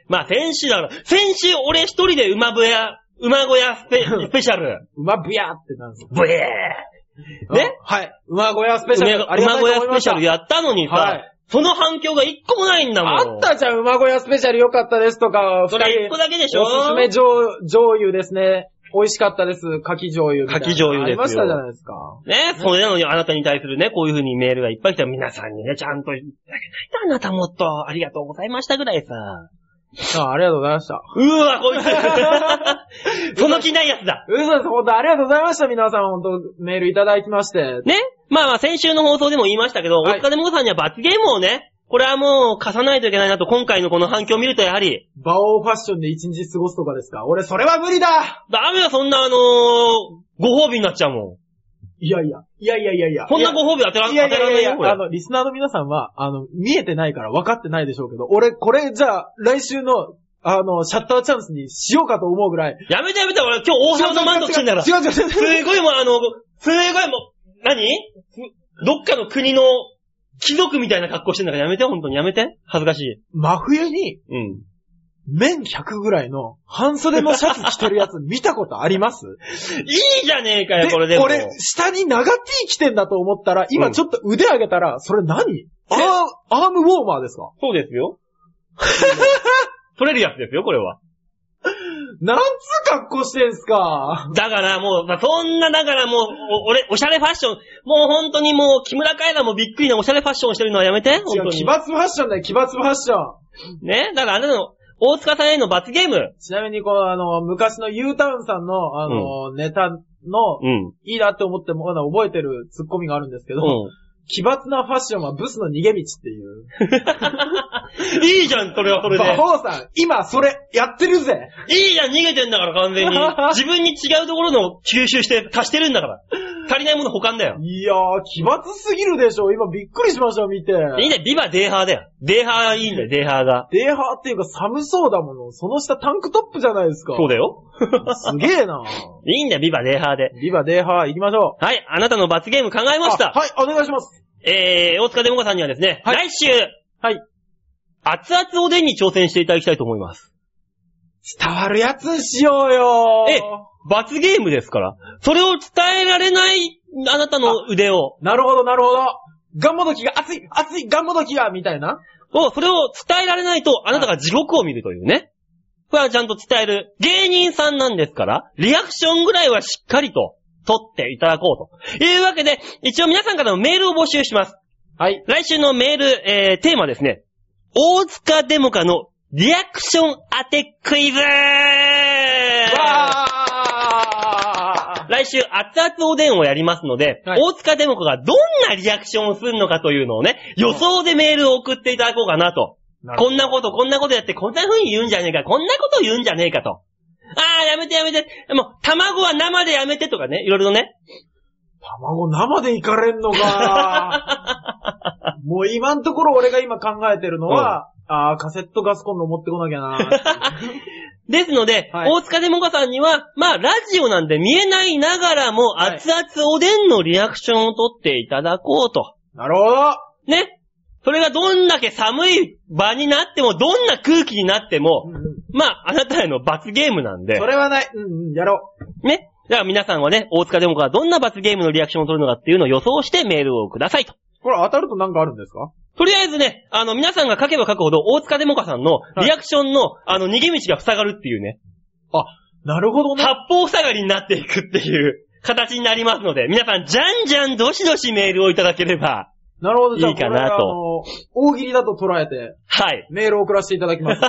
Speaker 1: まあ、先週だから、先週俺一人で馬小屋、馬小屋ス [laughs] ペスペシャル。
Speaker 2: 馬ブヤーってなんですよ。
Speaker 1: ブエー
Speaker 2: ねはい。馬小屋スペシャ
Speaker 1: 梅
Speaker 2: ル。ありが
Speaker 1: 馬
Speaker 2: と
Speaker 1: 小
Speaker 2: うござ
Speaker 1: 屋
Speaker 2: い
Speaker 1: ス
Speaker 2: ま
Speaker 1: ペ
Speaker 2: し
Speaker 1: シ
Speaker 2: た
Speaker 1: ャルやったのにさ、
Speaker 2: はい
Speaker 1: その反響が一個もないんだもん。
Speaker 2: あったじゃん、馬小屋スペシャル良かったですとか、
Speaker 1: それ一個
Speaker 2: だ
Speaker 1: だけでしょ
Speaker 2: おすすめ醤醤油ですね。美味しかったです。柿醤油みたいな。
Speaker 1: 柿醤油ですよ
Speaker 2: ありましたじゃないですか。
Speaker 1: ね、それなのにあなたに対するね、こういう風にメールがいっぱい来たら皆さんにね、ちゃんと言ってあげないとあなたもっとありがとうございましたぐらいさ。
Speaker 2: あありがとうございました。
Speaker 1: うーわ、こい [laughs] つ。その気ないやつだ。
Speaker 2: 嘘です、本当ありがとうございました、皆さん。本当メールいただきまして。
Speaker 1: ねまあまあ先週の放送でも言いましたけど、
Speaker 2: はい
Speaker 1: 大塚デモさんには罰ゲームをね、これはもう貸さないといけないなと、今回のこの反響を見るとやはり、
Speaker 2: バオファッションで一日過ごすとかですか俺、それは無理だ
Speaker 1: ダメだ、そんなあのーご褒美になっちゃうもん。
Speaker 2: いやいや、いやいやいやいや。
Speaker 1: こんなご褒美当てら
Speaker 2: いや
Speaker 1: 当
Speaker 2: い
Speaker 1: て
Speaker 2: や
Speaker 1: られ
Speaker 2: いや
Speaker 1: ない
Speaker 2: いや、
Speaker 1: よ、これ
Speaker 2: あ。の、リスナーの皆さんは、あの、見えてないから分かってないでしょうけど、俺、これ、じゃあ、来週の、あの、シャッターチャンスにしようかと思うぐらい。
Speaker 1: やめてやめて、俺今日大阪と満足してんだから。
Speaker 2: 違う違う違う
Speaker 1: す
Speaker 2: 違う違う。
Speaker 1: ごいもうあの、すごいもう、何どっかの国の貴族みたいな格好してんだからやめて、本当にやめて。恥ずかしい。
Speaker 2: 真冬に、
Speaker 1: うん。
Speaker 2: 綿100ぐらいの、半袖のシャツ着てるやつ見たことあります
Speaker 1: いいじゃねえかよ、
Speaker 2: で、
Speaker 1: これでも。
Speaker 2: 俺、下に長 T 着てんだと思ったら、
Speaker 1: う
Speaker 2: 今
Speaker 1: ん
Speaker 2: ちょっと腕上げたら、それ何アーム、アームウォーマーですか
Speaker 1: そうですよ。取れるやつですよ、これは。
Speaker 2: なんつう格好してんすか
Speaker 1: だからもう、まあそんな、だからもう、お俺、おしゃれファッション、もう本当にもう、木村カエラもびっくりなおしゃれファッションをしてるのはやめて、
Speaker 2: 違
Speaker 1: 本当
Speaker 2: う、
Speaker 1: に。
Speaker 2: 奇抜ファッションだよ、奇抜ファッション。
Speaker 1: ね、だからあれの、大塚さんへの罰ゲーム。
Speaker 2: ちなみに、この、あの、昔の U ターンさんの、あの、ネタの、
Speaker 1: うん。
Speaker 2: いいなって思っても、まだ覚えてるツッコミがあるんです
Speaker 1: う
Speaker 2: けど、
Speaker 1: ん。
Speaker 2: 奇抜なファッションはブスの逃げ道っていう。
Speaker 1: [laughs] いいじゃん、それはそれで。
Speaker 2: 馬王さん、今それ、やってるぜ
Speaker 1: いいじゃん、逃げてんだから、完全
Speaker 2: [laughs]
Speaker 1: に。自分に違うところのを吸収して足してるんだ
Speaker 2: [laughs]
Speaker 1: から。足りないもの保管だよ。
Speaker 2: いやー、奇抜すぎるでしょ今びっくりしました、見て。
Speaker 1: いいね、ビバデーハーだよ。デーハーいいんだよ、デーハーが。
Speaker 2: デーハーっていうか寒そうだもの。その下タンクトップじゃないですか。
Speaker 1: そうだよ。
Speaker 2: すげえな
Speaker 1: いいんだよ、ビバデーハーで。
Speaker 2: リバデーハー行きましょう。
Speaker 1: はい、あなたの罰ゲーム考えました。
Speaker 2: あはい、お願いします。
Speaker 1: えー、大塚デモカさんにはですね、来週、
Speaker 2: はい。
Speaker 1: 熱々おでんに挑戦していただきたいと思います。
Speaker 2: 伝わるやつにしようよー
Speaker 1: え罰ゲームですから。それを伝えられない、あなたの腕を、
Speaker 2: なるほど、なるほど。ガンモドキが熱い、熱い、ガンモドキが、みたいな。
Speaker 1: を、それを伝えられないと、あなたが地獄を見るというね。これはちゃんと伝える。芸人さんなんですから、リアクションぐらいはしっかりと、取っていただこうと。いうわけで、一応皆さんからのメールを募集します。
Speaker 2: はい。
Speaker 1: 来週のメール、えー、テーマですね。大塚デモカのリアクション当てクイズ
Speaker 2: わー
Speaker 1: 来週、熱々おでんをやりますので、
Speaker 2: はい
Speaker 1: 大塚デモカがどんなリアクションをするのかというのをね、予想でメールを送っていただこうかなと。
Speaker 2: なるほ
Speaker 1: こんなこと、こんなことやって、こんな風に言うんじゃねえか、こんなこと言うんじゃねえかと。あー、やめてやめて。もう、卵は生でやめてとかね、いろいろね。 [laughs]
Speaker 2: 卵生でいかれんのか。
Speaker 1: [laughs]
Speaker 2: もう今んところ俺が今考えてるのは、あーカセットガスコンロ持ってこなきゃな。
Speaker 1: ですので、
Speaker 2: はい
Speaker 1: 大塚デモカさんには、まあ、ラジオなんで見えないながらも、
Speaker 2: はい
Speaker 1: 熱々おでんのリアクションを取っていただこうと。
Speaker 2: なるほど。
Speaker 1: ね。それがどんだけ寒い場になっても、どんな空気になっても、
Speaker 2: うんうん
Speaker 1: まあ、あなたへの罰ゲームなんで
Speaker 2: そ、れはない。うんうん、やろう。
Speaker 1: ね。だから皆さんはね、大塚デモカがどんな罰ゲームのリアクションを取るのかっていうのを予想してメールをくださいと。
Speaker 2: これ当たるとなんかあるんですか
Speaker 1: とりあえずね、あの、皆さんが書けば書くほど、大塚デモカさんのリアクションの、あの、逃げ道が塞がるっていうね、
Speaker 2: なるほどね。
Speaker 1: 八方塞がりになっていくっていう形になりますので、皆さん、じゃんじゃんどしどしメールをいただければ、
Speaker 2: なるほど、じゃあ、
Speaker 1: いいかなと
Speaker 2: これあの、大喜利だと捉えて、
Speaker 1: はい。
Speaker 2: メールを送らせていただ
Speaker 1: [laughs]
Speaker 2: きます。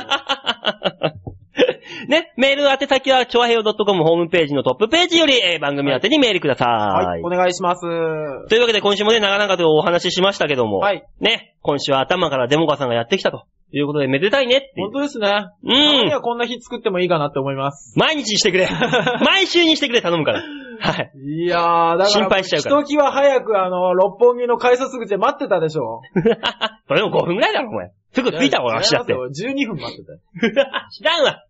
Speaker 1: ね、メール宛先は、ちょあへよ .com ホームページのトップページより、えー番組宛てにメールくださ
Speaker 2: はい、お願いします。
Speaker 1: というわけで今週もね、長々とお話ししましたけども、
Speaker 2: はい
Speaker 1: ね、今週は頭からデモカさんがやってきたということで、めでたいねっていう
Speaker 2: 本当です
Speaker 1: う
Speaker 2: ね。たまに
Speaker 1: ん。
Speaker 2: はこんな日作ってもいいかなって思います。
Speaker 1: 毎日にしてく
Speaker 2: [laughs]
Speaker 1: れ。毎週にしてくれ、頼むから。はい。
Speaker 2: いやー、だから、
Speaker 1: 心配しちゃうから
Speaker 2: ひときわ早く、あの、六本木の改札口で待ってたでし
Speaker 1: [laughs]
Speaker 2: ょ。
Speaker 1: それでも5分ぐらいだろ、お前。すぐ着いたわ、足だって
Speaker 2: 違い。ますよ12分待ってたよ。
Speaker 1: [laughs] 知らんわ。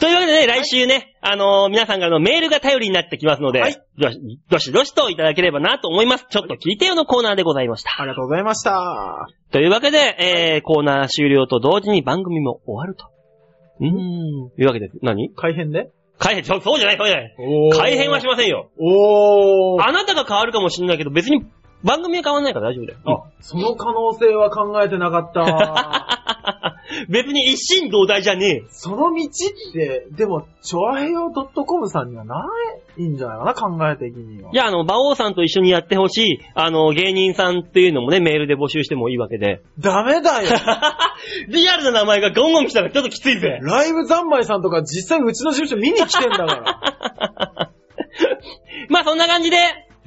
Speaker 1: というわけでね、来週ね、あのー皆さんからのメールが頼りになってきますので、
Speaker 2: はい
Speaker 1: どしどしどしといただければなと思います。ちょっと聞いてよのコーナーでございました。
Speaker 2: ありがとうございました。
Speaker 1: というわけで、えー、コーナー終了と同時に番組も終わると。う。
Speaker 2: うんん。
Speaker 1: いうわけで、何
Speaker 2: 改変で
Speaker 1: 改変、そうそうじゃない、そうじゃない。
Speaker 2: お
Speaker 1: 改変はし
Speaker 2: ま
Speaker 1: ませんよ。
Speaker 2: おー。
Speaker 1: あなたが変わるかもしれないけど、別に番組は変わんないから大丈夫だよ。
Speaker 2: あ、その可能性は考えてなか
Speaker 1: [laughs]
Speaker 2: った。
Speaker 1: 別に一心同体じゃねえ。
Speaker 2: その道って、でも、チョアヘヨ .com さんにはないんじゃないかな、考え的には。
Speaker 1: じゃあ、あの、馬王さんと一緒にやってほしい、あの、芸人さんっていうのもね、メールで募集してもいいわけで。 [laughs]
Speaker 2: ダメだ [laughs] よ。
Speaker 1: リアルな名前がゴンゴン来たらちょっときついぜ。
Speaker 2: ライブ三昧さんとか実際うちの事務所見に来てんだから。
Speaker 1: まあそんな感じで、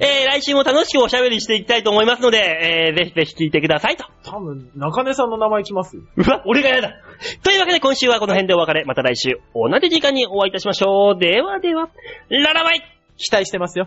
Speaker 1: えー、来週も楽しくおしゃべりしていきたいと思いますので、えー、ぜひぜひ聞いてくださいと。
Speaker 2: 多分、中根さんの名前来ますよ。
Speaker 1: うわ、俺がやだ。というわけで今週はこの辺でお別れ。また来週、同じ時間にお会いいたしましょう。ではでは、ララバイ
Speaker 2: [laughs] 期待してますよ。